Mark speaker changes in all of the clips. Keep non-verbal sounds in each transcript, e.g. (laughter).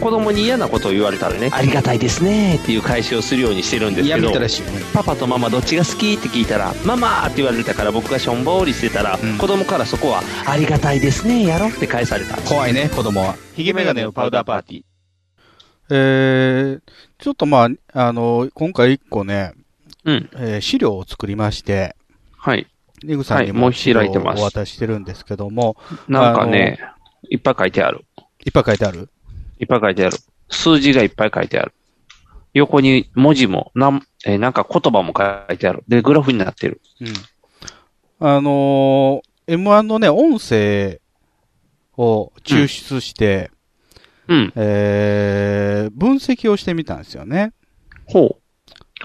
Speaker 1: 子供に嫌なことを言われたらね、ありがたいですねっていう返しをするようにしてるんです
Speaker 2: や
Speaker 1: け
Speaker 2: め
Speaker 1: ど
Speaker 2: た、らしいよね
Speaker 1: パパとママどっちが好きって聞いたら、ママって言われたから僕がしょんぼりしてたら、
Speaker 2: うん
Speaker 1: 子供からそこは、ありがたいですねやろって返された。
Speaker 2: 怖いね子供は
Speaker 1: ヒゲメガネのパウダーパーティー。
Speaker 2: えー、ちょっとまあ、あの、今回一個ね、
Speaker 1: うん。
Speaker 2: えー資料を作りまして、
Speaker 1: はい。
Speaker 2: ニグさんに
Speaker 1: はいも
Speaker 2: も
Speaker 1: う
Speaker 2: 資料
Speaker 1: 開いて
Speaker 2: を
Speaker 1: ます
Speaker 2: お渡ししてるんですけども、
Speaker 1: なんかね、いっぱい書いてある。
Speaker 2: いっぱい書いてある
Speaker 1: いっぱい書いてある。数字がいっぱい書いてある。横に文字も、なん、えーなんか言葉も書いてある。で、グラフになってる。
Speaker 2: うん。あのー、M1 のね、音声を抽出して、
Speaker 1: うん。
Speaker 2: えー、分析をしてみたんですよね。
Speaker 1: ほう。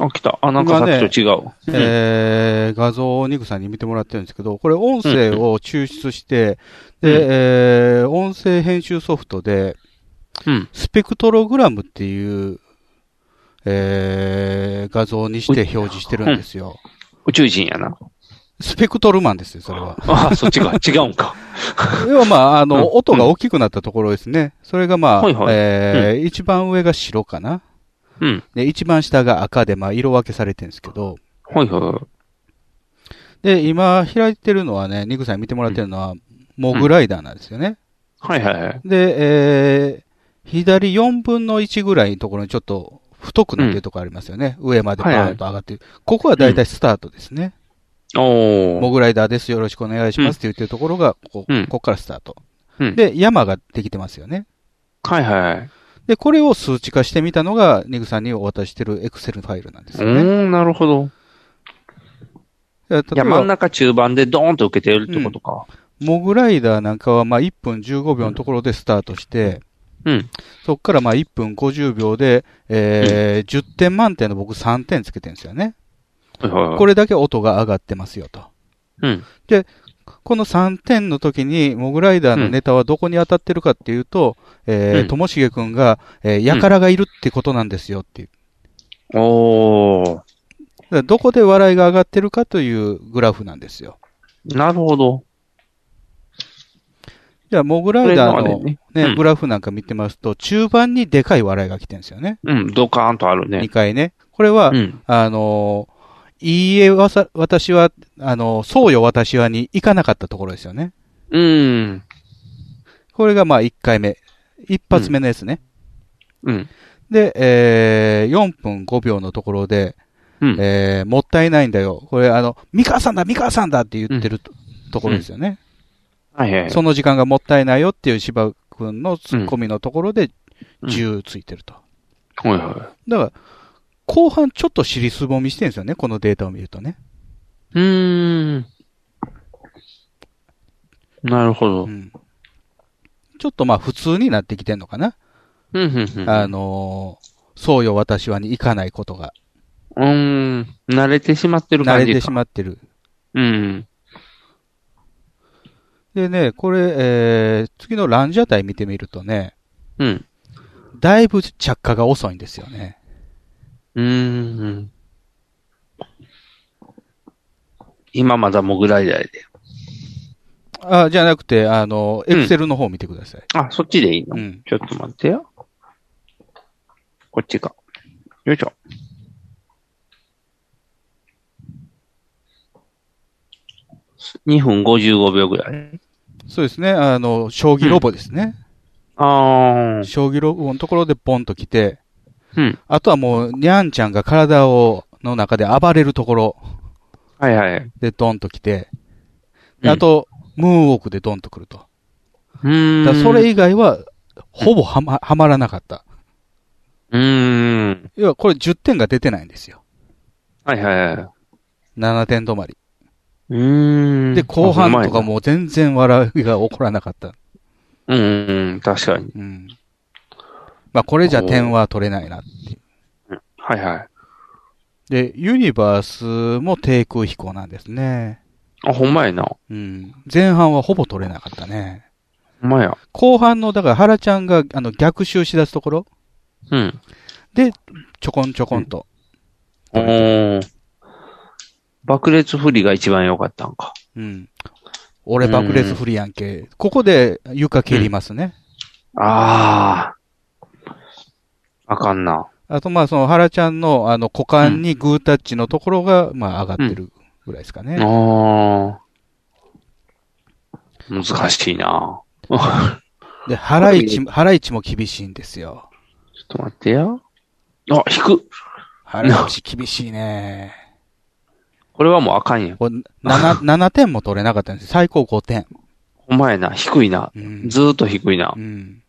Speaker 1: あ、来た。あ、なんかさっきと違う。うん
Speaker 2: えー、画像をニグさんに見てもらってるんですけど、これ音声を抽出して、
Speaker 1: うん
Speaker 2: で
Speaker 1: う、
Speaker 2: えー、音声編集ソフトで、
Speaker 1: うん。
Speaker 2: スペクトログラムっていう、えー、画像にして表示してるんですよ。
Speaker 1: 宇宙人やな。
Speaker 2: スペクトルマンですよ、それは。 (laughs)
Speaker 1: ああ、そっちが、違うんか。 (laughs)
Speaker 2: 要はまあ、あ
Speaker 1: うん
Speaker 2: の、音が大きくなったところですね。それがまあ
Speaker 1: はいはい、
Speaker 2: えー一番上が白かな。
Speaker 1: うん。
Speaker 2: で、一番下が赤で、まあ、色分けされてるんですけど。
Speaker 1: はいはいはい。
Speaker 2: で、今、開いてるのはね、ニグさんに見てもらってるのは、モグライダーなんですよね。
Speaker 1: はいはいはい。
Speaker 2: で、えー左4分の1ぐらいのところにちょっと、太くなってるところありますよね。上までパーンと上がってる。ここはだいたいスタートですね。
Speaker 1: お
Speaker 2: モ
Speaker 1: ー。
Speaker 2: グライダーです。よろしくお願いします。って言ってるところが、ここ、
Speaker 1: うん
Speaker 2: ここからスタート。
Speaker 1: うん
Speaker 2: で、山ができてますよね。
Speaker 1: はいはい。
Speaker 2: で、これを数値化してみたのが、ニグさんにお渡ししてるエクセルファイルなんです
Speaker 1: う
Speaker 2: よね。
Speaker 1: ーん、なるほど。
Speaker 2: いや
Speaker 1: いや、
Speaker 2: 例え
Speaker 1: 真ん
Speaker 2: ば、
Speaker 1: 中中盤でドーンと受けてるってことか。
Speaker 2: モグライダーなんかは、まあ、1分15秒のところでスタートして、
Speaker 1: うん。
Speaker 2: そこからまあ、1分50秒で、えー、10点満点の僕3点つけてるんですよね。
Speaker 1: はいはいはい。
Speaker 2: こ
Speaker 1: れ。
Speaker 2: れだけ音が上がってますよと。
Speaker 1: うん。
Speaker 2: この3点の時に、モグライダーのネタはどこに当たってるかっていうと、え
Speaker 1: うん
Speaker 2: ー、ともしげくんが、えー、やからがいるってことなんですよっていう。
Speaker 1: おー。
Speaker 2: だからどこで笑いが上がってるかというグラフなんですよ。
Speaker 1: なるほど。
Speaker 2: じゃあ、モグライダー
Speaker 1: これ
Speaker 2: の
Speaker 1: 今までね
Speaker 2: ね、
Speaker 1: うん
Speaker 2: グラフなんか見てますと、中盤にでかい笑いが来てるんですよね。
Speaker 1: うん、ドカーンとある
Speaker 2: 2
Speaker 1: ね。
Speaker 2: 回ね。これは、
Speaker 1: うん。
Speaker 2: あのー、いいえわさ、私は、あのー、そうよ私はに行かなかったところですよね。
Speaker 1: うん。
Speaker 2: これがまあ1回目。一発目のやつね。
Speaker 1: うん。
Speaker 2: で、えー、4分5秒のところで、
Speaker 1: うん。
Speaker 2: えー、もったいないんだよ。これあの、ミカさんだミカさんだって言ってると,、ころですよね。
Speaker 1: はいはい。
Speaker 2: その時間がもったいないよっていう芝君のツッコミのところで10ついてると。
Speaker 1: はいは
Speaker 2: だから、後半ちょっと尻すぼみしてるんですよね、このデータを見るとね。
Speaker 1: い。うーん。なるほど
Speaker 2: う。ん。ちょっとまあ普通になってきてんのかな。
Speaker 1: うん、うん、うん。
Speaker 2: あのーそうよ私はに行かないことが。
Speaker 1: うーん。慣れてしまってる
Speaker 2: 慣
Speaker 1: 感
Speaker 2: れ
Speaker 1: じか。
Speaker 2: てしまってる。
Speaker 1: うん。
Speaker 2: でね、これ、えー、次のランジャタイ見てみるとね、
Speaker 1: うん。
Speaker 2: だいぶ着火が遅いんですよね。
Speaker 1: うーん。今まだモグライダーで。
Speaker 2: あ、じゃなくて、あのー、
Speaker 1: うん
Speaker 2: エクセルの方見てください。
Speaker 1: あ、そっちでいいの、
Speaker 2: うん
Speaker 1: ちょっと待ってよ。こっちか。よいしょ。2分55秒ぐらい。
Speaker 2: そうですね、あの、将棋ロボですね。
Speaker 1: あー。
Speaker 2: 将棋ロボのところでポンと来て、
Speaker 1: うん。
Speaker 2: あとはもう、にゃんちゃんが体を、の中で暴れるところ
Speaker 1: はいはい。
Speaker 2: でドンと来て、
Speaker 1: うん
Speaker 2: あと、ムーンウォークでドンと来ると。
Speaker 1: うーん。
Speaker 2: だからそれ以外は、ほぼはま、はまらなかった。
Speaker 1: うーん。
Speaker 2: 要はこれ10点が出てないんですよ。
Speaker 1: はいはいはい。
Speaker 2: 7点止まり。
Speaker 1: うーん。
Speaker 2: で、後半とか
Speaker 1: うまいな。
Speaker 2: もう全然笑いが起こらなかった。
Speaker 1: うんうんうん、確かに。
Speaker 2: うん。まあこれじゃ点は取れないなっていう。
Speaker 1: はいはい。
Speaker 2: で、ユニバースも低空飛行なんですね。
Speaker 1: あ、ほんまやな。ほ
Speaker 2: うん。前半はほぼ取れなかったね。
Speaker 1: んまや。
Speaker 2: 後半の、だから原ちゃんがあの逆襲しだすところ、
Speaker 1: うん。
Speaker 2: ちょこんちょこんと。
Speaker 1: おー。爆裂不利が一番良かったんか。
Speaker 2: うん。俺爆裂不利やんけ。ここで床蹴りますね。
Speaker 1: ああ。あかんな。
Speaker 2: あと、まあ、その、原ちゃんの、あの、股間にグータッチのところが、まあ、上がってるぐらいですかね。
Speaker 1: ああ。難しいな。ちょ
Speaker 2: で、腹いち、腹いちも厳しいんですよ。
Speaker 1: っと待ってや。あ、引く。
Speaker 2: 腹いち厳しいね。
Speaker 1: これはもうあかんやん。
Speaker 2: これ、7、7点
Speaker 1: (laughs)
Speaker 2: も取れなかったんです。最高5点。
Speaker 1: お前な、低いな。
Speaker 2: うん。
Speaker 1: ずーっと低いな
Speaker 2: う。ん。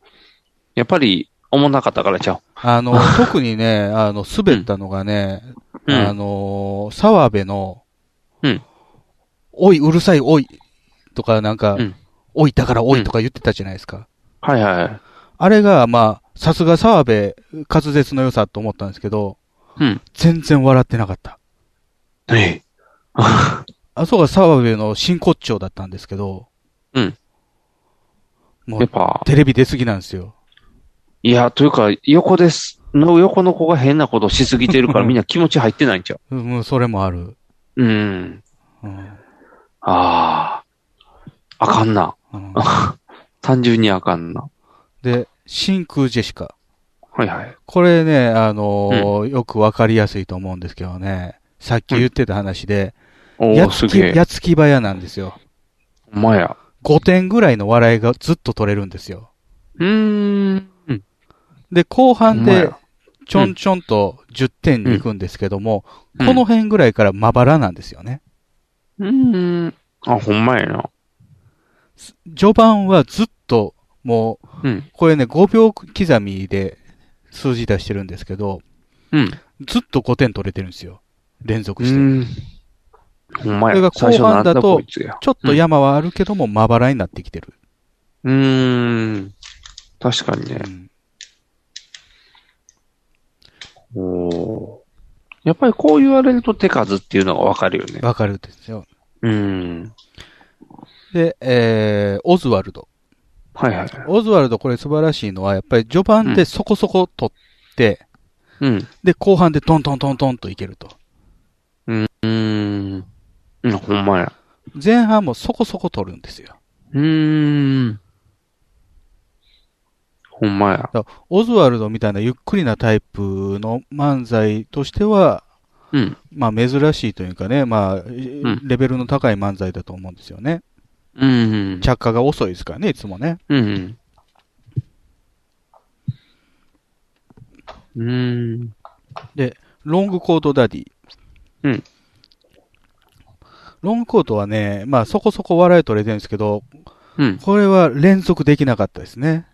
Speaker 1: やっぱり、おもんなかったからちゃう。
Speaker 2: あ
Speaker 1: (laughs)
Speaker 2: の、特にね、あの、滑ったのがね、
Speaker 1: うん
Speaker 2: あの、沢部の、
Speaker 1: うん
Speaker 2: おい、うるさい、おい、とか、なんか、
Speaker 1: うん
Speaker 2: おい、だからおいとか言ってたじゃないですか。
Speaker 1: はいはい。
Speaker 2: あれが、まあ、さすが沢部、滑舌の良さと思ったんですけど、
Speaker 1: うん。
Speaker 2: 全然笑ってなかった。
Speaker 1: ええ。
Speaker 2: あそこが沢部の真骨頂だったんですけど、
Speaker 1: うん。
Speaker 2: も
Speaker 1: やっ
Speaker 2: う、
Speaker 1: ぱ、
Speaker 2: テレビ出すぎなんですよ。
Speaker 1: いや、というか、横です。の横の子が変なことしすぎて (laughs) るからみんな気持ち入ってないんちゃ
Speaker 2: うん、もうそれもある。
Speaker 1: う。うん。
Speaker 2: うん。
Speaker 1: ああ。あかんな。
Speaker 2: うん
Speaker 1: 単純にあかんな。
Speaker 2: で、真空ジェシカ。
Speaker 1: はいはい。
Speaker 2: これね、あのーよくわかりやすいと思うんですけどね。さっき言ってた話で、
Speaker 1: お
Speaker 2: や
Speaker 1: お、
Speaker 2: っ
Speaker 1: す
Speaker 2: つ
Speaker 1: げ
Speaker 2: き、
Speaker 1: え。
Speaker 2: やっつき早なんですよ。
Speaker 1: お前や。
Speaker 2: 5点ぐらいの笑いがずっと取れるんですよ。
Speaker 1: うーん。うん
Speaker 2: で、後半
Speaker 1: ほんま
Speaker 2: で
Speaker 1: や、
Speaker 2: ちょんちょんと10点に行くんですけども、
Speaker 1: うん
Speaker 2: この辺ぐらいからまばらなんですよね。
Speaker 1: うーん。あ、ほんまやな。
Speaker 2: 序盤はずっと、もう、
Speaker 1: うん。
Speaker 2: これね、5秒刻みで数字出してるんですけど、
Speaker 1: うん。
Speaker 2: ずっと5点取れてるんですよ。連続
Speaker 1: う
Speaker 2: して。
Speaker 1: ーん。ほんま
Speaker 2: それ
Speaker 1: や
Speaker 2: が。後半だと
Speaker 1: 最初なんこいつや。
Speaker 2: ちょっと山はあるけども、まばらになってきてる。
Speaker 1: うーん。確かにね。
Speaker 2: うん
Speaker 1: おおー。やっぱりこう言われると手数っていうのがわかるよね。
Speaker 2: わかるんですよ。
Speaker 1: うーん。
Speaker 2: で、えー、オズワルド。
Speaker 1: はいはい。
Speaker 2: オズワルドこれ素晴らしいのは、やっぱり序盤でそこそこ取って、
Speaker 1: うん。う
Speaker 2: で、後半でトントントントンといけると。
Speaker 1: ーん。うん、ほんまや。
Speaker 2: 前半もそこそこ取るんですよ。
Speaker 1: うーん。ほんまや。
Speaker 2: だからオズワルドみたいなゆっくりなタイプの漫才としては、
Speaker 1: うん。
Speaker 2: まあ珍しいというかね、まあ、
Speaker 1: ん
Speaker 2: レベルの高い漫才だと思うんですよね。
Speaker 1: うん。
Speaker 2: 着火が遅いですからね、いつもね。
Speaker 1: うん。うーん。
Speaker 2: ロングコートダディ。
Speaker 1: うん。
Speaker 2: ロングコートはね、まあそこそこ笑い取れてるんですけど、
Speaker 1: うん。
Speaker 2: これは連続できなかったですね。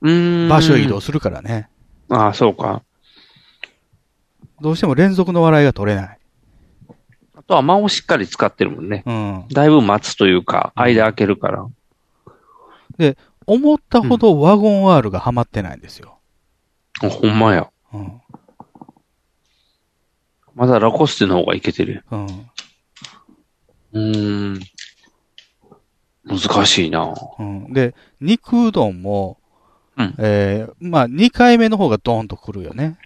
Speaker 1: うーん。
Speaker 2: 場所移動。するからね。
Speaker 1: ああ、そうか。
Speaker 2: どうしても連続の笑いが取れない。
Speaker 1: あとは間をしっかり使ってるもんね。
Speaker 2: うん。
Speaker 1: だいぶ待つというか、間開けるから。
Speaker 2: 思ったほどワゴン R がハマってないんですよ。
Speaker 1: あほんまや。
Speaker 2: うん。
Speaker 1: まだラコステの方がいけてる。
Speaker 2: うん。
Speaker 1: うーん。難しいな。
Speaker 2: うん。で、肉うどんも、
Speaker 1: うん
Speaker 2: えーまあ2回目の方がドーンと来るよね。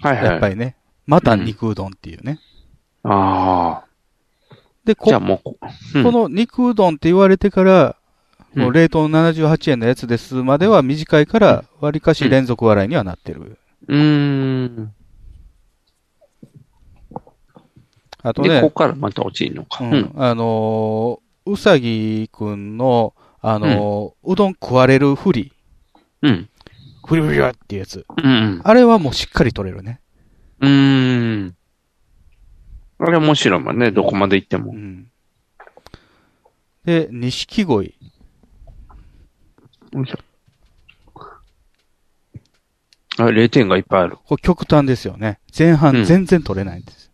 Speaker 1: はいはい。
Speaker 2: やっぱりね。また肉うどんっていうね。
Speaker 1: あ
Speaker 2: で、
Speaker 1: あ。じ
Speaker 2: こ
Speaker 1: ゃあ、もうこ、うん
Speaker 2: この肉うどんって言われてから、
Speaker 1: うん
Speaker 2: もう冷凍の78円のやつですまでは短いから、わりかし連続笑いにはなってる。
Speaker 1: うーん。
Speaker 2: あと
Speaker 1: で、
Speaker 2: ね
Speaker 1: ここ、からまた落ちるのか。
Speaker 2: う
Speaker 1: うんん。、
Speaker 2: あのーうさぎくんの、あのーうどん食われるふり、
Speaker 1: うん。
Speaker 2: ふりふりふりっていうやつ。
Speaker 1: うん。
Speaker 2: あれはもうしっかり取れるね。
Speaker 1: うーん。あれ面白いもんね、どこまで行って
Speaker 2: う
Speaker 1: も。
Speaker 2: ん。で、錦鯉。
Speaker 1: よいしょあれ、0点がいっぱいある。
Speaker 2: これ極端ですよね。前
Speaker 1: う
Speaker 2: 半
Speaker 1: ん
Speaker 2: 全然取れないんです。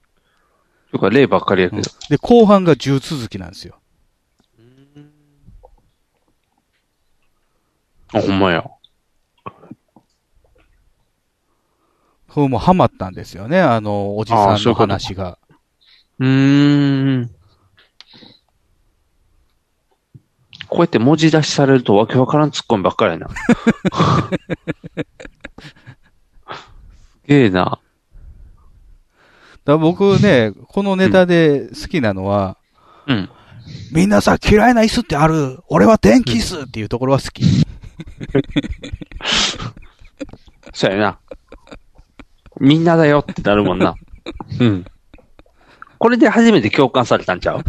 Speaker 1: というか、0ばっかりやけ
Speaker 2: うん
Speaker 1: ど。
Speaker 2: で、後半が10続きなんですよ。
Speaker 1: あ、ほんまや。
Speaker 2: これもうハマったんですよね。あの、おじ
Speaker 1: あ
Speaker 2: さ
Speaker 1: ー
Speaker 2: ん
Speaker 1: そ
Speaker 2: の
Speaker 1: ういうこと
Speaker 2: 話が。
Speaker 1: うーん。こうやって文字出しされるとわけわからんツッコミばっかりや (laughs) な。すげえな。
Speaker 2: だから僕ね、このネタで好きなのは、
Speaker 1: うん。
Speaker 2: みんなさ、嫌いな椅子ってある。俺は電気椅子っていうところは好き。
Speaker 1: そうやな。みんなだよってなるもんな。うん。これで初めて共感されたんちゃう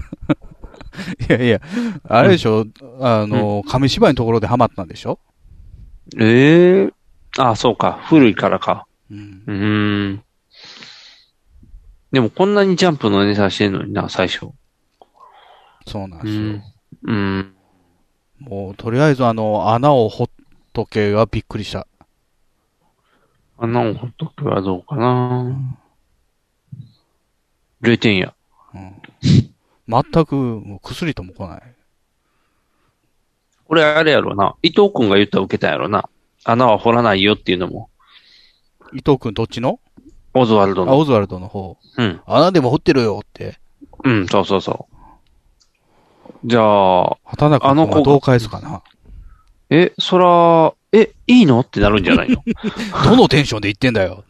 Speaker 2: いやいや、あれでしょ、あの、紙芝居のところでハマったんでしょ
Speaker 1: ええああ、そうか。古いからか。
Speaker 2: うん
Speaker 1: う。ーん。でもこんなにジャンプのネタしてんのにな、最初。
Speaker 2: そうなん
Speaker 1: う
Speaker 2: ですよ。
Speaker 1: ん。うん。
Speaker 2: もう、とりあえずあの、穴を掘っとけがびっくりした。
Speaker 1: 穴を掘っとくはどうかな。0点や。
Speaker 2: うん。全く、もう薬とも来ない。
Speaker 1: これあれやろな。伊藤くんが言ったら受けたんやろな。穴は掘らないよっていうのも。
Speaker 2: 伊藤くんどっちの
Speaker 1: オズワルド
Speaker 2: あ、
Speaker 1: の。
Speaker 2: オズワルドの方。
Speaker 1: うん。
Speaker 2: 穴でも掘ってるよって。
Speaker 1: うん、そうそうそう。じゃあ、
Speaker 2: 畑中君
Speaker 1: あの子
Speaker 2: は
Speaker 1: が
Speaker 2: どう返すかな
Speaker 1: え、そら、え、いいのってなるんじ
Speaker 2: (laughs)
Speaker 1: ゃないの
Speaker 2: どのテンションで言ってんだよ。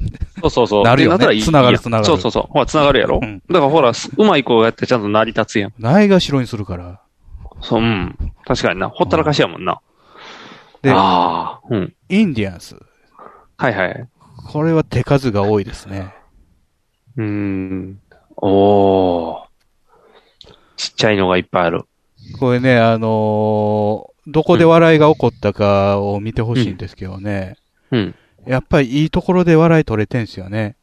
Speaker 1: そうそうそう。
Speaker 2: なるよね
Speaker 1: ってったらいい
Speaker 2: 繋がる
Speaker 1: いいやん
Speaker 2: 繋がる
Speaker 1: そうそうそう。ほら、繋がるやろ、
Speaker 2: うん
Speaker 1: だからほら、すうまい子がやってちゃんと成り立つやん。
Speaker 2: ないがしろにするから。
Speaker 1: そう、うん。確かにな。ほったらかしやもんな。
Speaker 2: で、
Speaker 1: ああ、うん。
Speaker 2: インディアンス。
Speaker 1: はいはい。
Speaker 2: これは手数が多いですね。
Speaker 1: うーん。おー。ちっちゃいのがいっぱいある。
Speaker 2: これね、あのーどこで笑いが起こったかを見てほしいんですけどね。
Speaker 1: うん。
Speaker 2: やっぱりいいところで笑い取れてんすよね。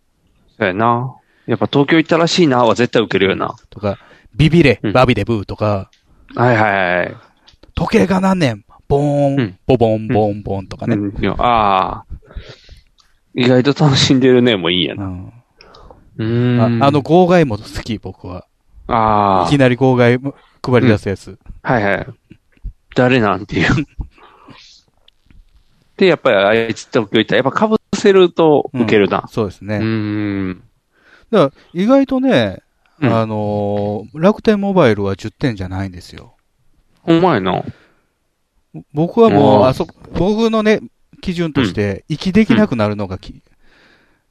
Speaker 1: そうやな。やっぱ東京行ったらしいなは絶対受けるよな。
Speaker 2: とか、ビビれ
Speaker 1: う、ん
Speaker 2: バビレブーとか、
Speaker 1: はいはいはい。
Speaker 2: 時計が何年、ボーン、
Speaker 1: うん
Speaker 2: ボボン、ボン、ボンとかね。
Speaker 1: うん、いやああ。意外と楽しんでるね、もいいや
Speaker 2: う
Speaker 1: な。
Speaker 2: ん
Speaker 1: う
Speaker 2: あ
Speaker 1: ーん。
Speaker 2: あの、、号外も好き、僕は。
Speaker 1: あ
Speaker 2: い
Speaker 1: あ
Speaker 2: き。なり号外も配り出すやつ。
Speaker 1: はいはい。誰なんて (laughs) いう。で、やっぱりあいつ東京行ったら、やっぱ被せると受けるな。
Speaker 2: そうですね。
Speaker 1: うーん。
Speaker 2: だから意外とね、
Speaker 1: うん
Speaker 2: あのー楽天モバイルは10点じゃないんですよ。
Speaker 1: ほんまやな。
Speaker 2: 僕はもう、
Speaker 1: あー
Speaker 2: あそ、僕のね、基準として、息できなくなるのがき、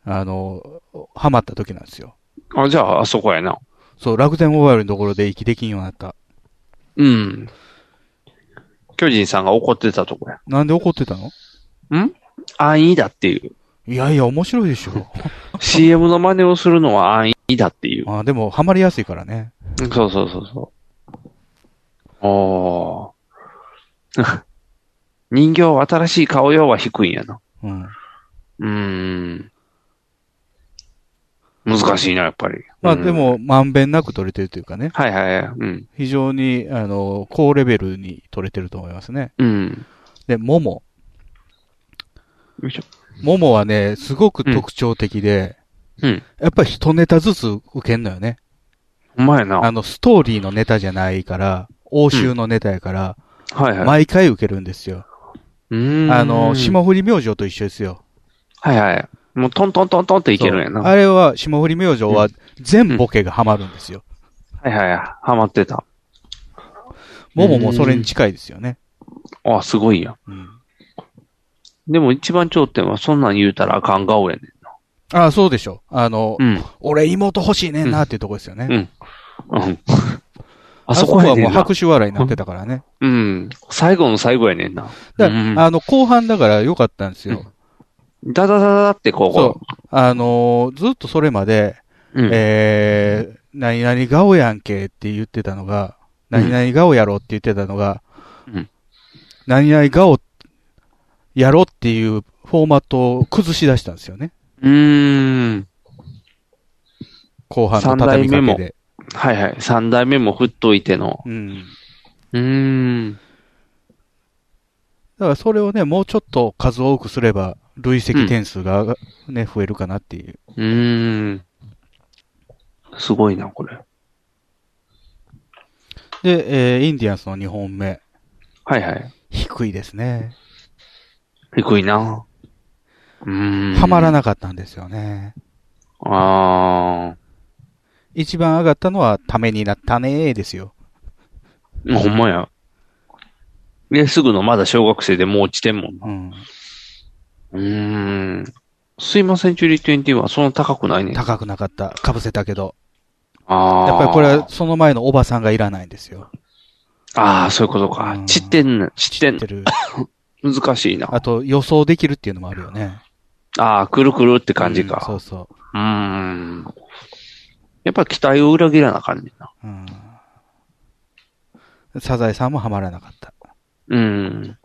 Speaker 2: あのーハマった時なんですよ。
Speaker 1: あ、じゃあ、あそこやな。
Speaker 2: そう、楽天モバイルのところで息できんようになった。
Speaker 1: うん。巨人さんが怒ってたとこや。
Speaker 2: なんで怒ってたの
Speaker 1: 安易だっていう。
Speaker 2: いやいや、面白いでし
Speaker 1: (laughs)
Speaker 2: ょ。
Speaker 1: CM の真似をするのは安易だっていう。
Speaker 2: あーでも、ハマりやすいからね。
Speaker 1: そうそうそうそう。おー。 (laughs) 人形は新しい顔用は低いんやな。
Speaker 2: うん。
Speaker 1: うーん。難しいな、やっぱり。
Speaker 2: まあ
Speaker 1: うん
Speaker 2: で。も、まんべんなく取れてるというかね、
Speaker 1: はいはいはい。うん。
Speaker 2: 非常に、あのー高レベルに取れてると思いますね。
Speaker 1: うん。
Speaker 2: で、もも。
Speaker 1: よいしょ。
Speaker 2: ももはね、すごく特徴的で、
Speaker 1: うん。
Speaker 2: やっぱり一ネタずつ受けんのよね。
Speaker 1: ほんまやな。
Speaker 2: あ
Speaker 1: はい
Speaker 2: の、ストーリーのネタじゃないから、応酬のネタやから、
Speaker 1: はい。
Speaker 2: 毎回受けるんですよ。
Speaker 1: うーん
Speaker 2: あの、霜降り明星と一緒ですよ。
Speaker 1: はいはい。もうトントントントンっていけるんや
Speaker 2: そう
Speaker 1: な。
Speaker 2: あれは、霜降り明星は全ボケがハマるんですよ。
Speaker 1: はいはい。ハマってた。
Speaker 2: もももそれに近いですよね。
Speaker 1: あ、すごいやん。
Speaker 2: うん
Speaker 1: でも一番頂点はそんなん言うたらあかん顔やね
Speaker 2: ああ、そうでしょ。あの、
Speaker 1: ん。
Speaker 2: 俺妹欲しいねんなっていうとこですよね。
Speaker 1: うんうん。うん。
Speaker 2: (laughs) あ
Speaker 1: あ
Speaker 2: そ
Speaker 1: そ
Speaker 2: こ
Speaker 1: こや
Speaker 2: は
Speaker 1: ね
Speaker 2: もうん
Speaker 1: な。
Speaker 2: 拍手笑いになってたからね。
Speaker 1: うん。最後の最後やねんな。
Speaker 2: だ
Speaker 1: うん
Speaker 2: あの、後半だから良かったんですよ。
Speaker 1: ダダダダダってこう。
Speaker 2: そう。あのーずっとそれまで、
Speaker 1: う。うん。
Speaker 2: えー、何々顔やんけって言ってたのが、
Speaker 1: うん
Speaker 2: 何々顔やろって言ってたのが、
Speaker 1: うん
Speaker 2: 何々顔やろっていうフォーマットを崩し出したんですよね。
Speaker 1: うーん。
Speaker 2: 後半の畳みかけで。
Speaker 1: はいはい。三代目も振っといての。
Speaker 2: うん。
Speaker 1: うーん。
Speaker 2: だからそれをね、もうちょっと数多くすれば、累積点数がね、増えるかなっていう。
Speaker 1: うーん。すごいな、これ。
Speaker 2: で、えー、インディアンスの2本目。
Speaker 1: はいはい。
Speaker 2: 低いですね。
Speaker 1: 低いな。うーん。
Speaker 2: はまら
Speaker 1: ない。
Speaker 2: なかったんですよね。
Speaker 1: あ
Speaker 2: 一番上がったのは、ためになったねーですよ。
Speaker 1: ー。ほんまや。で、すぐのまだ小学生でもう落ちてんもんな。
Speaker 2: うん。
Speaker 1: うーん。すいません、チュリー21はそんな高くないね。
Speaker 2: 高くなかった。被せたけど。
Speaker 1: ああ。
Speaker 2: やっぱりこれは、その前のおばさんがいらないんですよ。
Speaker 1: ああ、そういうことか
Speaker 2: うん。
Speaker 1: 知ってんね、知ってん
Speaker 2: 知っ。てる。
Speaker 1: 難しいな。
Speaker 2: あと、予想できるっていうのもあるよね。
Speaker 1: ああ、くるくるって感じ
Speaker 2: うんそ
Speaker 1: か
Speaker 2: う。そ
Speaker 1: うん。んやっぱ期待を裏切らな感じな。
Speaker 2: う。うん。サザエさんもハマらなかった。
Speaker 1: うん。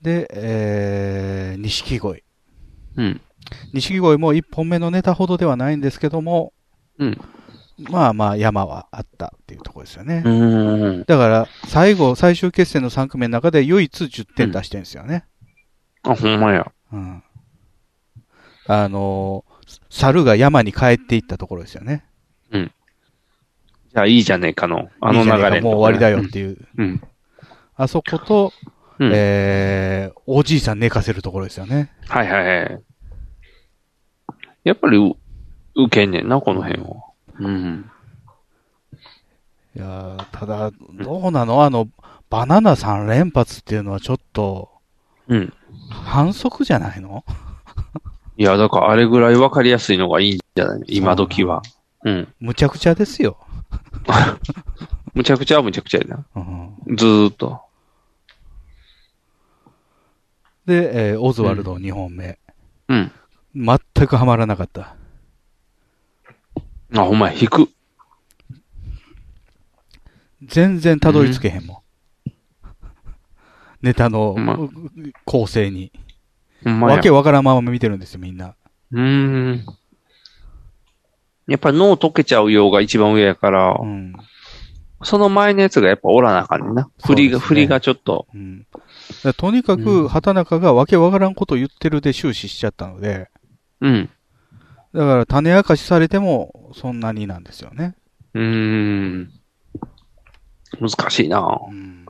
Speaker 2: で、えー、錦鯉。
Speaker 1: うん。
Speaker 2: 錦鯉も一本目のネタほどではないんですけども、
Speaker 1: うん。
Speaker 2: まあまあ山はあったっていうところですよね。
Speaker 1: うん。
Speaker 2: だから、最後、最終決戦の3組の中で唯一10点出してるんですよね。
Speaker 1: あ、ほんまや。
Speaker 2: うん。あのー猿が山に帰っていったところですよね。
Speaker 1: じゃあいいじゃねえかの。あの
Speaker 2: いいじゃねえ
Speaker 1: 流
Speaker 2: か
Speaker 1: れ。
Speaker 2: もう終わりだよっていう。
Speaker 1: うん。
Speaker 2: あそこと、
Speaker 1: うん。うん。
Speaker 2: えー、おじいさん寝かせるところですよね。
Speaker 1: はいはいはい。やっぱりう、受けんねんな、この辺は。うん。
Speaker 2: いやーただ、どうなのあの、バナナ3連発っていうのはちょっと、
Speaker 1: うん。
Speaker 2: 反則じゃないの
Speaker 1: いや、だからあれぐらいわかりやすいのがいいんじゃない今時は。うん。
Speaker 2: むちゃくちゃですよ。
Speaker 1: むちゃくちゃはむちゃくちゃやな。
Speaker 2: うん、
Speaker 1: ずーっと。
Speaker 2: で、えーオズワルド2本目。
Speaker 1: うん。
Speaker 2: 全くハマらなかった。
Speaker 1: あ、ほんまや、引く。
Speaker 2: 全然たどり着けへんもん。ネタの
Speaker 1: ま
Speaker 2: 構成に。
Speaker 1: ほんまや。
Speaker 2: わけわからんまま見てるんですよ、みんな。
Speaker 1: うーん。やっぱ脳溶けちゃうようが一番上やから、
Speaker 2: うん。
Speaker 1: その前のやつがやっぱおらなあかんねんな。振り
Speaker 2: そ
Speaker 1: が、
Speaker 2: うですね
Speaker 1: 振りがちょっと。
Speaker 2: うん。だからとにか
Speaker 1: う
Speaker 2: く、畑中がわけわからんこと言ってるで終始しちゃったので、
Speaker 1: うん。
Speaker 2: だから種明かしされても、そんなになんですよね。
Speaker 1: うーん。難しいな
Speaker 2: うん。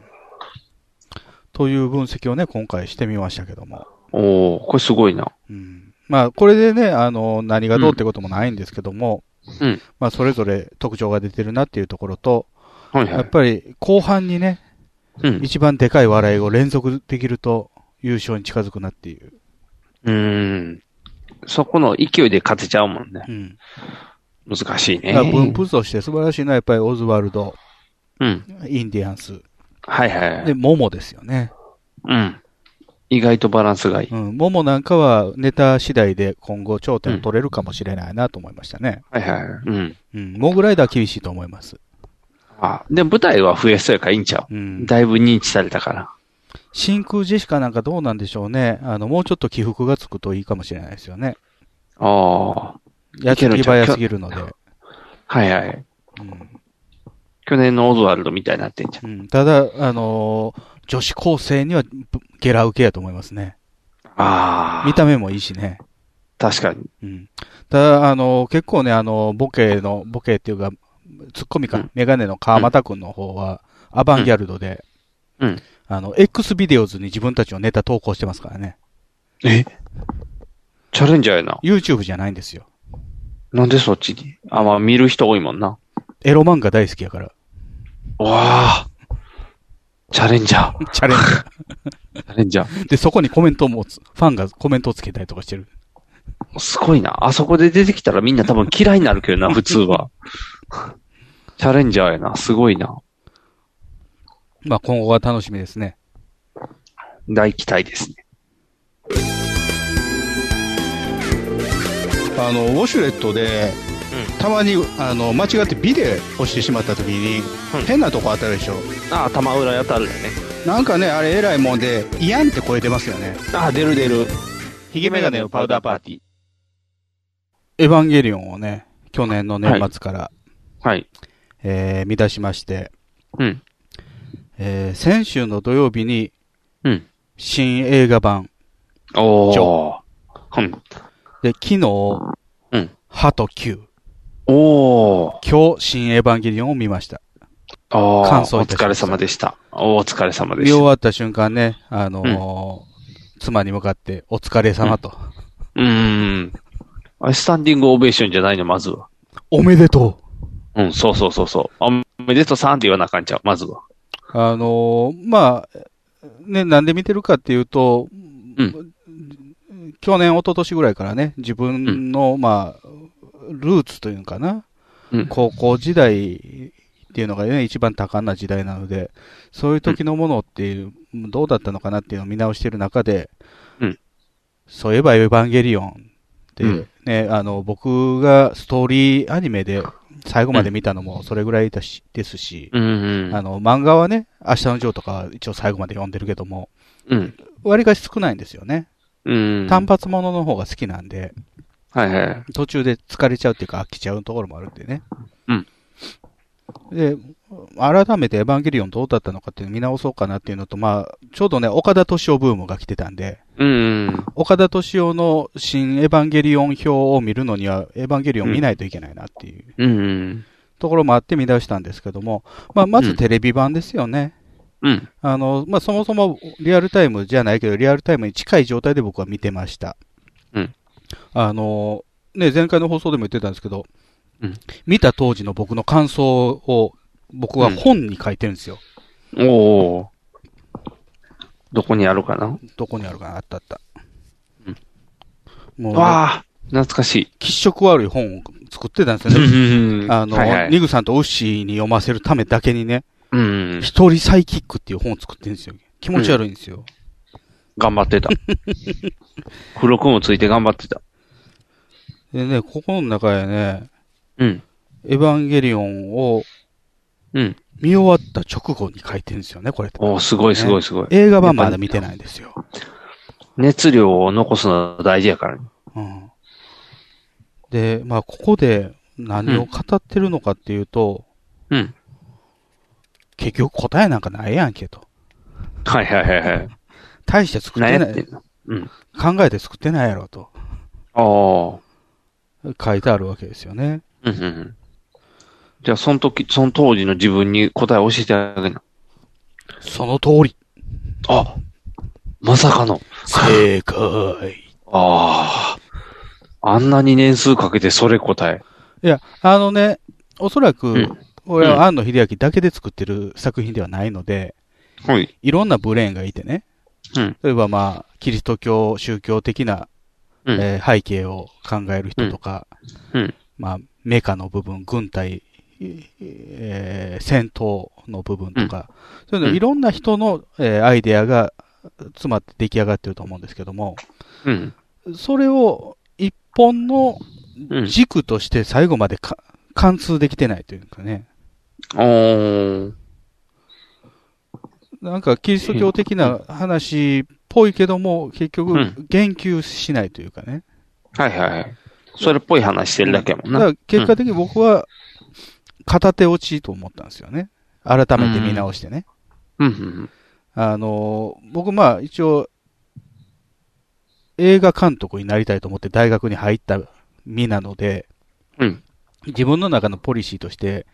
Speaker 2: という分析をね、今回してみましたけども。
Speaker 1: おおこれすごいな。
Speaker 2: うんまあ、これでね、あの、何がどうってこともないんですけども、
Speaker 1: うん
Speaker 2: まあ、それぞれ特徴が出てるなっていうところと、
Speaker 1: はい
Speaker 2: や
Speaker 1: は
Speaker 2: っ
Speaker 1: い。
Speaker 2: ぱり後半にね、
Speaker 1: うん。
Speaker 2: 一番でかい笑いを連続できると優勝に近づくなっていう。
Speaker 1: うーん。そこの勢いで勝てちゃうもんね。
Speaker 2: うん。
Speaker 1: 難しい
Speaker 2: だ
Speaker 1: ね
Speaker 2: から。分布図として素晴らしいのは、やっぱりオズワルド、
Speaker 1: うん。
Speaker 2: インディアンス、
Speaker 1: はいはいは
Speaker 2: で、
Speaker 1: い。
Speaker 2: モモですよね。
Speaker 1: うん。意外とバランスがいい。
Speaker 2: うん。モモなんかはネタ次第で今後頂点を取れるかもしれないなと思いましたね。
Speaker 1: はいはい。うん。
Speaker 2: うん。モグライダー厳しいと思います。
Speaker 1: あ、でも舞台は増えそうやからいいんちゃ
Speaker 2: う
Speaker 1: う。
Speaker 2: ん。
Speaker 1: だいぶ認知されたから。
Speaker 2: 真空ジェシカなんかどうなんでしょうね。あの、もうちょっと起伏がつくといいかもしれないですよね。
Speaker 1: ああ。
Speaker 2: やつ
Speaker 1: ける
Speaker 2: き
Speaker 1: んちゃう
Speaker 2: 早すぎるので。
Speaker 1: はいはい。
Speaker 2: うん
Speaker 1: 去年のオズワルドみたいになってんじゃ
Speaker 2: うん、ただ、あのー女子高生にはぶゲラ受けやと思いますね。
Speaker 1: ん。ああ。
Speaker 2: 見た目もいいしね。
Speaker 1: 確かに。
Speaker 2: うん、ただ、あのー結構ね、あのーボケの、ボケっていうか、ツッコミ
Speaker 1: う
Speaker 2: か
Speaker 1: ん、
Speaker 2: メガネの川又くんの方は、アバンギャルドで、
Speaker 1: うん。
Speaker 2: あの、X ビデオズに自分たちのネタ投稿してますからね。
Speaker 1: えチャレンジャーやな。
Speaker 2: YouTube じゃないんですよ。
Speaker 1: なんでそっちにあ、まあ見る人多いもんな。
Speaker 2: エロ漫画大好きやから。
Speaker 1: わあ。チャレンジャー。
Speaker 2: チャレンジ
Speaker 1: チャレンジャ (laughs) ー。
Speaker 2: で、そこにコメントもつ、ファンがコメントをつけたりとかしてる。
Speaker 1: すごいな。あそこで出てきたらみんな多分嫌いになるけど (laughs) な、普通は。チャレンジャーやな。すごいな。
Speaker 2: まあ、今後が楽しみですね。
Speaker 1: 大期待ですね。
Speaker 3: あのウォシュレットで、たまにあの間違ってビデ押してしまった時に、
Speaker 1: うん
Speaker 3: 変なとこ当たるでしょ
Speaker 1: ああ、玉浦やたるよね。
Speaker 3: なんかねあれえらいもんで「イヤン」って声出ますよね
Speaker 1: ああ、出る出る。
Speaker 3: ヒゲメガネのパウダーパー
Speaker 1: ティー。
Speaker 2: エヴァンゲリオンをね、去年の年末から、
Speaker 1: はい。
Speaker 2: えー、見出しまして、
Speaker 1: うん。
Speaker 2: えー、先週の土曜日に、
Speaker 1: うん
Speaker 2: 新映画版。
Speaker 1: お
Speaker 2: ジ
Speaker 1: ー。うん。
Speaker 2: で、昨日、
Speaker 1: うん
Speaker 2: ハト9。
Speaker 1: おー。
Speaker 2: 今日、新エヴァンゲリオンを見ました。
Speaker 1: ああ、
Speaker 2: 感想
Speaker 1: お
Speaker 2: いたしました
Speaker 1: 疲れ様でした。お疲れ様で
Speaker 2: 見
Speaker 1: し
Speaker 2: 終
Speaker 1: た。
Speaker 2: わった瞬間ね、あのー妻に向かって、お疲れ様と、
Speaker 1: うーん。あれスタンディングオベーションじゃないの、まずは。
Speaker 2: おめでとう。
Speaker 1: うん、そうそうそうそう。あおめでとうさんって言わなあかんちゃう、まずは。
Speaker 2: あのーまあ、ね、なんで見てるかっていうと、
Speaker 1: ん
Speaker 2: 去年、一昨年ぐらいからね、自分の、まあ、ルーツというのかな、
Speaker 1: うん
Speaker 2: 高校時代っていうのがね、一番多感な時代なので、そういう時のものっていうどうだったのかなっていうのを見直してる中で、
Speaker 1: うん
Speaker 2: そういえばエヴァンゲリオンって、
Speaker 1: うん
Speaker 2: ね、あの、僕がストーリーアニメで最後まで見たのもそれぐらいだしですし、
Speaker 1: うんうん。
Speaker 2: あの、漫画はね、明日のジョーとかは一応最後まで読んでるけども、
Speaker 1: うん。
Speaker 2: 割かし少ないんですよね。
Speaker 1: うん。
Speaker 2: 単発ものの方が好きなんで、
Speaker 1: はいはい。
Speaker 2: 途中で疲れちゃうっていうか飽きちゃうところもあるんでね。
Speaker 1: うん。
Speaker 2: で、改めてエヴァンゲリオンどうだったのかっていうのを見直そうかなっていうのと、まあ、ちょうどね、岡田敏夫ブームが来てたんで、
Speaker 1: うん。
Speaker 2: 岡田敏夫の新エヴァンゲリオン表を見るのには、エヴァンゲリオン見ないといけないなっていう
Speaker 1: うん。
Speaker 2: ところもあって見出したんですけども、まあ、まずテレビ版ですよね。
Speaker 1: うん。
Speaker 2: あの、まあ、そもそもリアルタイムじゃないけど、リアルタイムに近い状態で僕は見てました。
Speaker 1: うん
Speaker 2: あの、ね、前回の放送でも言ってたんですけど、
Speaker 1: うん
Speaker 2: 見た当時の僕の感想を、僕は本に書いてるんですよ。
Speaker 1: おお。どこにあるかな
Speaker 2: どこにあるかなあったあった。
Speaker 1: うん
Speaker 2: もう、
Speaker 1: わあ、懐かしい。
Speaker 2: 気色悪い本を作ってたんですよね。 (laughs) あ
Speaker 1: あ
Speaker 2: の、
Speaker 1: はいはい
Speaker 2: ニグさんとウッシーに読ませるためだけにね、
Speaker 1: うん。
Speaker 2: 一人サイキックっていう本を作ってるんですよ。気持ち悪いんですよ。
Speaker 1: 頑
Speaker 2: (laughs)
Speaker 1: 張ってた。付録もついて頑張ってた。
Speaker 2: でね、ここの中でね、
Speaker 1: うん。
Speaker 2: エヴァンゲリオンを
Speaker 1: うん。
Speaker 2: 見終わった直後に書いてるんですよね、これって。
Speaker 1: おお、すごいすごいすごい。
Speaker 2: 映画版まだ見てないんですよ。
Speaker 1: 熱量を残すのは大事やからね。
Speaker 2: うん、で、まあ、ここで何を語ってるのかっていうと、
Speaker 1: うん。
Speaker 2: 結局答えなんかないやんけと。
Speaker 1: はいはいはいはい。
Speaker 2: 大して作っ
Speaker 1: 何
Speaker 2: てな
Speaker 1: やっ
Speaker 2: い、
Speaker 1: てんのうん。
Speaker 2: 考えて作ってないやろと
Speaker 1: ああ。
Speaker 2: 書いてあるわけですよね。
Speaker 1: うんうんうん。じゃあ、その時、その当時の自分に答えを教えてあげな。
Speaker 2: その通り。
Speaker 1: あまさかの。
Speaker 2: 正解。
Speaker 1: ああ。あんなに年数かけてそれ答え。
Speaker 2: いや、あのね、おそら
Speaker 1: う
Speaker 2: く
Speaker 1: ん、
Speaker 2: 俺
Speaker 1: うん
Speaker 2: は庵野秀明だけで作ってる作品ではないので、
Speaker 1: はい。
Speaker 2: いろんなブレーンがいてね、
Speaker 1: うん。
Speaker 2: 例えばまあ、キリスト教、宗教的な、
Speaker 1: うん。
Speaker 2: えー背景を考える人とか、
Speaker 1: うん。
Speaker 2: まあ、メカの部分、軍隊、えー戦闘の部分とか、そういう
Speaker 1: う
Speaker 2: の
Speaker 1: ん
Speaker 2: いろんな人の、えーアイデアが詰まって出来上がってると思うんですけども、
Speaker 1: うん。
Speaker 2: それを一本の
Speaker 1: うん。
Speaker 2: 軸として最後までか貫通できてないというかね、
Speaker 1: おー。
Speaker 2: なんかキリスト教的な話っぽいけども、結
Speaker 1: う
Speaker 2: 局
Speaker 1: ん、
Speaker 2: 言及しないというかね。
Speaker 1: はいはいはい。それっぽい話してるだけやもん
Speaker 2: だ
Speaker 1: な。
Speaker 2: から結果的に僕は、片手落ちと思ったんですよね。改めて見直してね。
Speaker 1: うんうん。
Speaker 2: あのー、僕まあ一応、映画監督になりたいと思って大学に入った身なので、
Speaker 1: うん。
Speaker 2: 自分の中のポリシーとして、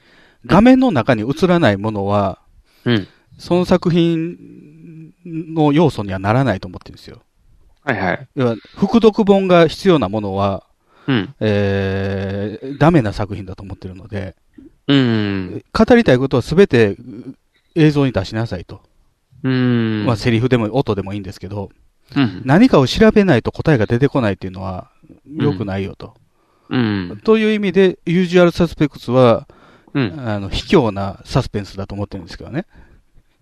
Speaker 2: 画面の中に映らないものは、
Speaker 1: うん。
Speaker 2: その作品の要素にはならないと思ってるんですよ。
Speaker 1: はいはい。
Speaker 2: 要は、副読本が必要なものは、
Speaker 1: うん。
Speaker 2: えー、ダメな作品だと思ってるので、
Speaker 1: うん。
Speaker 2: 語りたいことは全てう映像に出しなさいと。
Speaker 1: うん。
Speaker 2: まあ、セリフでも音でもいいんですけど、
Speaker 1: うん。
Speaker 2: 何かを調べないと答えが出てこないっていうのは良くないよと。
Speaker 1: うん。
Speaker 2: という意味で、ユージュアルサスペクツは、
Speaker 1: うん。
Speaker 2: あの、卑怯なサスペンスだと思ってるんですけどね。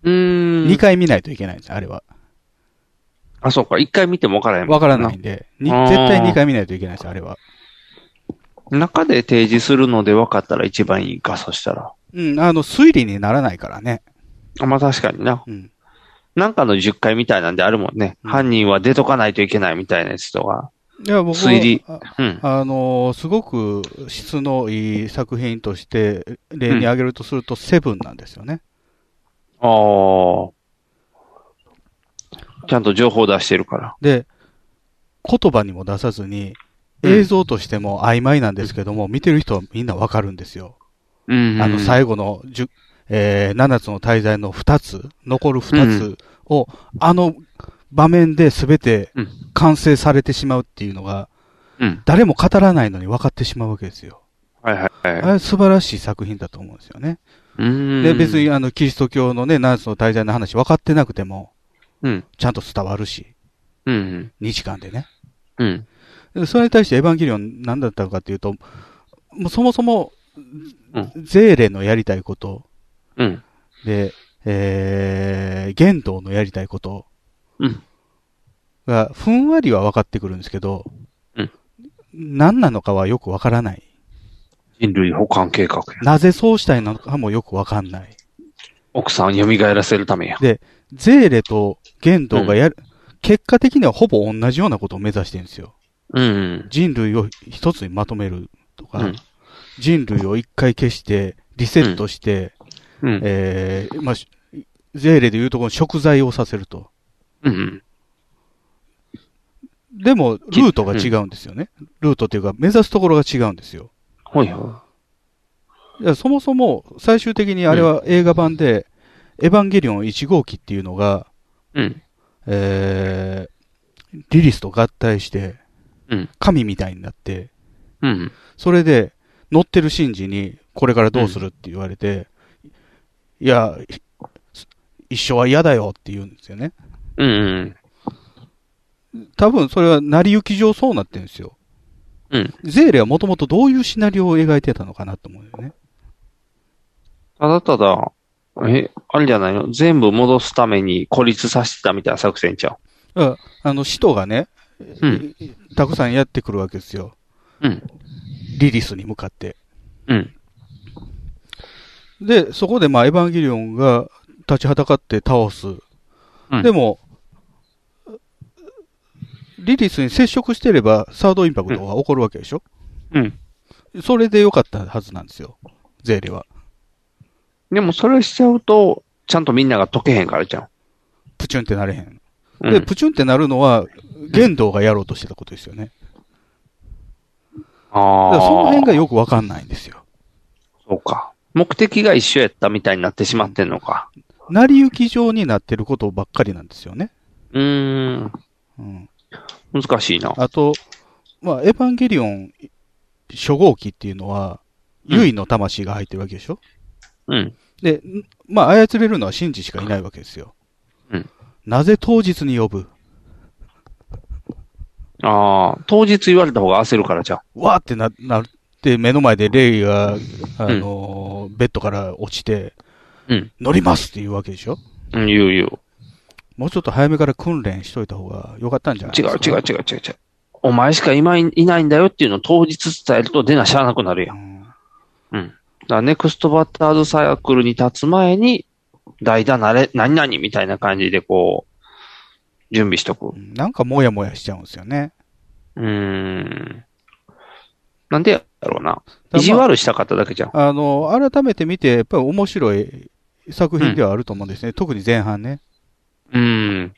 Speaker 1: うん。
Speaker 2: 2回見ないといけないんです、あれは。
Speaker 1: あ、そうか。1回見ても分からへんもん。
Speaker 2: わからないんで、に
Speaker 1: あー
Speaker 2: 絶対2回見ないといけないんです、あれは。
Speaker 1: 中で提示するので分かったら一番いいか、そしたら。
Speaker 2: うん、あの、推理にならないからね。
Speaker 1: あまあ確かにな。
Speaker 2: うん。
Speaker 1: なんかの10回みたいなんであるもんね。
Speaker 2: うん
Speaker 1: 犯人は出とかないといけないみたいなやつとか。
Speaker 2: いや、僕は
Speaker 1: 推理
Speaker 2: あ
Speaker 1: うん。
Speaker 2: あのすごく質のいい作品として、例に挙げるとすると、セブンなんですよね。
Speaker 1: ああ。ちゃんと情報出してるから。
Speaker 2: で、言葉にも出さずに、
Speaker 1: うん
Speaker 2: 映像としても曖昧なんですけども、見てる人はみんなわかるんですよ。
Speaker 1: うん。
Speaker 2: あの、最後のじゅ、えー、7つの滞在の2つ、残る2つを、あの場面で全て
Speaker 1: うん
Speaker 2: 完成されてしまうっていうのが、
Speaker 1: うん。
Speaker 2: 誰も語らないのに分かってしまうわけですよ。
Speaker 1: はいはい
Speaker 2: あ
Speaker 1: はい。
Speaker 2: れ素晴らしい作品だと思うんですよね。
Speaker 1: うん。
Speaker 2: で、別にあの、キリスト教のね、7つの滞在の話分かってなくても、
Speaker 1: うん。
Speaker 2: ちゃんと伝わるし、
Speaker 1: うん。
Speaker 2: 2時間でね。
Speaker 1: うん。
Speaker 2: でそれに対してエヴァンゲリオン何だったのかっていうと、もうそもそも、
Speaker 1: う
Speaker 2: ゼーレのやりたいこと
Speaker 1: うん。
Speaker 2: で、えー、玄道のやりたいこと
Speaker 1: うん。
Speaker 2: が、ふんわりは分かってくるんですけど、
Speaker 1: うん
Speaker 2: 何なのかはよく分からない。
Speaker 1: 人類保管計画や。
Speaker 2: なぜそうしたいのかもよく分かんない。
Speaker 1: 奥さんを蘇らせるためや。
Speaker 2: ゼーレと玄道がやる、結果的にはほぼ同じようなことを目指してるんですよ。
Speaker 1: うん。
Speaker 2: 人類を一つにまとめるとか、
Speaker 1: うん
Speaker 2: 人類を一回消して、リセットして、
Speaker 1: うん。
Speaker 2: えーまあ、しゼーレでいうとこの食材をさせると。
Speaker 1: うん。
Speaker 2: でも、ルートが違うんですよね。ルートっていうか、目指すところが違うんですよ。
Speaker 1: ほいほ
Speaker 2: いやそもそも、最終的にあれは映画版で、エヴァンゲリオン1号機っていうのが、
Speaker 1: い。うん。
Speaker 2: えーリリスと合体して
Speaker 1: うん、
Speaker 2: 神みたいになって、
Speaker 1: うん。
Speaker 2: それで、乗ってる神事に、これからどうするって言われて、いや、ひ一生は嫌だよって言うんですよね。
Speaker 1: うん。うん。
Speaker 2: 多分それは成り行き上そうなってるんですよ。
Speaker 1: うん。
Speaker 2: ゼーレはもともとどういうシナリオを描いてたのかなと思うよね。
Speaker 1: ただただ、え、あれじゃないの全部戻すために孤立させてたみたいな作戦ちゃ
Speaker 2: だからあの、使徒がね、
Speaker 1: う。うん。
Speaker 2: たくさんやってくるわけですよ。
Speaker 1: うん。
Speaker 2: リリスに向かって。
Speaker 1: うん。
Speaker 2: で、そこでまあ、エヴァンゲリオンが立ちはだかって倒す。
Speaker 1: うん
Speaker 2: でも、リリスに接触してれば、サードインパクトが起こるわけでしょ、
Speaker 1: うん。
Speaker 2: それで良かったはずなんですよ。ゼーレは。
Speaker 1: でもそれしちゃうと、ちゃんとみんなが解けへんからじゃん。
Speaker 2: プチュンってなれへん。
Speaker 1: う
Speaker 2: で、
Speaker 1: ん。
Speaker 2: プチュンってなるのは、玄道がやろうとしてたことですよね。だ
Speaker 1: あ
Speaker 2: から
Speaker 1: あ。
Speaker 2: その辺がよくわかんないんですよ。
Speaker 1: そうか。目的が一緒やったみたいになってしまってんのか。
Speaker 2: 成り行き上になってることばっかりなんですよね。
Speaker 1: うーん。
Speaker 2: うん。
Speaker 1: 難しいな。
Speaker 2: あと、まあ、エヴァンゲリオン初号機っていうのは、
Speaker 1: うん
Speaker 2: ユイの魂が入ってるわけでしょ、
Speaker 1: うん。
Speaker 2: で、んまあ、操れるのはシンジしかいないわけですよ。
Speaker 1: うん
Speaker 2: なぜ当日に呼ぶ
Speaker 1: ああ、当日言われた方が焦るからじゃん。
Speaker 2: わーってな、なるって、目の前でレイが、あのーベッドから落ちて、
Speaker 1: うん。
Speaker 2: 乗りますって言うわけでしょ
Speaker 1: うん、言う言う。
Speaker 2: もうちょっと早めから訓練しといた方がよかったんじゃない
Speaker 1: 違
Speaker 2: です
Speaker 1: う
Speaker 2: か
Speaker 1: 違う違う違う違う。お前しか今いいないんだよっていうのを当日伝えると出なしゃあなくなるやん。だ
Speaker 2: ん
Speaker 1: からネクストバッターズサークルに立つ前に、代打なれ、何々みたいな感じでこう、準備しとく。う
Speaker 2: なんかもやもやしちゃうんですよね。
Speaker 1: ーん。なんでやろうな。
Speaker 2: だからまあ
Speaker 1: 意地悪したかっただけじゃん。
Speaker 2: あの、改めて見て、やっぱり面白い作品ではあると思うんですね。特に前半ね。
Speaker 1: うーん。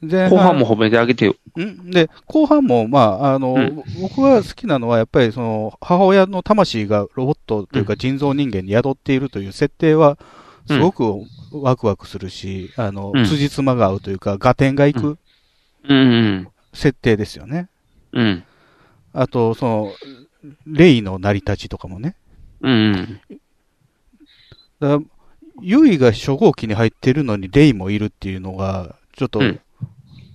Speaker 2: 前半。
Speaker 1: 後半も褒めてあげてよ。
Speaker 2: うん。で、後半も、まあ、あの、
Speaker 1: うん
Speaker 2: 僕が好きなのは、やっぱりその、母親の魂がロボットというか人造人間に宿っているという設定は、すごくワクワクするし、あの、
Speaker 1: うん
Speaker 2: 辻褄が合うというか、合点がいく
Speaker 1: うん
Speaker 2: 設定ですよね。
Speaker 1: うん。うん。
Speaker 2: あと、その、レイの成り立ちとかもね。
Speaker 1: うん。
Speaker 2: だからユイが初号機に入ってるのにレイもいるっていうのが、ちょっと、
Speaker 1: うん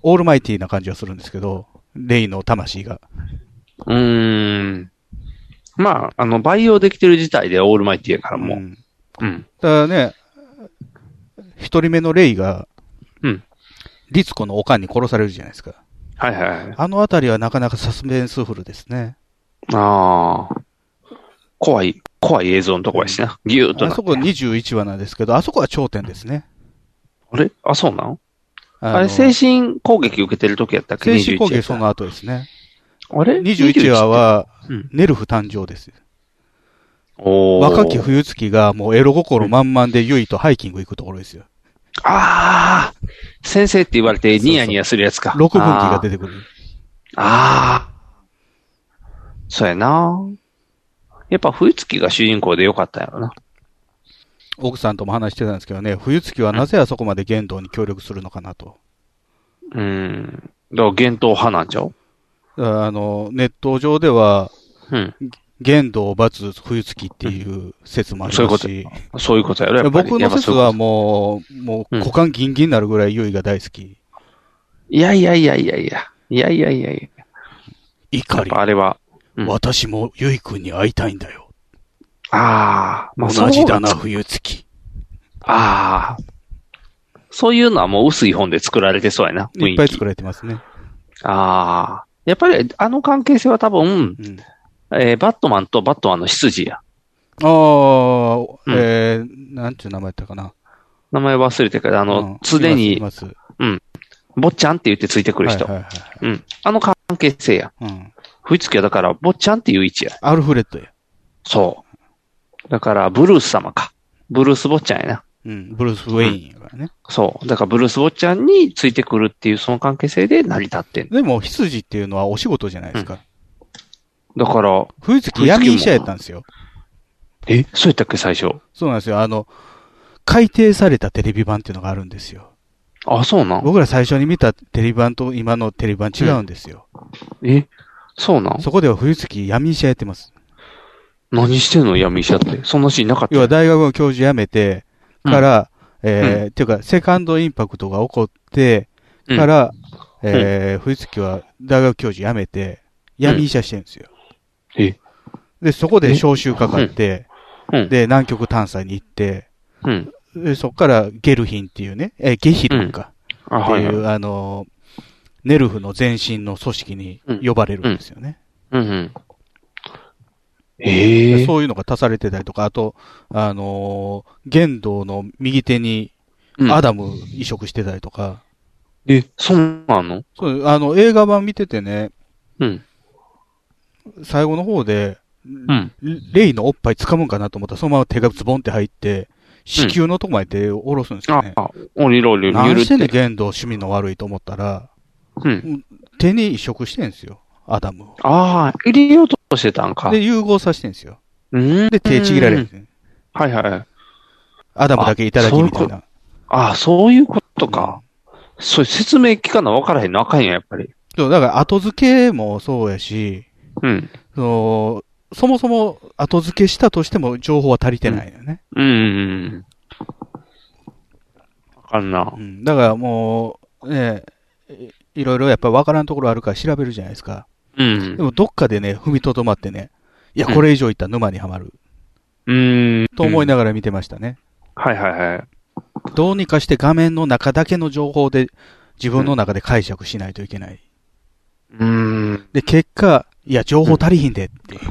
Speaker 2: オールマイティーな感じはするんですけど、レイの魂が。
Speaker 1: うーん。まあ、あの、培養できてる自体でオールマイティやからも
Speaker 2: んだ
Speaker 1: う。うん。
Speaker 2: からね、一人目のレイが、
Speaker 1: うん。
Speaker 2: リツコのオカンに殺されるじゃないですか。
Speaker 1: はいはいはい。
Speaker 2: あのあたりはなかなかサスペンスフルですね。
Speaker 1: ああ。怖い、怖い映像のとこやしな。ぎゅーっと
Speaker 2: あ
Speaker 1: な。
Speaker 2: そこ21話なんですけど、あそこは頂点ですね。
Speaker 1: あれあ、そうなん
Speaker 2: あ
Speaker 1: あれ、精神攻撃受けてる時やったっけ
Speaker 2: 神攻撃そ。
Speaker 1: 21や
Speaker 2: の後ですね。
Speaker 1: ったあれ
Speaker 2: 21話。は
Speaker 1: うん、
Speaker 2: ネルフ誕生です。
Speaker 1: おー
Speaker 2: 若き冬月がもうエロ心満々でユイとハイキング行くところですよ。
Speaker 1: ああ先生って言われてニヤニヤするやつか。
Speaker 2: 6分岐が出て
Speaker 1: て
Speaker 2: くる。
Speaker 1: あーあー。そうやな。やっぱ冬月が主人公でよかったやろな。
Speaker 2: 奥さんとも話してたんですけどね、冬月はなぜあそこまで言動に協力するのかなと。
Speaker 1: うーん。だから、幻冬派なんちゃう
Speaker 2: だからあの、ネット上では、
Speaker 1: うん。
Speaker 2: 言動×冬月っていう説もあります
Speaker 1: そう
Speaker 2: し、
Speaker 1: そういうことやろやっぱり
Speaker 2: 僕の説。
Speaker 1: やっぱそういう
Speaker 2: は
Speaker 1: こと
Speaker 2: もう、もう
Speaker 1: うん
Speaker 2: 股間ギンギンになるぐらいユイが大好き。
Speaker 1: いやいやいやいやいや。いやいやいやいや。や
Speaker 2: 怒
Speaker 1: っ
Speaker 2: り
Speaker 1: ぱ、あれは。うん
Speaker 2: 私もユイ君に会いたいんだよ。
Speaker 1: ああ、まあ、
Speaker 2: 同じだな、
Speaker 1: そう
Speaker 2: 冬月。
Speaker 1: ああ。そういうのはもう薄い本で作られてそうやな、雰囲気。
Speaker 2: いっぱい作られてますね。
Speaker 1: ああ。やっぱり、あの関係性は多分、
Speaker 2: うん、
Speaker 1: えーバットマンとバットマンの執事や。
Speaker 2: ああ、えー、なんていう名前だったかな。
Speaker 1: 名前忘れてるけど、あ
Speaker 2: うん
Speaker 1: の、すで
Speaker 2: い
Speaker 1: に、
Speaker 2: ますいます
Speaker 1: 坊ちゃんって言ってついてくる人。
Speaker 2: はいはいはい
Speaker 1: うん。あの関係性や。
Speaker 2: はいうん。
Speaker 1: 振り付けはだから、坊ちゃんっていう位置や。
Speaker 2: アルフレッドや。
Speaker 1: そう。だから、ブルース様か。ブルース坊ちゃんやな。
Speaker 2: うん。ブルース・ウェインやからね。
Speaker 1: そう。だから、ブルース坊ちゃんについてくるっていう、その関係性で成り立ってん
Speaker 2: でも、羊っていうのはお仕事じゃないですか。
Speaker 1: だから、
Speaker 2: 冬月闇医者やったんですよ。
Speaker 1: えそうやったっけ、最初。
Speaker 2: そうなんですよ。あの、改訂されたテレビ版っていうのがあるんですよ。
Speaker 1: あ、そうなん
Speaker 2: 僕ら最初に見たテレビ版と今のテレビ版違うんですよ。
Speaker 1: えそうなん
Speaker 2: そこでは冬月闇医者やってます。
Speaker 1: 何してんの闇医者って。そんなシーンなかった
Speaker 2: 要は大学の教授辞めて、から、えー
Speaker 1: う
Speaker 2: っていうか、セカンドインパクトが起こって、
Speaker 1: うん
Speaker 2: から、えー冬月は大学教授辞めて、闇医者してるんですよ。
Speaker 1: うんえ
Speaker 2: で、そこで召集かかって、
Speaker 1: うん。
Speaker 2: で、南極探査に行って、
Speaker 1: うん。
Speaker 2: でそこからゲルヒンっていうね、えーゲヒルンか、
Speaker 1: あ、
Speaker 2: って
Speaker 1: はい
Speaker 2: い
Speaker 1: は
Speaker 2: う、
Speaker 1: い。
Speaker 2: あのー、ネルフの前身の組織に呼ばれるんですよね。
Speaker 1: うんうん。ええ
Speaker 2: そういうのが足されてたりとか、あと、あのー玄道の右手に
Speaker 1: うん
Speaker 2: アダム移植してたりとか、
Speaker 1: え、そうなの
Speaker 2: そう、あの、映画版見ててね、
Speaker 1: うん。
Speaker 2: 最後の方で、
Speaker 1: うん。
Speaker 2: レイのおっぱい掴むんかなと思ったら、そのまま手がズボンって入って、子宮のとこまで手を下ろすんですよね。
Speaker 1: あ、降りろ、降りろ、
Speaker 2: 何
Speaker 1: ゆる
Speaker 2: してんね
Speaker 1: っ
Speaker 2: ん
Speaker 1: て。
Speaker 2: 玄道趣味の悪いと思ったら、
Speaker 1: うん。
Speaker 2: 手に移植してんですよ、アダムを。
Speaker 1: ああ、入れようとしてたんか。
Speaker 2: で、融合させてんですよ。
Speaker 1: うん。
Speaker 2: で、手ちぎられるんですね。
Speaker 1: はいはい。
Speaker 2: アダムだけいただきみたいな。
Speaker 1: ああ、そういうことか。そう、説明聞かな分からへんのあかんや、やっぱり。
Speaker 2: そう、だから後付けもそうやし、
Speaker 1: うん。
Speaker 2: その、そもそも後付けしたとしても情報は足りてないよね。
Speaker 1: うんうんうん。わかんな
Speaker 2: う。ん。だからもう、ね、いいろいろやっぱり分からんところあるから調べるじゃないですか。
Speaker 1: うん
Speaker 2: で。もどっかでね、踏みとどまってね、いや、
Speaker 1: うん
Speaker 2: これ以上いったら沼にはまる。
Speaker 1: うん。
Speaker 2: と思い
Speaker 1: な
Speaker 2: ながら見てましたね。
Speaker 1: はいはいはい。
Speaker 2: どうにかして画面の中だけの情報で、自分の中で解釈しないといけない。
Speaker 1: うん。
Speaker 2: で、結果、いや、情報足りひんでっていう。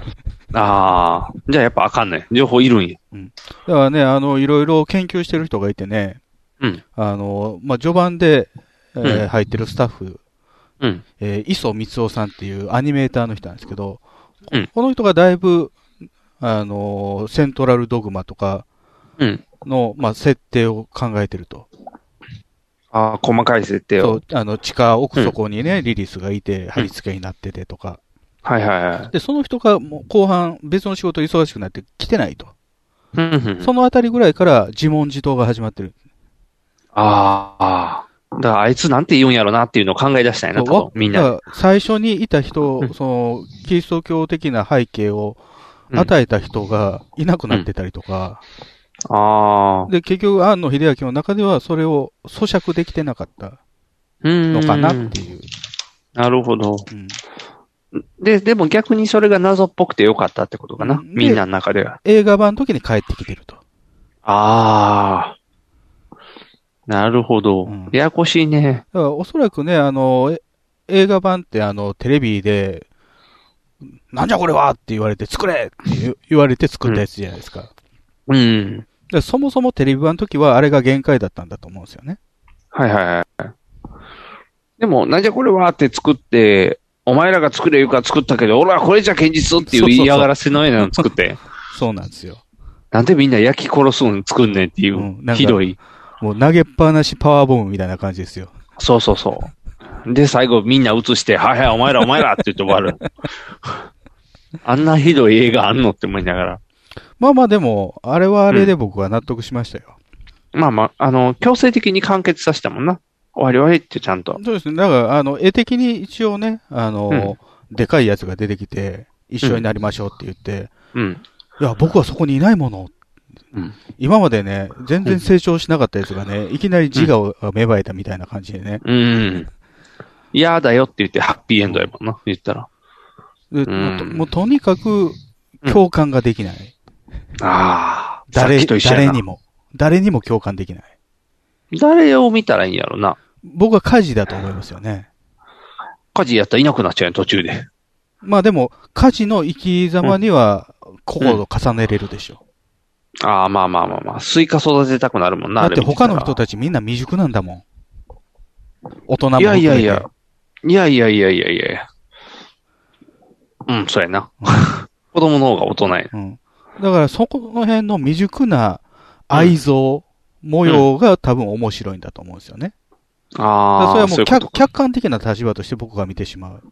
Speaker 1: ああ。じゃあやっぱあかんねん。情報いるんや。
Speaker 2: だからね、あの、いろいろ研究してる人がいてね、
Speaker 1: うん。
Speaker 2: あの、まあ、序盤で、えー
Speaker 1: うん
Speaker 2: 入ってるスタッフ、
Speaker 1: うん。
Speaker 2: えー磯光夫さんっていうアニメーターの人なんですけど、
Speaker 1: うん
Speaker 2: この人がだいぶ、あの、セントラルドグマとか
Speaker 1: うん。
Speaker 2: の、まあ、設定を考えてると。
Speaker 1: ああ、細かい設定
Speaker 2: そ
Speaker 1: を
Speaker 2: う。、あの、地下奥底にね、リリースがいて、貼り付けになっててとか。
Speaker 1: はいはいはい。
Speaker 2: で、その人がもう後半、別の仕事忙しくなって来てないと。
Speaker 1: うんうん。
Speaker 2: そのあたりぐらいから自問自答が始まってる。
Speaker 1: ああ。だから、あいつなんて言うんやろなっていうのを考え出したいな、
Speaker 2: そうわ
Speaker 1: 多分みんな。
Speaker 2: だから最初にいた人、
Speaker 1: うん
Speaker 2: その、キリスト教的な背景を与えた人がいなくなってたりとか、
Speaker 1: うんああ。
Speaker 2: で、結局、庵野秀明の中ではそれを咀嚼できてなかった
Speaker 1: うん。
Speaker 2: のかなっていう。
Speaker 1: なるほど。
Speaker 2: うん
Speaker 1: で、でも逆にそれが謎っぽくてよかったってことかな
Speaker 2: う。ん
Speaker 1: みんなの中では。
Speaker 2: 映画版の時に帰ってきてると。
Speaker 1: ああ。なるほど
Speaker 2: うん。
Speaker 1: ややこしいね。
Speaker 2: だからおそらくね、あの、え映画版ってあの、テレビで、なんじゃこれはって言われて作れって言う言われて作ったやつじゃないですか。だか
Speaker 1: うん。
Speaker 2: らそもそもテレビ版の時はあれが限界だったんだと思うんですよね。
Speaker 1: はいはいはい。でも、なんじゃこれはって作って、お前らが作れ言うから作ったけど、俺はこれじゃ現実ってい
Speaker 2: そう
Speaker 1: う
Speaker 2: そうそう
Speaker 1: 嫌がらせのようなの作 (laughs) って。
Speaker 2: そうなんですよ。
Speaker 1: なんでみんな焼き殺すの作んねんっていう、
Speaker 2: うんなんか
Speaker 1: ひどい。
Speaker 2: もう投げっぱなしパワーボムみたいな感じですよ。
Speaker 1: そうそうそう。で、最後みんな映して、はいはい、お前らお前らって言って終わる。 (laughs) あんなひどい映画あんのって思いながら。
Speaker 2: まあまあでも、あれはあれで僕は納得しましたよ。
Speaker 1: まあまあ、あの、強制的に完結させたもんな。終わり終わりってちゃんと。
Speaker 2: そうですね。だから、あの、絵的に一応ね、あの、でかいやつが出てきて、一緒になりましょうって言って、
Speaker 1: うん。
Speaker 2: いや、僕はそこにいないもの。
Speaker 1: うん
Speaker 2: 今までね、全然成長しなかったやつがね、いきなり自我が芽生えたみたいな感じでね。
Speaker 1: うん。嫌だよって言って、ハッピーエンドやもんな。言ったら。
Speaker 2: で
Speaker 1: ん
Speaker 2: もうともうとにかく
Speaker 1: う、ん
Speaker 2: 共感ができない。
Speaker 1: ああ。さっ
Speaker 2: 誰、
Speaker 1: きと一緒や
Speaker 2: 誰
Speaker 1: な
Speaker 2: にも。誰にも共感できない。
Speaker 1: 誰を見たらいいんやろな。
Speaker 2: 僕はカジだと思いますよね。
Speaker 1: 火事やったらいなくなっちゃうやん、途中で。
Speaker 2: まあでも、カジの生き様には、ここを重ねれるでしょ。
Speaker 1: ああ、まあまあまあまあ。スイカ育てたくなるもんな、
Speaker 2: だって他の人
Speaker 1: と
Speaker 2: たちみんな未熟なんだもん。大人も含
Speaker 1: いや
Speaker 2: めて。
Speaker 1: いやいや。いやいやいやいやいやいや。うん、そうや
Speaker 2: (laughs)
Speaker 1: な。子供の方が大人や。
Speaker 2: うん。だからそこの辺の未熟な愛憎模様が多分面白いんだと思うんですよね。だから
Speaker 1: ああ、
Speaker 2: それはも
Speaker 1: そうういうこと
Speaker 2: 客
Speaker 1: か。
Speaker 2: 客観的な立場として僕が見てしまう。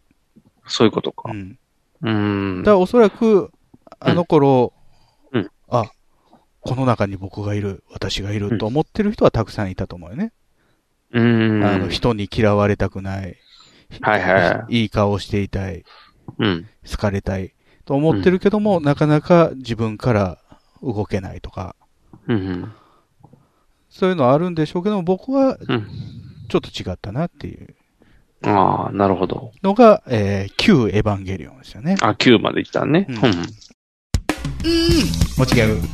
Speaker 1: そういうことか
Speaker 2: う。ん。
Speaker 1: うーん
Speaker 2: だか。らおそらく、あの頃、
Speaker 1: うん
Speaker 2: あ、この中に僕がいる、私がいると思ってる人はたくさんいたと思うよね。
Speaker 1: うーん。
Speaker 2: あの、人に嫌われたくない。
Speaker 1: はいはいはい
Speaker 2: い顔をしていたい。
Speaker 1: うん。
Speaker 2: 好かれたい。と思ってるけども、なかなか自分から動けないとか、
Speaker 1: うん。
Speaker 2: そういうのはあるんでしょうけども、僕は
Speaker 1: うん。
Speaker 2: ちょっと違ったなっていう
Speaker 1: ああ、なるほど。
Speaker 2: のが、えー旧エヴァンゲリオンですよね。
Speaker 1: あ、9まで来たね。
Speaker 2: う
Speaker 1: うんん。
Speaker 3: もちギャグ。
Speaker 4: 違うっ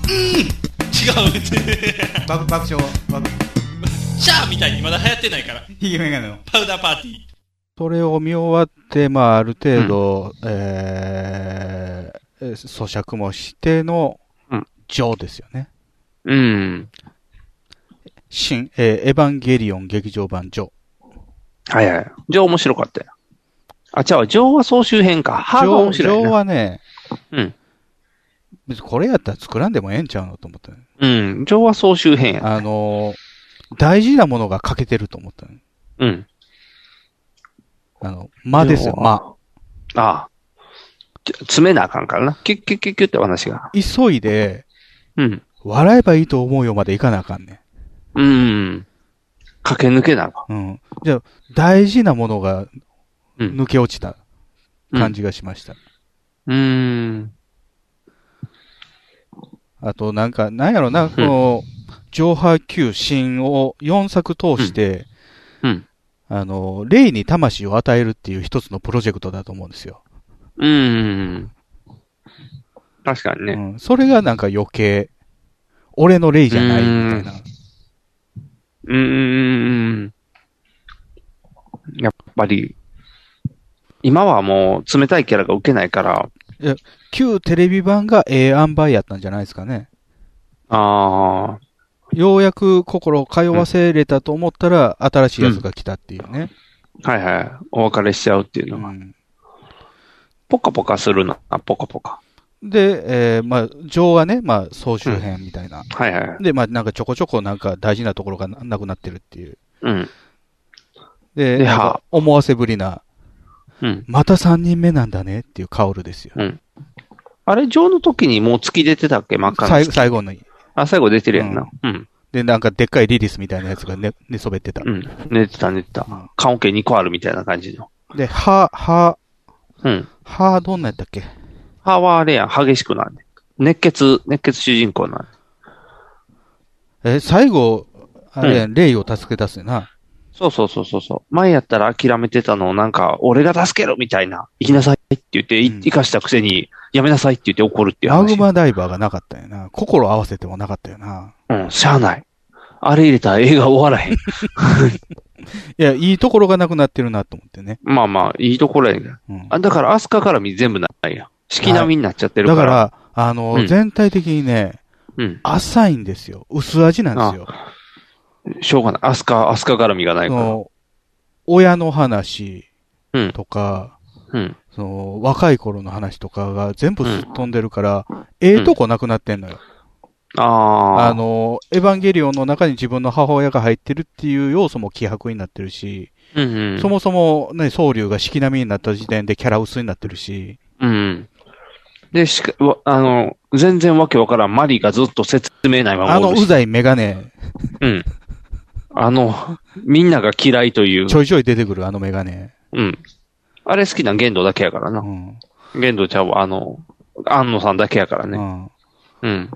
Speaker 4: て
Speaker 3: 爆爆笑、爆、
Speaker 4: シャーみたいにまだ流行ってないから
Speaker 3: ひげメガネの。
Speaker 4: パウダーパーティー
Speaker 2: それを見終わって、まあ、ある程度、えー咀嚼もしての
Speaker 1: うん、
Speaker 2: ジョーですよね。
Speaker 1: うん。
Speaker 2: 新、えーエヴァンゲリオン劇場版ジョー。
Speaker 1: はいはい。ジョー面白かったよ。あ、違う、ジョーは総集編か。ハーが面
Speaker 2: ジョー
Speaker 1: 白い
Speaker 2: ジョー
Speaker 1: な。
Speaker 2: はね、
Speaker 1: うん。
Speaker 2: 別にこれやったら作らんでもええんちゃうのと思った、
Speaker 1: うん。ジョーは総集編や。
Speaker 2: あのー大事なものが欠けてると思ったの
Speaker 1: うん。
Speaker 2: あの、間ですよ、
Speaker 1: ジ
Speaker 2: 間。
Speaker 1: ョーは。ああ。ちょ詰めなあかんからな。キュッキュッキュッキュッって話が。
Speaker 2: 急いで、
Speaker 1: うん。
Speaker 2: 笑えばいいと思うよまでいかなあかんね
Speaker 1: うん。駆け抜けなあか
Speaker 2: ん。うん。じゃあ、大事なものが
Speaker 1: うん
Speaker 2: 抜け落ちた
Speaker 1: ん。
Speaker 2: 感じがしました。
Speaker 1: うん。う
Speaker 2: あと、なんか、なんやろな、この、上波級新を4作通して、
Speaker 1: ーん。うん。
Speaker 2: あの、霊に魂を与えるっていう一つのプロジェクトだと思うんですよ。
Speaker 1: うーん。確かに
Speaker 2: う
Speaker 1: ね。
Speaker 2: ん。それがなんか余計、俺の霊じゃないみたいな。
Speaker 1: うーん。やっぱり、今はもう冷たいキャラが受けないから、
Speaker 2: 旧テレビ版がええ塩梅やったんじゃないですかね。
Speaker 1: ああ、
Speaker 2: ようやく心を通わせれたと思ったら、新しいやつが来たっていうね。
Speaker 1: はいはい、お別れしちゃうっていう
Speaker 2: う
Speaker 1: のが、
Speaker 2: ん
Speaker 1: ポカポカするな、ポカポカ。
Speaker 2: で、えーまあ、情はね、まあ、総集編みたいな。
Speaker 1: はいはい。
Speaker 2: で、まあ、なんかちょこちょこなんか大事なところがななくなってるっていう。
Speaker 1: うん。
Speaker 2: で、
Speaker 1: で
Speaker 2: なんか
Speaker 1: は
Speaker 2: 思わせぶりな、
Speaker 1: うん。
Speaker 2: また3人目なんだねっていうカオルですよ。
Speaker 1: あれ、ジョーの時にもう月出てたっけ真っ赤な
Speaker 2: 最
Speaker 1: 月。
Speaker 2: 最後に。
Speaker 1: あ、最後出てるやんな。うん。
Speaker 2: で、なんかでっかいリリスみたいなやつがね、寝そべってた。
Speaker 1: うん。寝てた寝てた
Speaker 2: うん。
Speaker 1: 棺桶2個あるみたいな感じの。
Speaker 2: で、は、は、
Speaker 1: うん。
Speaker 2: は、どんなやったっけ
Speaker 1: 歯はあれやん、激しくなんで。熱血、熱血主人公なんで。
Speaker 2: え、最後、あれやん、霊を助け出すよな。
Speaker 1: そうそうそうそうそう。前やったら諦めてたのをなんか、俺が助けろみたいな、行きなさいって言って、い
Speaker 2: うん
Speaker 1: 生かしたくせに、やめなさいって言って怒るっていう
Speaker 2: マグ
Speaker 1: 話。
Speaker 2: マダイバーがなかったよな。心合わせてもなかったよな。
Speaker 1: うん、しゃあない。あれ入れたら映画終わ
Speaker 2: (laughs)
Speaker 1: らへん。
Speaker 2: いや、いいところがなくなってるなと思ってね。
Speaker 1: まあまあ、いいところやねんけど
Speaker 2: うん、
Speaker 1: あだから、アスカ絡み全部ないやん。四季並みになっちゃってる
Speaker 2: だ
Speaker 1: か。
Speaker 2: からら、あの、
Speaker 1: うん
Speaker 2: 全体的にね、
Speaker 1: うん。
Speaker 2: 浅いんですよ。薄味なんですよ。
Speaker 1: しょうがない。アスカ、アスカ絡みがない
Speaker 2: そ
Speaker 1: から。
Speaker 2: の親の話
Speaker 1: うん
Speaker 2: とか、
Speaker 1: うん。
Speaker 2: その若い頃の話とかが全部すっ飛んでるから、ええとこなくなってんのよ。
Speaker 1: あ
Speaker 2: あ
Speaker 1: あ。
Speaker 2: の、エヴァンゲリオンの中に自分の母親が入ってるっていう要素も希薄になってるし、
Speaker 1: うんうん。
Speaker 2: そもそもね、僧侶が四季並みになった時点でキャラ薄になってるし、
Speaker 1: うん。で、しか、わあの、全然わけわからん。マリーがずっと説明ないまま
Speaker 2: あの
Speaker 1: おるし
Speaker 2: うざいメガネ、
Speaker 1: うん。あの、みんなが嫌いという
Speaker 2: ち。ょいちょい出てくるあのメガネ。
Speaker 1: うん。あれ好きな玄道だけやから
Speaker 2: う
Speaker 1: な。
Speaker 2: ん。
Speaker 1: 玄道ちゃんは、あの、安野さんだけやから
Speaker 2: う
Speaker 1: ね。
Speaker 2: ん。
Speaker 1: うん。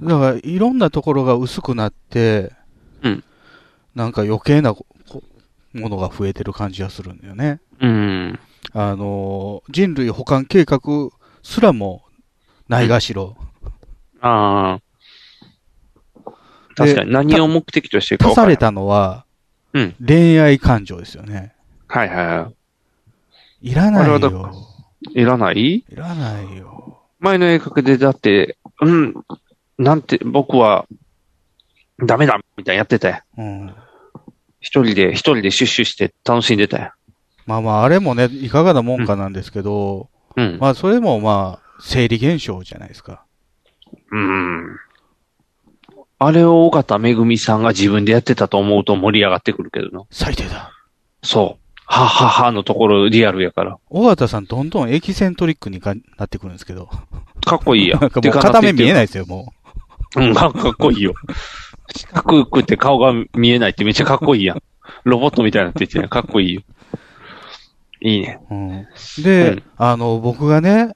Speaker 2: だから、いろんなところが薄くなって、
Speaker 1: うん
Speaker 2: なんか余計なここものが増えてる感じがするんだよね。
Speaker 1: うん。
Speaker 2: あのー、人類保管計画すらもないがしろ。
Speaker 1: ああ。確かに。何を目的としてるか
Speaker 2: 足
Speaker 1: 分か
Speaker 2: さ
Speaker 1: らん
Speaker 2: れ。たのは
Speaker 1: うん、
Speaker 2: 恋愛感情ですよね。
Speaker 1: はいはい
Speaker 2: らない
Speaker 1: あれは
Speaker 2: よ。
Speaker 1: い。いらない
Speaker 2: いらないよ。
Speaker 1: 前の絵描くでだって、うん、なんて、僕は、ダメだみたいなやってたよ。
Speaker 2: うん。
Speaker 1: 一人で、一人でシュッシュして楽しんでたよ。
Speaker 2: まあまあ、あれもね、いかがなもんかなんですけど、
Speaker 1: うん。
Speaker 2: まあ、それもまあ、生理現象じゃないですか。
Speaker 1: うん。あれを尾形めぐみさんが自分でやってたと思うと盛り上がってくるけどな。
Speaker 2: 最低だ。
Speaker 1: そう。はっはっはのところリアルやから。
Speaker 2: 尾形さん、どんどんエキセントリックにかなってくるんですけど。
Speaker 1: かっこいいやん。
Speaker 2: なんかもう
Speaker 1: でかな
Speaker 2: 片
Speaker 1: っ
Speaker 2: 目
Speaker 1: て言って
Speaker 2: 見
Speaker 1: る
Speaker 2: えないですよ、も
Speaker 1: うん、かかっこいいよ。四角くて顔が見えないってめっちゃかっこいいやん。ロボットみたいになってて、かっこいいよ。いいね。
Speaker 2: う。うん、で、
Speaker 1: うん
Speaker 2: あの、僕がね、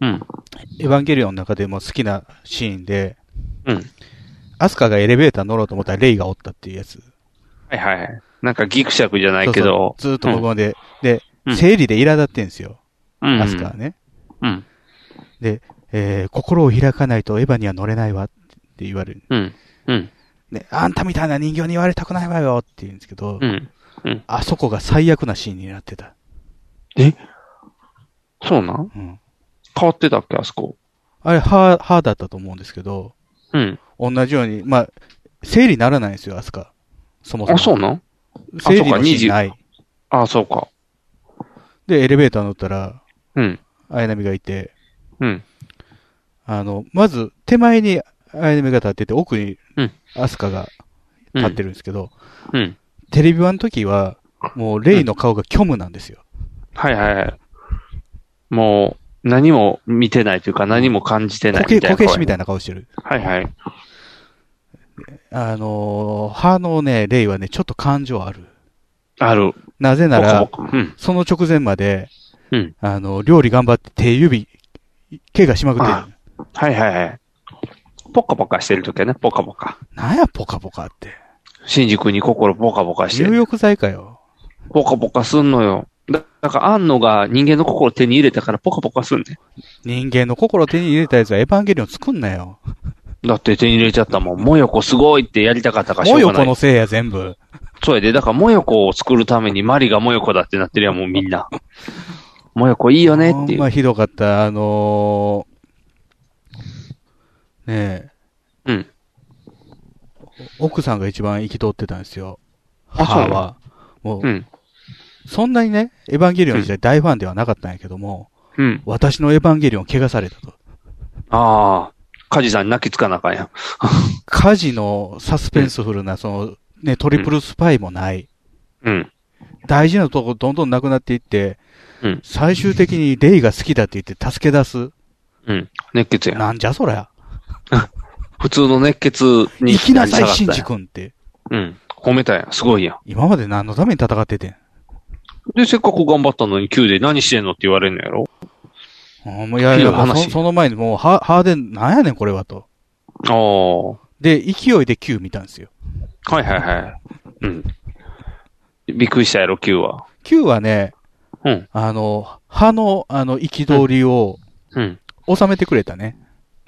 Speaker 1: うん。
Speaker 2: エヴァンゲリオンの中でも好きなシーンで、
Speaker 1: うん。
Speaker 2: アスカがエレベーター乗ろうと思ったらレイがおったっていうやつ。
Speaker 1: はいはい。なんかギクシャクじゃないけど。
Speaker 2: そうそうずーっと僕まで、で
Speaker 1: う、ん
Speaker 2: 生理で苛立ってんですよ、
Speaker 1: うん。
Speaker 2: アスカはね。
Speaker 1: うん。
Speaker 2: えー心を開かないとエヴァには乗れないわって言われる。
Speaker 1: うん。うん。
Speaker 2: ね、あんたみたいな人形に言われたくないわよって言うんですけど、
Speaker 1: うん。
Speaker 2: あそこが最悪なシーンになってた。
Speaker 1: そうなん
Speaker 2: うん、
Speaker 1: 変わってたっけ、あそこ。
Speaker 2: あれ、歯、歯だったと思うんですけど、
Speaker 1: うん。
Speaker 2: 同じように、まあ、生理ならないんですよ、アスカ。そもそも。
Speaker 1: あ、そうなん
Speaker 2: 生理の日ない。
Speaker 1: あ、そうか。
Speaker 2: で、エレベーター乗ったら、
Speaker 1: うん。
Speaker 2: 綾波がいて、
Speaker 1: うん。
Speaker 2: あの、まず、手前に綾波が立ってて、奥に
Speaker 1: うん
Speaker 2: アスカが立ってるんですけど、
Speaker 1: うん。
Speaker 2: テレビ版の時は、もう、レイの顔が虚無なんですよ。
Speaker 1: はいはいはい。もう、何も見てないというか、何も感じてない
Speaker 2: こ
Speaker 1: み
Speaker 2: け、
Speaker 1: たいな
Speaker 2: こ
Speaker 1: 顔
Speaker 2: け
Speaker 1: や。
Speaker 2: しみたいな顔してる。
Speaker 1: はいはい。
Speaker 2: あのー、歯のね、レイはね、ちょっと感情ある。
Speaker 1: ある。
Speaker 2: なぜなら
Speaker 1: ボ、コボコうん。
Speaker 2: その直前まで、
Speaker 1: うん
Speaker 2: あの、料理頑張って手指、怪我しまくってる。
Speaker 1: はいはいはい。ポカポカしてるときはね、ポカポカ。
Speaker 2: なんや、ポカポカって。
Speaker 1: 新宿に心ポカポカして
Speaker 2: 入
Speaker 1: る。
Speaker 2: 浴剤かよ。
Speaker 1: ポカポカすんのよ。だだから、安野が人間の心を手に入れたからポカポカすんね。
Speaker 2: 人間の心を手に入れたやつはエヴァンゲリオン作んなよ。
Speaker 1: だって手に入れちゃったもん。もよこすごいってやりたかったからしょ
Speaker 2: も
Speaker 1: う
Speaker 2: よ
Speaker 1: がな
Speaker 2: こ
Speaker 1: い。
Speaker 2: のせいや、全部。
Speaker 1: そうやで。だから、もよこを作るためにマリがもよこだってなってるやん、もうみんな。もよこいいよねってい
Speaker 2: ほんま
Speaker 1: う。
Speaker 2: ひどかった。あのー、ねえ。
Speaker 1: うん
Speaker 2: 奥さんが一番生き通ってたんですよ。
Speaker 1: あそう
Speaker 2: 母は。もう、
Speaker 1: うん。
Speaker 2: そんなにね、エヴァンゲリオン自体大ファンではなかったんやけども、
Speaker 1: うん。
Speaker 2: 私のエヴァンゲリオン怪我されたと。
Speaker 1: ああ。カジさんに泣きつかなあかんやん。
Speaker 2: 火事のサスペンスフルな、その、ね、トリプルスパイもない。
Speaker 1: うん。
Speaker 2: 大事なとこどんどんなくなっていって、
Speaker 1: うん
Speaker 2: 最終的にレイが好きだって言って助け出す。
Speaker 1: うん。熱血やん。
Speaker 2: なんじゃそりゃ。
Speaker 1: 普通の熱血に。
Speaker 2: 行きなさい、シ
Speaker 1: 新
Speaker 2: ンジ
Speaker 1: 宿。
Speaker 2: 君って。
Speaker 1: うん。褒めたやん。すごいやん。
Speaker 2: 今まで何のために戦っててん。
Speaker 1: で、せっかく頑張ったのに Q で何してんのって言われんのやろ
Speaker 2: うんもういやい
Speaker 1: い
Speaker 2: や、
Speaker 1: や
Speaker 2: もう
Speaker 1: 話
Speaker 2: そその前にもう、ハハーデン、なんやねんこれはと。
Speaker 1: あ
Speaker 2: で、勢いで Q 見たんですよ。
Speaker 1: あ。はいはいはい。うん。びっくりしたやろ、Q は。
Speaker 2: Q はね、
Speaker 1: うん
Speaker 2: あの、歯の、あの、憤りを
Speaker 1: うん。
Speaker 2: 収めてくれたね。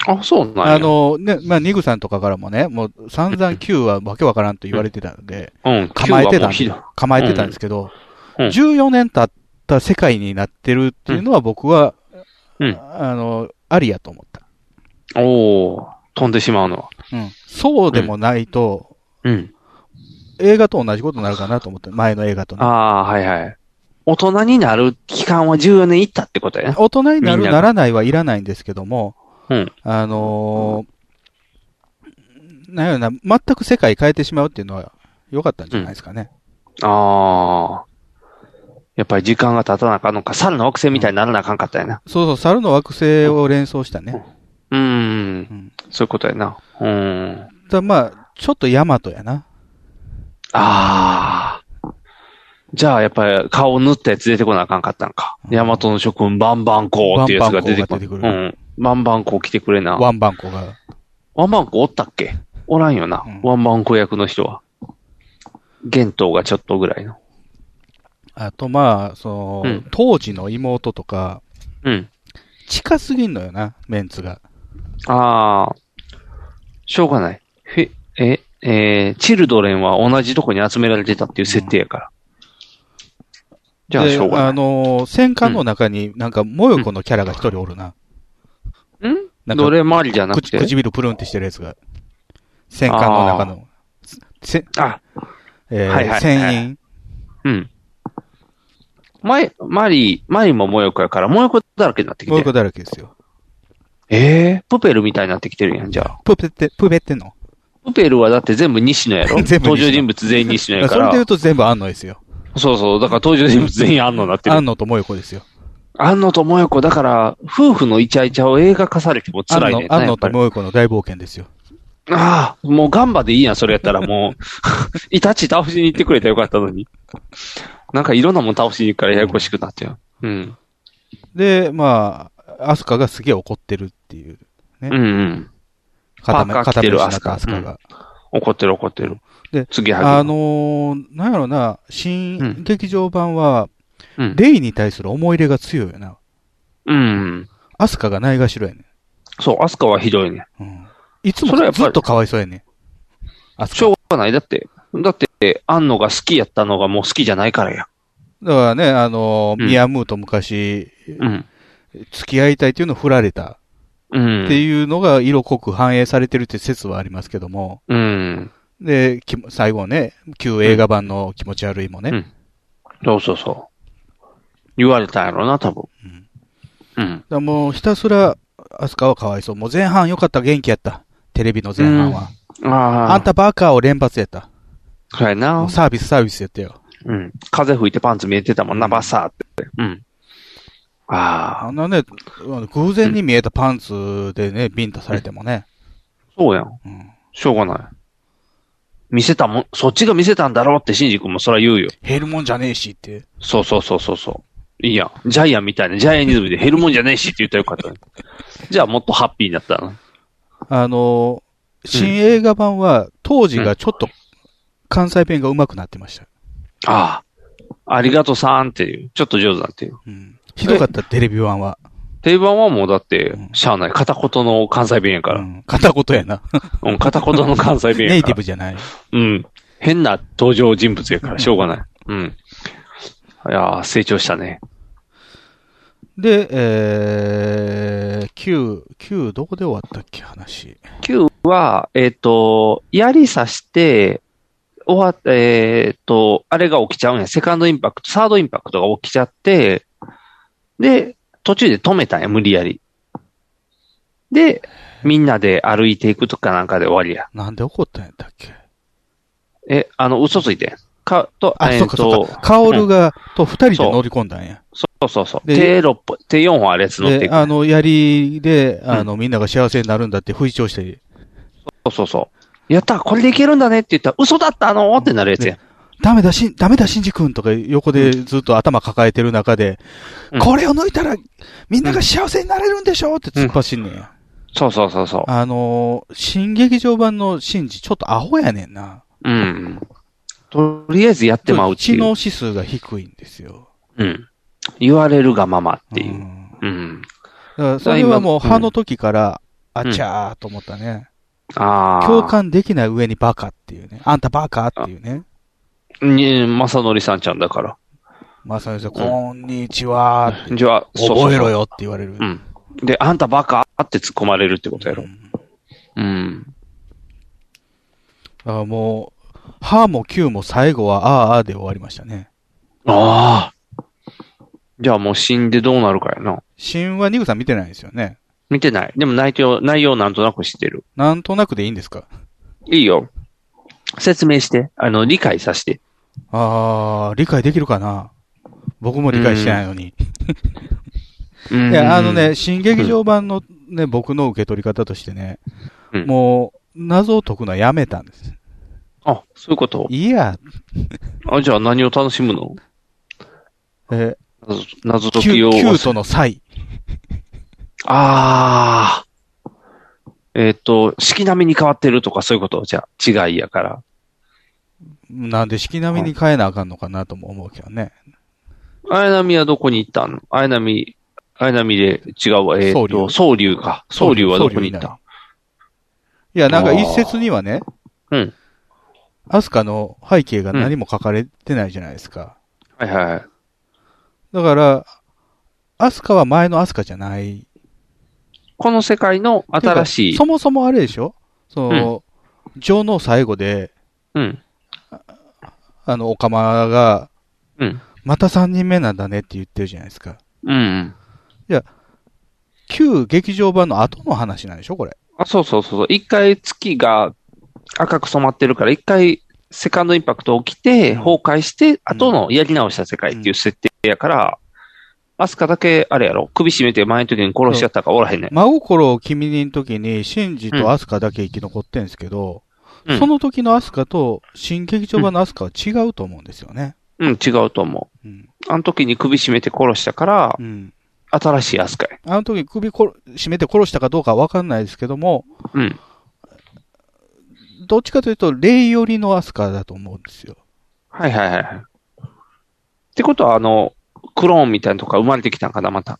Speaker 1: あ、そうなんや。
Speaker 2: あ、の、ね、まあ、ニグさんとかからもね、もう散々 Q はわけわからんと言われてたので、
Speaker 1: うん、
Speaker 2: 構えてたん
Speaker 1: Q
Speaker 2: で
Speaker 1: はもうひどい、
Speaker 2: 構えてたんですけど、
Speaker 1: うんうん
Speaker 2: 14年経った世界になってるっていうのは僕は、
Speaker 1: うん
Speaker 2: あの、ありやと思った。
Speaker 1: おお飛んでしまうのは。
Speaker 2: うん。そうでもないと、
Speaker 1: うん。
Speaker 2: 映画と同じことになるかなと思って、前の映画とね。
Speaker 1: ああー、はいはい。大人になる期間は14年いったってことやね。
Speaker 2: (laughs) 大人になる
Speaker 1: みんな
Speaker 2: ならないはいらないんですけども、
Speaker 1: うん
Speaker 2: あのーなんやろな、全く世界変えてしまうっていうのは良かったんじゃないですかね。
Speaker 1: ああ。やっぱり時間が経たなあかんのか、猿の惑星みたいにならなあかんかったやな。
Speaker 2: そうそう、猿の惑星を連想したね。
Speaker 1: う
Speaker 2: うんん。
Speaker 1: そういうことやな。うん。
Speaker 2: ただまあ、ちょっとヤマトやな。
Speaker 1: ああ。じゃあ、やっぱり顔を塗ったやつ出てこなあかんかったんか。
Speaker 2: うん
Speaker 1: ヤマトの諸君、バンバンコーっていうやつが出て
Speaker 2: バ
Speaker 1: く
Speaker 2: ンバン
Speaker 1: る。
Speaker 2: コーが出てくる
Speaker 1: うん。バンバンコー来てくれな。
Speaker 2: ワンバンコが。
Speaker 1: ワンバンコおったっけおらんよな、
Speaker 2: うん
Speaker 1: ワンバンコ役の人は。幻灯がちょっとぐらいの。
Speaker 2: あとまあ、その、
Speaker 1: うん
Speaker 2: 当時の妹とか、
Speaker 1: うん。
Speaker 2: 近すぎんのよな、メンツが。
Speaker 1: ああ。しょうがない。フェ、え、えー、チルドレンは同じとこに集められてたっていう設定やから。じゃあ、
Speaker 2: で
Speaker 1: しょうが
Speaker 2: あのー戦艦の中になんか、もよこのキャラが一人おるな。
Speaker 1: ない。ん
Speaker 2: なん
Speaker 1: 奴
Speaker 2: か、
Speaker 1: 隷周りじゃなく
Speaker 2: 口
Speaker 1: て。
Speaker 2: 唇プルンってしてるやつが。戦艦の中の。せ、
Speaker 1: あ、
Speaker 2: え
Speaker 1: は
Speaker 2: ー、
Speaker 1: いはいはい
Speaker 2: 船員。
Speaker 1: うん。前、マリー、マリーもモヨコやから、モヨコだらけになってき
Speaker 2: もよこ
Speaker 1: て。
Speaker 2: だらけですよ。
Speaker 1: ええプペルみたいになってきてるやん、じゃあ。
Speaker 2: プペって、プペってんの
Speaker 1: プペルはだって全部西野や
Speaker 2: (laughs)
Speaker 1: ろ
Speaker 2: 全部西野
Speaker 1: 登場人物全員西野やか
Speaker 2: それで
Speaker 1: ら。
Speaker 2: 言うと全部あんのですよ。
Speaker 1: そうそう。だから登場人物全員安野になってる
Speaker 2: あん。のともよこですよ。
Speaker 1: 安野ともよこ、だから、夫婦のイチャイチャを映画化されても
Speaker 2: あん
Speaker 1: 辛い
Speaker 2: の
Speaker 1: ねん、な
Speaker 2: あん
Speaker 1: や
Speaker 2: の
Speaker 1: っぱ
Speaker 2: と
Speaker 1: り
Speaker 2: もよこの大冒険ですよ。
Speaker 1: ああ、もうガンバでいいやん、それやったらも
Speaker 2: (laughs)
Speaker 1: う。イタチ倒しに行ってくれたらよかったのに。なんかいろんなもん倒しに行くからややこしくなっちゃう。うん。
Speaker 2: で、まあ、アスカがすげえ怒ってるっていう。
Speaker 1: うんうん。パーカー着てる
Speaker 2: 片目片目失ったアスカ
Speaker 1: アスカ
Speaker 2: が。
Speaker 1: 怒ってる怒ってる。
Speaker 2: で
Speaker 1: 次はぎ
Speaker 2: あのー、なんやろな、新劇場版は、
Speaker 1: うん。
Speaker 2: レイに対する思い入れが強いよな。
Speaker 1: うん。
Speaker 2: アスカがないがしろやね
Speaker 1: そう、アスカはひどいね。
Speaker 2: ん。うん。いつも
Speaker 1: それはやっぱり
Speaker 2: ずっとかわいそうやねん。アス
Speaker 1: し
Speaker 2: カ
Speaker 1: ょう。がない。だって、だって、安野が好きやったのがもう好きじゃないからや。
Speaker 2: だからね、あのー、
Speaker 1: うん
Speaker 2: ミヤムーと昔、
Speaker 1: うん。
Speaker 2: 付き合いたいっていうのを振られた
Speaker 1: うん。
Speaker 2: っていうのが色濃く反映されてるって説はありますけども、
Speaker 1: うん。
Speaker 2: で、きも最後ね、旧映画版の気持ち悪いもね、
Speaker 1: うんそうそうそう。言われたんやろな、多分。うん。
Speaker 2: だからもうひたすら、アスカはかわいそう。もう前半良かった、元気やった。テレビの前半は。
Speaker 1: うん。ああ。
Speaker 2: あん。たバカを連発やった。
Speaker 1: そうや
Speaker 2: も
Speaker 1: な
Speaker 2: う。サービスサービスやったよ。
Speaker 1: うん。風吹いてパンツ見えてたもんな、バサーって。うん。あ
Speaker 2: あ
Speaker 1: あ、
Speaker 2: んなね、あの偶然に見えたパンツでね、ビンタされてもね。
Speaker 1: そうやん。
Speaker 2: うん
Speaker 1: しょうがない。見せたもん、そっちが見せたんだろうって、シンジ君もそら言うよ。
Speaker 2: 減るもんじゃねえしって。
Speaker 1: そうそうそうそうそう。いいやん。ジャイアンみたいな、ジャイアニズムで減るもんじゃねえしって言ったらよかった、ね。じゃあもっとハッピーになったな。
Speaker 2: あの、新映画版は、当時がちょっと、関西弁が上手くなってました。
Speaker 1: ああ、ありがとさんっていう。ちょっと上手だっていう。
Speaker 2: うんひどかった、テレビ版は。
Speaker 1: 定番はもうだって
Speaker 2: う、ん
Speaker 1: しゃあない。片言の関西弁やか
Speaker 2: う
Speaker 1: ら。
Speaker 2: ん片
Speaker 1: (laughs)
Speaker 2: 言やな。
Speaker 1: うん、片言の関西弁
Speaker 2: ネ
Speaker 1: や
Speaker 2: イ
Speaker 1: か
Speaker 2: ティ
Speaker 1: ら。
Speaker 2: ブじゃない。
Speaker 1: うん。変な登場人物やから、しょうがない。うん。いやー成長したね。
Speaker 2: で、えー、旧、旧、どこで終わったっけ、話。
Speaker 1: 9は、えっ、と、槍刺して、終わっえっ、と、あれが起きちゃうんや。セカンドインパクト、サードインパクトが起きちゃって、で、途中で止めたんや、無理やり。で、みんなで歩いていくとかなんかで終わりや。
Speaker 2: なんで怒ったんやったっけ。
Speaker 1: え、あの、嘘ついてん。か、と、
Speaker 2: あ、
Speaker 1: えっ、
Speaker 2: そっかそ
Speaker 1: と
Speaker 2: っ、か。カオルが、と二人で乗り込んだんや。
Speaker 1: そうそうそう。
Speaker 2: で
Speaker 1: 手六本、手4本あれやつ乗ってい
Speaker 2: で、
Speaker 1: くね、
Speaker 2: あの、槍で、あの、みんなが幸せになるんだって吹聴して、
Speaker 1: そうそうそう。やった、これでいけるんだねって言ったら、嘘だったのってなるやつや。
Speaker 2: ダメだ、しん、ダメだ、シンジ君とか横でずっと頭抱えてる中で、
Speaker 1: うん
Speaker 2: これを抜いたら、みんなが幸せになれるんでしょって突っ走んねんや。
Speaker 1: そうそうそうそう。
Speaker 2: あのー、新劇場版のシンジ、ちょっとアホやねんな。
Speaker 1: うん。とりあえずやってまうって
Speaker 2: 知
Speaker 1: いう。
Speaker 2: 能指数が低いんですよ。
Speaker 1: うん。言われるがままっていうう。
Speaker 2: ん
Speaker 1: うん。
Speaker 2: だからそれはもう、
Speaker 1: だから今
Speaker 2: 歯の時から、
Speaker 1: ん
Speaker 2: あちゃーと思ったね。
Speaker 1: ああ。
Speaker 2: 共感できない上にバカっていうね。あんたバカっていうね。
Speaker 1: に、まさのりさんちゃんだから。
Speaker 2: まさにさ、こんにちはって。
Speaker 1: じゃあ、そうそうそう
Speaker 2: 覚えろ。よって言われる。
Speaker 1: うん。で、あんたバカって突っ込まれるってことやろ。うん。
Speaker 2: あもう、歯も9も最後は、あーあーで終わりましたね。
Speaker 1: ああ。じゃあもう死んでどうなるかやな。
Speaker 2: 新はニグさん見てないんですよね。
Speaker 1: 見てない。でも内容、内容なんとなく知ってる。
Speaker 2: なんとなくでいいんですか
Speaker 1: いいよ。説明して。あの、理解させて。
Speaker 2: あー、理解できるかな僕も理解してないのに。
Speaker 1: うん
Speaker 2: いや、あのね、。新劇場版のね、僕の受け取り方としてね、
Speaker 1: うん
Speaker 2: もう、謎を解くのはやめたんです。
Speaker 1: あ、そういうこと。
Speaker 2: いや、
Speaker 1: あ、じゃあ何を楽しむの
Speaker 2: え
Speaker 1: 謎謎
Speaker 2: ー、
Speaker 1: 解
Speaker 2: キ
Speaker 1: き
Speaker 2: ュ
Speaker 1: を。
Speaker 2: キュートの際。
Speaker 1: ああ。えっ、と、式並みに変わってるとかそういうことじゃあ違いやから。
Speaker 2: なんで、式並みに変えなあかんのかなとも思うけどね。
Speaker 1: 綾波はどこに行ったの綾波、綾波で違うわ。えっ、と、総流か。総流はどこに行った
Speaker 2: いや、なんか一説にはね、
Speaker 1: うん
Speaker 2: アスカの背景が何も書かれてないじゃないですか。
Speaker 1: はいはい。
Speaker 2: だから、アスカは前のアスカじゃない。
Speaker 1: この世界の新しい
Speaker 2: そ、もそもあれでしょその、女王の最後で、
Speaker 1: うん、
Speaker 2: あの、オカマが、
Speaker 1: うん、
Speaker 2: また3人目なんだねって言ってるじゃないですか。
Speaker 1: うん。
Speaker 2: 旧劇場版の後の話なんでしょこれ。
Speaker 1: あ、そうそうそうそう。一回月が赤く染まってるから、一回セカンドインパクト起きて、崩壊して、後のやり直した世界っていう設定やから、アスカだけ、あれやろ、首絞めて前の時に殺しちゃったからおらへんねん。
Speaker 2: 真心を君にの時に、シンジとアスカだけ生き残ってんですけど、
Speaker 1: うん
Speaker 2: その時のアスカと、新劇場版のアスカは違うと思うんですよね。
Speaker 1: うん、違うと思
Speaker 2: う
Speaker 1: う。
Speaker 2: ん。
Speaker 1: あの時に首絞めて殺したから
Speaker 2: う、ん。
Speaker 1: 新しいアスカや。
Speaker 2: あの時首こ絞めて殺したかどうかはわかんないですけども、
Speaker 1: うん。
Speaker 2: どっちかというと、霊寄りのアスカだと思うんですよ。
Speaker 1: はいはいはいはい。ってことは、あの、クローンみたいなとこが生まれてきたんかな、また。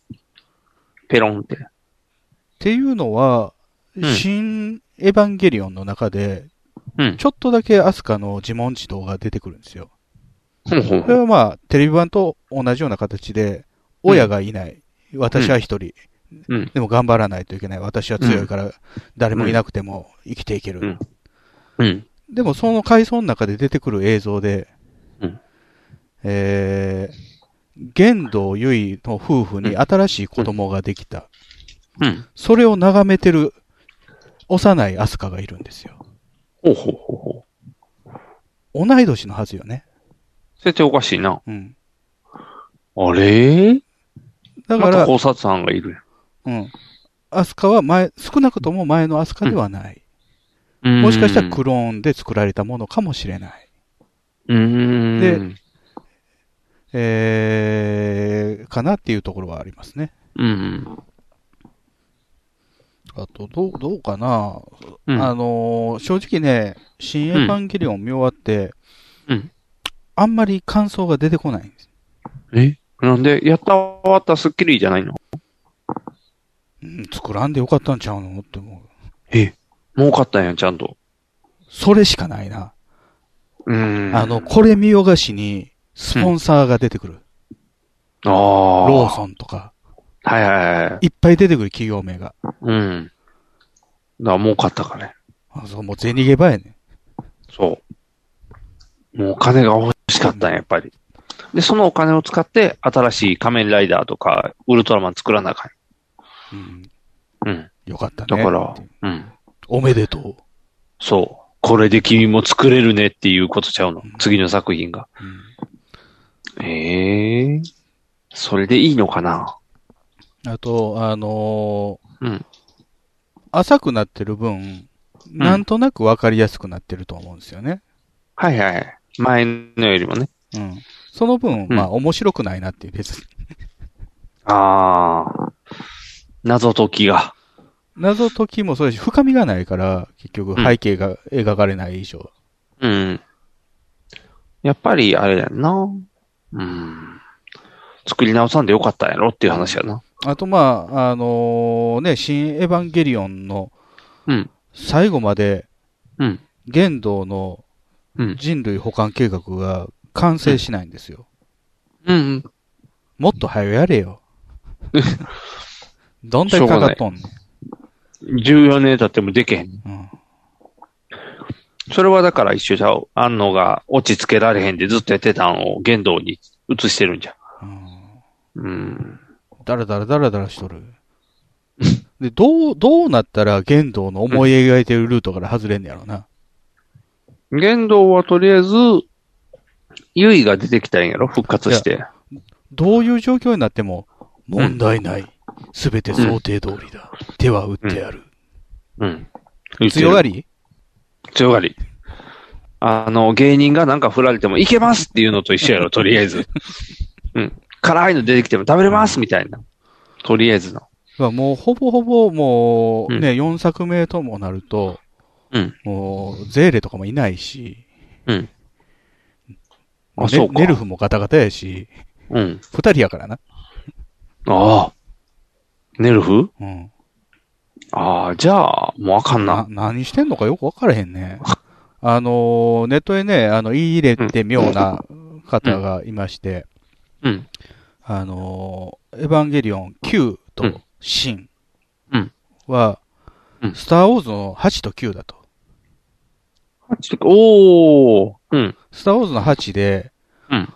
Speaker 1: ペロンって。
Speaker 2: っていうのは、
Speaker 1: ん
Speaker 2: 新エヴァンゲリオンの中で、
Speaker 1: うん。
Speaker 2: ちょっとだけアスカの自問自答が出てくるんですよ。
Speaker 1: ほんほん
Speaker 2: こ
Speaker 1: ほ
Speaker 2: れ
Speaker 1: ん。
Speaker 2: はまあ、テレビ版と同じような形で、親がいない。私は一人。
Speaker 1: うん
Speaker 2: でも頑張らないといけない。私は強いから、誰もいなくても生きていける。
Speaker 1: うんうん。
Speaker 2: でもその回想の中で出てくる映像で、
Speaker 1: うん
Speaker 2: えー、玄道ゆいの夫婦に新しい子供ができた。
Speaker 1: うん。
Speaker 2: それを眺めてる幼いアスカがいるんですよ。
Speaker 1: ほうほうほうほう。
Speaker 2: 同い年のはずよね。
Speaker 1: それっておかしいな。
Speaker 2: うん。
Speaker 1: あれ
Speaker 2: だ
Speaker 1: だ
Speaker 2: か
Speaker 1: から。また
Speaker 2: ら、
Speaker 1: 考察班がいる
Speaker 2: うん。アスカは前、少なくとも前のアスカではない。
Speaker 1: やん。
Speaker 2: もしかしたら
Speaker 1: く
Speaker 2: クローンで作られたものかもしれない。
Speaker 1: うーん。
Speaker 2: で
Speaker 1: うん
Speaker 2: えー、かなっていうところはありますね。
Speaker 1: うん。
Speaker 2: あと、どう、どうかな
Speaker 1: うん。
Speaker 2: あのー正直ね、新エヴァンゲリオン見終わって、
Speaker 1: うん
Speaker 2: あんまり感想が出てこないんです。
Speaker 1: えなんで、やった終わったスッキリじゃないの
Speaker 2: うん、作らんでよかったんちゃうのって思う。
Speaker 1: 儲かったんや、ちゃんと。
Speaker 2: それしかないな。
Speaker 1: うーん。
Speaker 2: あの、、これ見よがしに、スポンサーが出てくる。
Speaker 1: ああ。
Speaker 2: ローソンとか、
Speaker 1: はいはいはい。
Speaker 2: いっぱい出てくる企業名が。
Speaker 1: うん。だから儲かったかね。
Speaker 2: あそう、もう銭ゲバやね。
Speaker 1: そう。もうお金が欲しかったんや、やっぱり。で、そのお金を使って、新しい仮面ライダーとか、ウルトラマン作らなあか
Speaker 2: うん。
Speaker 1: ん。うん。
Speaker 2: よかったね。
Speaker 1: だから、うん。
Speaker 2: おめでとう。
Speaker 1: そう。これで君も作れるねっていうことちゃうの。次の作品が。
Speaker 2: うん
Speaker 1: ええそれでいいのかな
Speaker 2: あと、あのー
Speaker 1: うん。
Speaker 2: 浅くなってる分、なんとなくわかりやすくなってると思うんですよね。
Speaker 1: はいはい。前のよりもね。
Speaker 2: うん。その分、
Speaker 1: うん
Speaker 2: まあ、面白くないなっていう、別に。
Speaker 1: ああ。謎解きが。
Speaker 2: 謎解きもそうだし、深みがないから、結局、
Speaker 1: うん
Speaker 2: 背景が描かれない以上。
Speaker 1: うん。やっぱり、あれやんな。うん。作り直さんでよかったんやろっていう話やな。
Speaker 2: あと、まあ、あのーね、新エヴァンゲリオンの
Speaker 1: うん。
Speaker 2: 最後まで、
Speaker 1: うん。
Speaker 2: 玄道の
Speaker 1: うん。
Speaker 2: 人類保管計画が完成しないんですよ。
Speaker 1: うん。
Speaker 2: もっと早よやれ
Speaker 1: (laughs)
Speaker 2: よ。どんだけかかっとんねん。
Speaker 1: 14年経ってもでけへん。
Speaker 2: うん
Speaker 1: それはだから一緒ちゃう。安野が落ち着けられへんでずっとやってたのを言動に移してるんじゃ
Speaker 2: うん。
Speaker 1: ん。うん。
Speaker 2: だらだらだらだらしとる。で、どう、どうなったら玄道の思い描いてるルートから外れんねやろうな。
Speaker 1: 言動はとりあえず、ユイが出てきたんやろ復活して。
Speaker 2: どういう状況になっても、問題ない。すべて想定通りだ。手は打ってある。
Speaker 1: うん。
Speaker 2: 強がり
Speaker 1: 強がり。あの、芸人がなんか振られても、いけますっていうのと一緒や (laughs) ろ、とりあえず。うん。辛いの出てきても食べれますみたいな。とりあえずの。
Speaker 2: まあもうほぼほぼもう
Speaker 1: うん
Speaker 2: ね、4作目ともなると、
Speaker 1: うん。
Speaker 2: もうゼーレとかもいないし、
Speaker 1: うん。あ
Speaker 2: もうね
Speaker 1: そうか
Speaker 2: ネルフもガタガタやし、
Speaker 1: うん。
Speaker 2: 二人やからな。
Speaker 1: ああ。ネルフ
Speaker 2: うん。
Speaker 1: ああ、じゃあ、もうあかん
Speaker 2: な
Speaker 1: な。、 (laughs)
Speaker 2: 何してんのかよくわからへんね。あのーネットでね、あの、言い入れて妙な方がいまして、
Speaker 1: うん。
Speaker 2: あのーエヴァンゲリオン9
Speaker 1: う
Speaker 2: と
Speaker 1: ん
Speaker 2: シン
Speaker 1: うん
Speaker 2: は
Speaker 1: う、ん
Speaker 2: スター・ウォーズの8と9だと。
Speaker 1: おー。うん。
Speaker 2: スター・ウォーズの8で、
Speaker 1: うん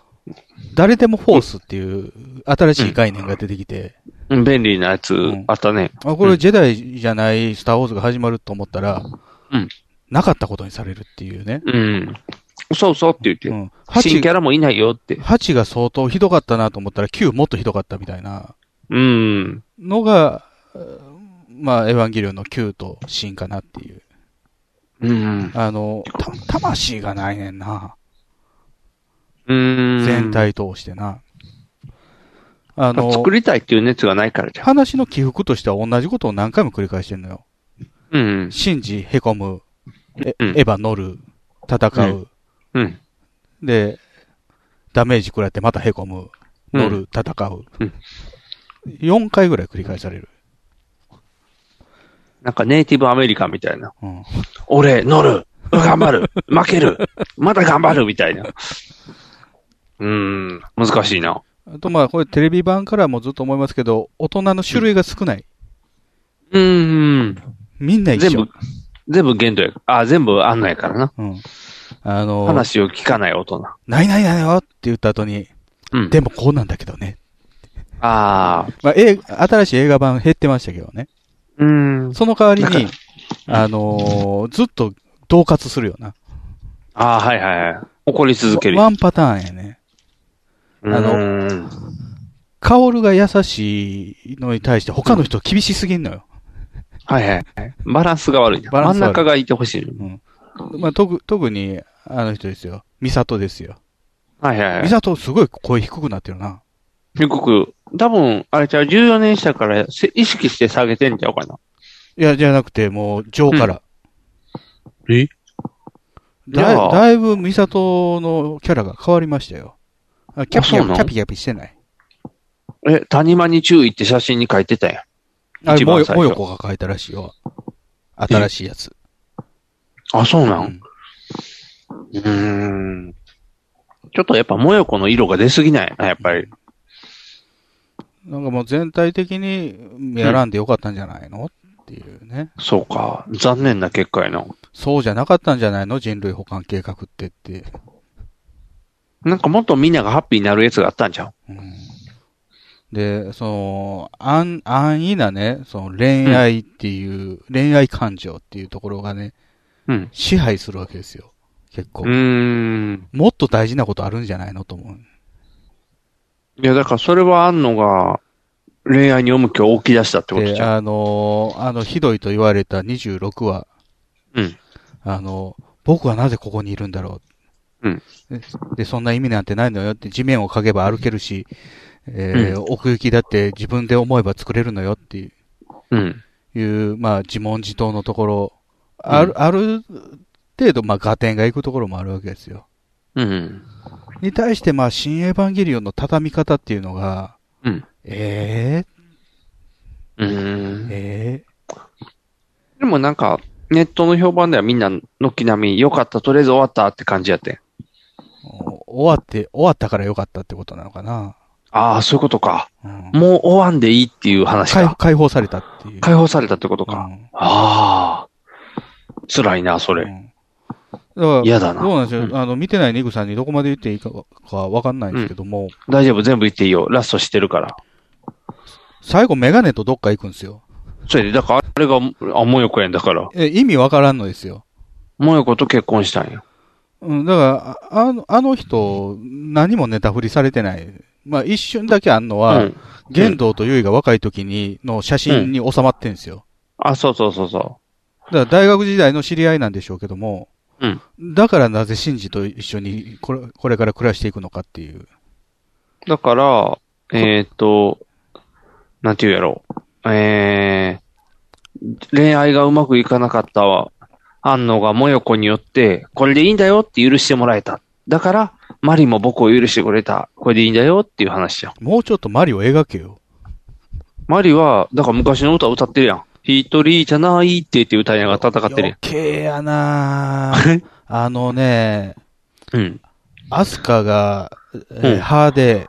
Speaker 2: 誰でもフォースっていう新しい概念が出てきて、
Speaker 1: うん。便利なやつ
Speaker 2: ん
Speaker 1: あったね。
Speaker 2: あ、これジェダイじゃないスター・ウォーズが始まると思ったら、
Speaker 1: うん
Speaker 2: なかったことにされるっていうね。
Speaker 1: うん。そうそうって言って。
Speaker 2: うん、
Speaker 1: 新キ
Speaker 2: 8,
Speaker 1: ャラもいないよって。
Speaker 2: 8が相当ひどかったなと思ったら9もっとひどかったみたいな
Speaker 1: うん。
Speaker 2: のが、うんまあ、エヴァンゲリオンの9とシンかなっていう。
Speaker 1: うん。
Speaker 2: あの、た魂がないねんな。
Speaker 1: うん。
Speaker 2: 全。体通してな。あの
Speaker 1: 作、りたいっていう熱がないからじゃん。
Speaker 2: 話の起伏としては同じことを何回も繰り返してんのよ。
Speaker 1: うん。
Speaker 2: シンジ、へこむ、え
Speaker 1: うん
Speaker 2: エヴァ乗る、戦う、
Speaker 1: うん。
Speaker 2: で、ダメージ食らってまたへこむ、乗る、戦う。
Speaker 1: うん
Speaker 2: 4回ぐらい繰り返される。
Speaker 1: なんかネイティブアメリカンみたいな。
Speaker 2: うん、
Speaker 1: 俺、乗る頑張る負けるまた頑張るみたいな。うん。難しいな。
Speaker 2: あとまあ、これテレビ版からもずっと思いますけど、大人の種類が少ない。
Speaker 1: うん。
Speaker 2: みんな一緒。
Speaker 1: 全部、全部限度や。あ、全部あんないからな。
Speaker 2: うん。あの、
Speaker 1: 話を聞かない大人。
Speaker 2: ないないないよって言った後に、
Speaker 1: うん。
Speaker 2: でもこうなんだけどね。
Speaker 1: ああ。
Speaker 2: まあ、映画新しい映画版減ってましたけどね。
Speaker 1: うん。
Speaker 2: その代わり
Speaker 1: なん
Speaker 2: に、あのーずっと同喝するよな。
Speaker 1: ああ、はいはいはい。怒り続ける。
Speaker 2: ワンパターンやね。
Speaker 1: うん
Speaker 2: あカオルが優しいのに対して他の人厳しすぎんのよ。
Speaker 1: はいはい。バランスが悪いな。
Speaker 2: バラン
Speaker 1: 真
Speaker 2: ス
Speaker 1: ん
Speaker 2: 悪い
Speaker 1: 中がいてほしい。
Speaker 2: まあ、とぐ特に、あの人ですよ。ミサトですよ。
Speaker 1: はいはいは
Speaker 2: ミ
Speaker 1: い。
Speaker 2: サトすごい声低くなってるな。
Speaker 1: よく、多分、あれちゃう、14年したからせ意識して下げてんちゃうかな。
Speaker 2: いや、じゃなくて、もう、情から。
Speaker 1: え
Speaker 2: だい
Speaker 1: じゃあ
Speaker 2: だいぶミサトのキャラが変わりましたよ。あキャピキ
Speaker 1: あ
Speaker 2: ャ
Speaker 1: そう
Speaker 2: ピ
Speaker 1: なの
Speaker 2: キャピキャピしてない。
Speaker 1: え、谷間に注意って写真に書いてたや
Speaker 2: あれ、
Speaker 1: 一
Speaker 2: も
Speaker 1: 番
Speaker 2: よ
Speaker 1: 最初
Speaker 2: もよこが書いたらしいよ。新しいやつ。
Speaker 1: ん。あ、そうな
Speaker 2: うん
Speaker 1: うーん。ちょっとやっぱ、もよこの色が出すぎないな、やっぱり。
Speaker 2: なんかもう全体的にやらんでよかったんじゃないのっていうね。
Speaker 1: そうか。残念な結果やな。
Speaker 2: そうじゃなかったんじゃないの人類保管計画ってって。
Speaker 1: なんかもっとみんながハッピーになるやつがあったんじゃん。
Speaker 2: うんで、その、安、安易なね、その恋愛っていう、恋愛感情っていうところがね、
Speaker 1: うん。
Speaker 2: 支配するわけですよ。結構。
Speaker 1: うーん。
Speaker 2: もっと大事なことあるんじゃないのと思う。
Speaker 1: いや、だからそれはあんのが、恋愛に重きを置き出したってことじ
Speaker 2: で、
Speaker 1: ゃん。
Speaker 2: あのーあの、ひどいと言われた26話。
Speaker 1: うん
Speaker 2: あの、僕はなぜここにいるんだろう。
Speaker 1: うん
Speaker 2: で。でそんな意味なんてないのよって、地面を嗅げば歩けるし、えー奥行きだって自分で思えば作れるのよっていう。
Speaker 1: うん。
Speaker 2: いう、まあ、自問自答のところ、ある、
Speaker 1: う
Speaker 2: ある程度、まあ、合点がいくところもあるわけですよ。
Speaker 1: うん。
Speaker 2: に対して、まあ、新エヴァンゲリオンの畳み方っていうのが、
Speaker 1: うん
Speaker 2: え
Speaker 1: う
Speaker 2: え
Speaker 1: ん。
Speaker 2: え
Speaker 1: でもなんか、ネットの評判ではみんな、軒並み、良かった、とりあえず終わったって感じやってん。
Speaker 2: え終わって、終わったからよかったってことなのかな。
Speaker 1: ああ、そういうことか。
Speaker 2: うん
Speaker 1: もう終わんでいいっていう話
Speaker 2: 解
Speaker 1: か。
Speaker 2: 解放されたっていう。
Speaker 1: 解放されたってこと
Speaker 2: う
Speaker 1: か。
Speaker 2: ん
Speaker 1: ああ。辛いな、そうれ。
Speaker 2: んだから、
Speaker 1: 嫌だな
Speaker 2: どうなんでしょう、
Speaker 1: うん
Speaker 2: あの、見てないニグさんにどこまで言っていいかかわかんないんですけども、
Speaker 1: 大丈夫、全部言っていいよ。ラストしてるから。
Speaker 2: 最後メガネとどっか行くんですよ。
Speaker 1: それで、だからあれが、あ、もよこやんだから。
Speaker 2: え意味わからんのですよ。
Speaker 1: もよこと結婚したんや。
Speaker 2: うん、だから、ああの、あの人、何もネタ振りされてない。まあ、一瞬だけあんの
Speaker 1: う
Speaker 2: は、
Speaker 1: ん。
Speaker 2: 玄道と結衣が若い時に、の写真に収まってんですよ。
Speaker 1: あ、そうそうそうそ
Speaker 2: だから、大学時代の知り合いなんでしょうけども、
Speaker 1: うん
Speaker 2: だからなぜ真ジと一緒に、これ、これから暮らしていくのかっていう。
Speaker 1: う。だから、えーっと、なんて言うやろう。えー、恋愛がうまくいかなかったわ。安野がもよこによって、これでいいんだよって許してもらえた。だから、マリも僕を許してくれた。これでいいんだよっていう話じゃん。
Speaker 2: もうちょっとマリを描けよ。
Speaker 1: マリは、だから昔の歌歌ってるやん。一人じゃないって言って歌いながら戦ってるや
Speaker 2: 余。
Speaker 1: ん (laughs)
Speaker 2: 計やなぁ
Speaker 1: え
Speaker 2: あのね、
Speaker 1: うん。
Speaker 2: アスカが、えー
Speaker 1: うん
Speaker 2: 派で、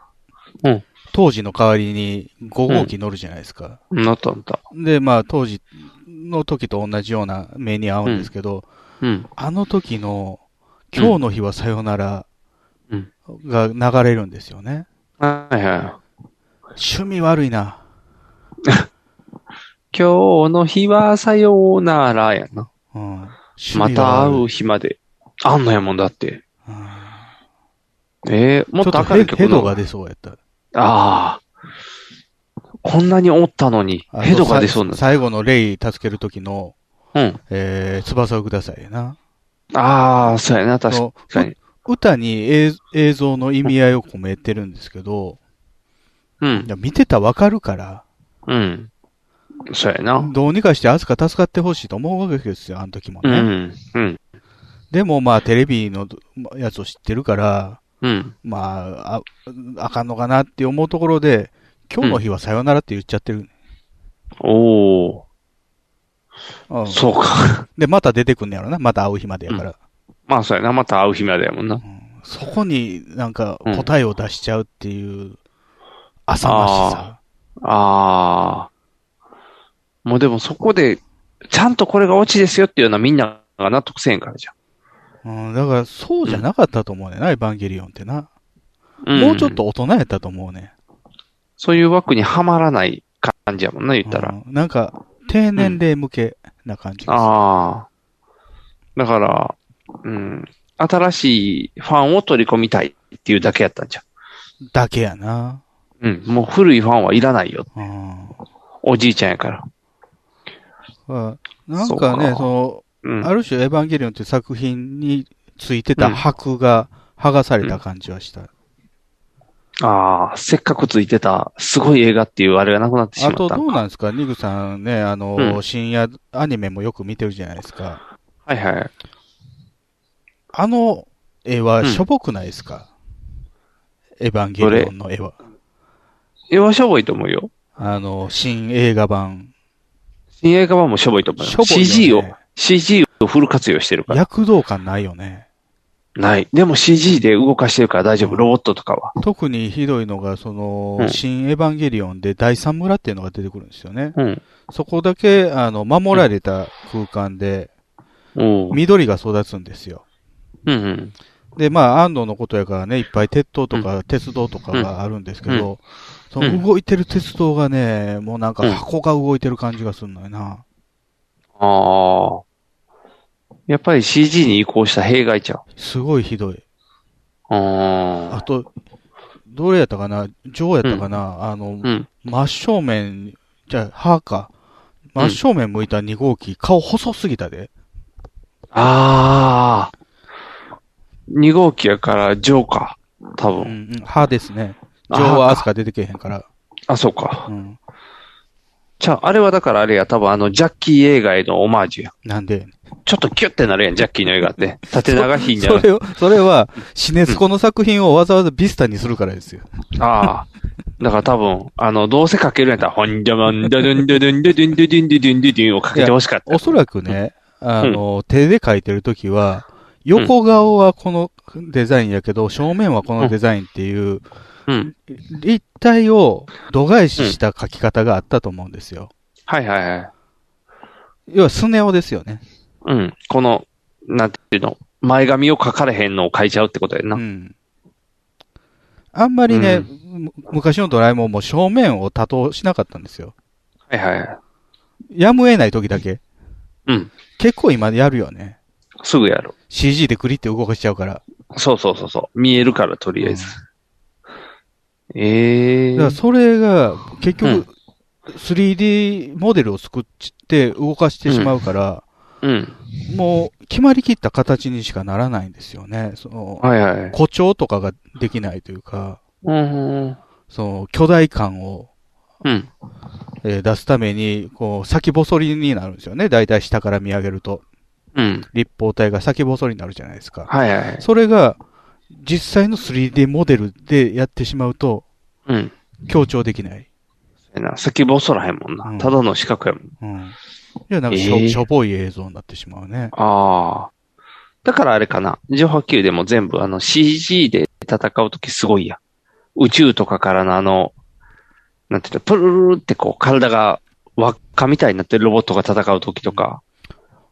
Speaker 1: うん
Speaker 2: 当時の代わりに5号機乗るじゃないですか。
Speaker 1: なったなった。
Speaker 2: で、まあ当時の時と同じような目に合うんですけど、
Speaker 1: うん。
Speaker 2: あの時の、今日の日はさよなら
Speaker 1: うん
Speaker 2: が流れるんですよね。
Speaker 1: はいは
Speaker 2: 趣味悪いな。
Speaker 1: い。今日の日はさようならやな。
Speaker 2: うん、趣味
Speaker 1: ま
Speaker 2: 悪い
Speaker 1: た会う日まで。あんのやもんだって。
Speaker 2: うん
Speaker 1: ええもっ
Speaker 2: ちょっと
Speaker 1: と明る
Speaker 2: ヘ
Speaker 1: い曲
Speaker 2: ヘ
Speaker 1: の
Speaker 2: ドが出そうやった。
Speaker 1: ああ。こんなにおったのに、ヘドが出そうにな
Speaker 2: あと
Speaker 1: っ
Speaker 2: さ最後のレイ助ける時の、
Speaker 1: た。うん。
Speaker 2: えー、翼をくださいやな。
Speaker 1: ああ、そうやな、確
Speaker 2: そ
Speaker 1: かに。
Speaker 2: の歌に映映像の意味合いを込めてるんですけど、
Speaker 1: う
Speaker 2: い
Speaker 1: ん。
Speaker 2: や見てたらわかるから、
Speaker 1: うん。そうやな。
Speaker 2: どうにかしてアスカ助かってほしいと思うわけですよ、あの時も
Speaker 1: う
Speaker 2: ね。
Speaker 1: ん。うん。
Speaker 2: でもまあテレビのやつを知ってるから、
Speaker 1: うん。
Speaker 2: まあ、あ、あかんのかなって思うところで、今日の日はさよならって言っちゃってる。
Speaker 1: おお、
Speaker 2: うん
Speaker 1: そうか。
Speaker 2: で、また出てくんねやろな。また会う日までやから。
Speaker 1: まあ、そうやな。また会う日までやもんな。
Speaker 2: そこになんか答えを出しちゃうっていう、浅ましさ。
Speaker 1: ああ。もうでもそこで、ちゃんとこれがオチですよっていうのはみんなが納得せんからじゃ
Speaker 2: うん、だから、そうじゃなかったと思うねんな、エヴァンゲリオンってな。
Speaker 1: ん。
Speaker 2: もうちょっ。と大人やったと思うね。
Speaker 1: そういう枠にはまらない感じやもんな、言ったら。
Speaker 2: うんなんか、低年齢向けな感じがする
Speaker 1: ああ。だから、うん。新しいファンを取り込みたいっていうだけやったんじゃ
Speaker 2: だけやな。
Speaker 1: ん。うん。もう古いファンはいらないよ。
Speaker 2: うん。
Speaker 1: おじいちゃんやから。
Speaker 2: うんなんかね、
Speaker 1: そうか
Speaker 2: その、
Speaker 1: うん。
Speaker 2: ある種、エヴァンゲリオンという作品についてた箔が剥がされた感じはした。
Speaker 1: ああ、せっかくついてた、すごい映画っていうあれがなくなってし
Speaker 2: あ
Speaker 1: まった
Speaker 2: と、
Speaker 1: のか。
Speaker 2: どうなんですかニグさんね、あの、
Speaker 1: うん
Speaker 2: 深夜アニメもよく見てるじゃないですか。
Speaker 1: はいはい。
Speaker 2: あの絵はしょぼくないですか、エヴァンゲリオンの絵は。
Speaker 1: 絵はしょぼいと思うよ。
Speaker 2: あの、新映画版。
Speaker 1: 新映画版もしょぼいと思うよ。
Speaker 2: しょぼいよね
Speaker 1: CG を、CG をフル活用してるから。
Speaker 2: 躍動感ないよね。
Speaker 1: ない。でも CG で動かしてるから大丈夫。ロボットとかは。
Speaker 2: 特にひどいのが、その、
Speaker 1: うん
Speaker 2: 新エヴァンゲリオンで第三村っていうのが出てくるんですよね。
Speaker 1: うん。
Speaker 2: そこだけ、あの、守られた空間で、
Speaker 1: おう
Speaker 2: 緑が育つんですよ。
Speaker 1: うんうん。
Speaker 2: で、まあ、安藤のことやからね、いっぱい鉄塔とか鉄道とかがあるんですけど、そ
Speaker 1: うん
Speaker 2: の動いてる鉄道がね、もうなん
Speaker 1: う
Speaker 2: か
Speaker 1: ん
Speaker 2: 箱が動いてる感じがするのよな。
Speaker 1: ああ。やっぱり CG に移行した弊害ちゃう。
Speaker 2: すごいひどい。
Speaker 1: あ
Speaker 2: あ
Speaker 1: あ。
Speaker 2: と、どれやったかなジョーやったかなあの
Speaker 1: う、ん。
Speaker 2: 真正面、じゃあ、歯か。真正面向いた2号機、顔細すぎたで。
Speaker 1: ああ。2号機やから、ジョーか。多
Speaker 2: う
Speaker 1: 分。
Speaker 2: ん、うん、歯ですね。ジョー
Speaker 1: あ
Speaker 2: はアスカ出てけへんから。
Speaker 1: あ、そうか。
Speaker 2: うん。
Speaker 1: じゃあ、あれはだからあれや。多分あの、ジャッキー映画へのオマージュや。
Speaker 2: なんで、
Speaker 1: ちょっとキュッてなるやん、ジャッキーの映画って。縦長ひんじゃ
Speaker 2: そ
Speaker 1: なくて
Speaker 2: れを、それは、シネスコの作品をわざわざビスタにするからですよ。
Speaker 1: ああ。だから多分、あの、どうせかけるんやったら、ほんじゃまんだどんだどんだどんだどんだどんだどんをかけてほしかった。
Speaker 2: おそらくね、あの、手で描いてるときは、横顔はこのデザインやけど、正面はこのデザインっていう、
Speaker 1: うん。
Speaker 2: 立体を度外視した描き方があったと思うんですよ。
Speaker 1: はいはいはい。
Speaker 2: 要はスネ夫ですよね。
Speaker 1: うん。この、なんていうの、前髪を書かれへんのを書いちゃうってことや
Speaker 2: う
Speaker 1: な。
Speaker 2: ん。あんまりね、
Speaker 1: う
Speaker 2: む昔のドラえもんも正面を多頭しなかったんですよ。
Speaker 1: はいはい。
Speaker 2: やむを得ない時だけ。
Speaker 1: うん。
Speaker 2: 結構今やるよね。
Speaker 1: すぐやる。
Speaker 2: CG でクリって動かしちゃうから。
Speaker 1: そうそうそうそう。見えるから、とりあえず。ええ
Speaker 2: だからそれが、結
Speaker 1: う
Speaker 2: 局、3D モデルを作って動かしてしまうから、
Speaker 1: うん。
Speaker 2: もう決まりきった形にしかならないんですよね。その、
Speaker 1: はいはい。
Speaker 2: 誇張とかができないというか、
Speaker 1: うん。
Speaker 2: その、巨大感を、
Speaker 1: うん。
Speaker 2: えー出すために、こう、先細りになるんですよね。だいたい下から見上げると。
Speaker 1: うん。
Speaker 2: 立方体が先細りになるじゃないですか。
Speaker 1: はいはい。
Speaker 2: それが、実際の 3D モデルでやってしまうと、
Speaker 1: うん。
Speaker 2: 強調できない。
Speaker 1: えな、先細らへんもんな。
Speaker 2: うん
Speaker 1: ただの四角やもん。
Speaker 2: うん。いや、なんかしょ、
Speaker 1: えー
Speaker 2: しょぼい映像になってしまうね。
Speaker 1: ああ。だからあれかな。ジョ波球でも全部あの CG で戦うときすごいやん。宇宙とかからのあの、なんていうの、プルルルってこう体が輪っかみたいになってるロボットが戦うときとか。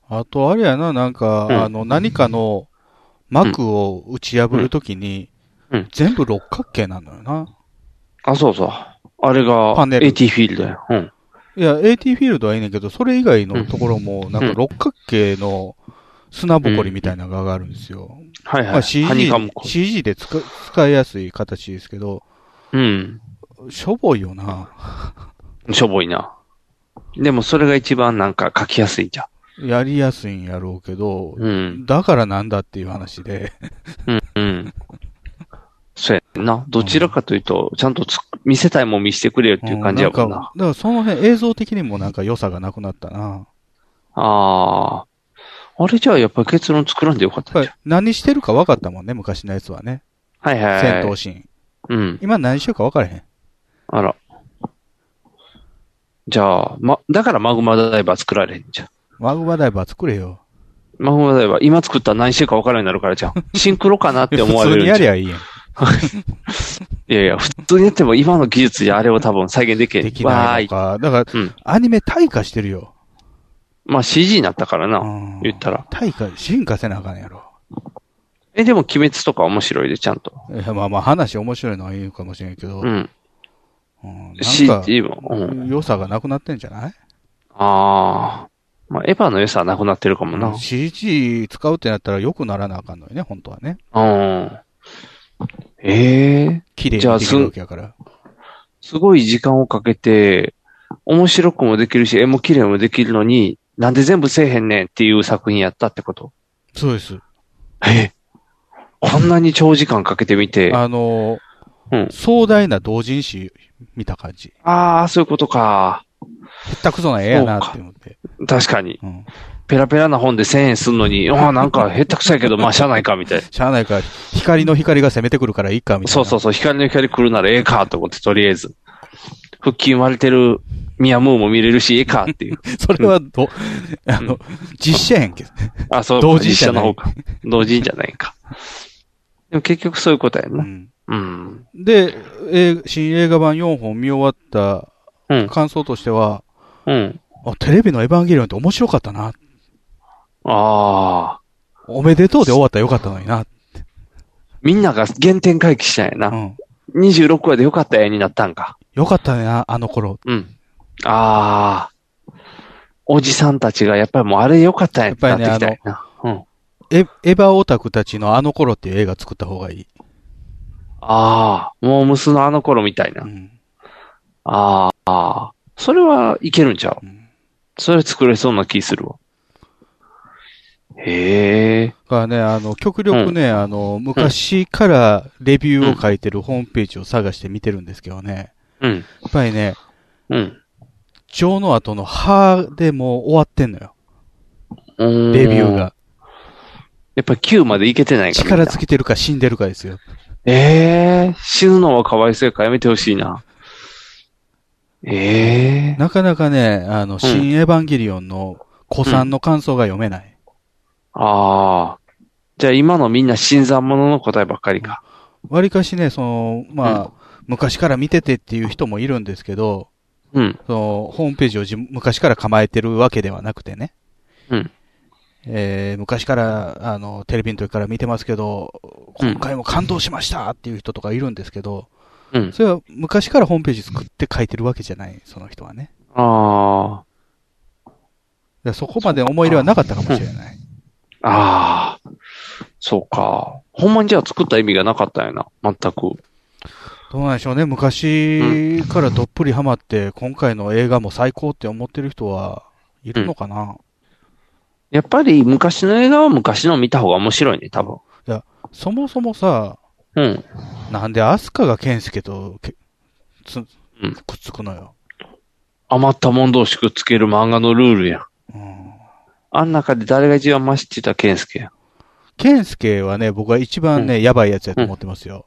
Speaker 2: あと、あれやな、なんか、
Speaker 1: うん
Speaker 2: あの、何かの膜を打ち破るときに、
Speaker 1: うんうん
Speaker 2: 全部六角形なのよな。
Speaker 1: あ、そうそう。あれが
Speaker 2: パネル
Speaker 1: AT フィールドや。うん。
Speaker 2: いや、AT フィールドはいいねんけど、それ以外のところも、なんか六角形の砂ぼこりみたいなのがあるんですよ。
Speaker 1: はい
Speaker 2: ま
Speaker 1: は
Speaker 2: あ
Speaker 1: い。ハニ
Speaker 2: CG
Speaker 1: カムコ、。
Speaker 2: CG で使使いやすい形ですけど、
Speaker 1: うん。
Speaker 2: しょぼいよな。
Speaker 1: しょぼいな。でもそれが一番なんか書きやすいじゃん。
Speaker 2: やりやすいんやろうけど、
Speaker 1: うん。
Speaker 2: だからなんだっていう話で。
Speaker 1: うん。うん。そうやんな。どちらかというと、ちゃんとつ見せたいもん見せてくれよっていう感じやも
Speaker 2: うんん
Speaker 1: な。
Speaker 2: なんかだからその辺映像的にもなんか良さがなくなったな。
Speaker 1: ああ。あれじゃあやっぱり結論作らんでよかっ
Speaker 2: や
Speaker 1: た
Speaker 2: っ
Speaker 1: じ
Speaker 2: ぱり何してるか分かったもんね、昔のやつはね。
Speaker 1: ゃん。はいはい。
Speaker 2: 戦闘シーン。
Speaker 1: うん。
Speaker 2: 今何してるか分からへん。
Speaker 1: あら。じゃあ、ま、だからマグマダイバー作られへんじゃん。
Speaker 2: マグマダイバー作れよ。
Speaker 1: マグマダイバー、今作ったら何してるか分からんようになるからじゃ
Speaker 2: (laughs)
Speaker 1: ん。シンクロかなって思わ
Speaker 2: 普
Speaker 1: れ
Speaker 2: 通
Speaker 1: る
Speaker 2: に
Speaker 1: じゃ
Speaker 2: や
Speaker 1: ん。
Speaker 2: りゃいいやん。
Speaker 1: いやいや、普通にやっても今の技術じゃあれを多分再現できへん。
Speaker 2: でき
Speaker 1: わ
Speaker 2: ない
Speaker 1: ー
Speaker 2: の
Speaker 1: い。
Speaker 2: か。だから、
Speaker 1: うん
Speaker 2: アニメ退化してるよ。
Speaker 1: まあ CG になったからな。
Speaker 2: うん
Speaker 1: 言ったら。
Speaker 2: 退化、進化せなあかんやろ。
Speaker 1: え、でも鬼滅とか面白いで、ちゃんと。
Speaker 2: いやまあまあ話面白いのはいいのかもしれんけど、
Speaker 1: うん。
Speaker 2: うんなんか、
Speaker 1: CG も。うん。
Speaker 2: 良さがなくなってんじゃない、
Speaker 1: ああ。まあ、エヴァの良さはなくなってるかもな。
Speaker 2: ?CG 使うってなったら良くならなあかんのよね、本当はね。
Speaker 1: うん。ええ
Speaker 2: 綺麗に
Speaker 1: じゃあ
Speaker 2: できるわけやから。
Speaker 1: すごい時間をかけて、面白くもできるし、絵も綺麗もできるのに、なんで全部せえへんねんっていう作品やったってこと
Speaker 2: そうです。
Speaker 1: えこんなに長時間かけてみて。あ
Speaker 2: (laughs) あの、
Speaker 1: うん
Speaker 2: 壮大な同人誌見た感じ。
Speaker 1: あー、そういうことか。
Speaker 2: へったくそな絵やなって思って。
Speaker 1: 確かに。
Speaker 2: うん。
Speaker 1: ペラペラな本で1000円すんのに、ああ、なんか下手くそやけど、まあ、しゃあないか、みたいな。
Speaker 2: しゃあないから、光の光が攻めてくるからいいか、みたいな。
Speaker 1: そうそうそう、光の光来るならええか、と思って、とりあえず。腹筋割れてるミヤムーも見れるし、ええか、っていう。
Speaker 2: それはど、あの、実写やんけ。
Speaker 1: あ、そう、
Speaker 2: 同
Speaker 1: 同
Speaker 2: 人
Speaker 1: 時
Speaker 2: じゃ
Speaker 1: 者
Speaker 2: な
Speaker 1: の
Speaker 2: い
Speaker 1: 方か。同人じゃないか。でも結局そういうことやん
Speaker 2: う
Speaker 1: な。
Speaker 2: ん
Speaker 1: うん。
Speaker 2: で、えー新映画版4本見終わった
Speaker 1: うん。
Speaker 2: 感想としては、
Speaker 1: うん。
Speaker 2: あテレビのエヴァンゲリオンって面白かったな。
Speaker 1: ああ。
Speaker 2: おめでとうで終わったらよかったのにな。
Speaker 1: みんなが原点回帰したんや
Speaker 2: う
Speaker 1: な。
Speaker 2: ん。
Speaker 1: 26話でよかった絵になったんか。
Speaker 2: よかったな、あの頃。
Speaker 1: うん。ああ。おじさんたちがやっぱりもうあれよかったんやってな
Speaker 2: や
Speaker 1: っ
Speaker 2: ってぱ
Speaker 1: き
Speaker 2: りね
Speaker 1: たんやな。うん。
Speaker 2: エエヴァオタクたちのあの頃っていう映画作った方がいい。
Speaker 1: ああ。もうムスのあの頃みたいな。
Speaker 2: うん。
Speaker 1: ああ。それはいけるんちゃう
Speaker 2: うん
Speaker 1: それ作れそうな気するわ。へえ。
Speaker 2: だからね、あの、極力ね、あの、昔からレビューを書いてるホームページを探して見てるんですけどね。
Speaker 1: うん。
Speaker 2: やっぱりね、
Speaker 1: うん。
Speaker 2: 情の後の歯でもう終わってんのよ。
Speaker 1: うーん
Speaker 2: レビューが。
Speaker 1: やっぱり9までいけてないから。
Speaker 2: 力尽きてるか死んでるかですよ。
Speaker 1: ええ死ぬのはかわいそうやからやめてほしいな。ええ
Speaker 2: なかなかね、あの、新エヴァンゲリオンの子さんの感想が読めない。
Speaker 1: ああ。じゃあ今のみんな新参者の答えばっかりか。
Speaker 2: わりかしね、その、まあ、昔から見ててっていう人もいるんですけど、
Speaker 1: うん。
Speaker 2: その、ホームページをじ昔から構えてるわけではなくてね。
Speaker 1: うん
Speaker 2: えー昔から、あの、テレビの時から見てますけど、
Speaker 1: うん
Speaker 2: 今回も感動しましたっていう人とかいるんですけど、
Speaker 1: うん。
Speaker 2: それは昔からホームページ作って書いてるわけじゃない、その人はね。
Speaker 1: あ
Speaker 2: だからそこまで思い入れはなかったかもしれない。
Speaker 1: あ。ああ。そうか。ほんまにじゃあ作った意味がなかったんやな。全く。
Speaker 2: どうなんでしょうね、昔からどっぷりハマって、今回の映画も最高って思ってる人はいるのかな、
Speaker 1: やっぱり昔の映画は昔の見た方が面白いね、多分。
Speaker 2: そもそもさ、
Speaker 1: うん。
Speaker 2: なんでアスカがケンスケとけつ
Speaker 1: うん
Speaker 2: くっつくのよ。
Speaker 1: 余ったもん同士くっつける漫画のルールやん。
Speaker 2: うん
Speaker 1: あん中で誰が一番マシって言ったらケンスケや
Speaker 2: ケンスケはね、僕は一番ね、やばいやつやと思ってますよ。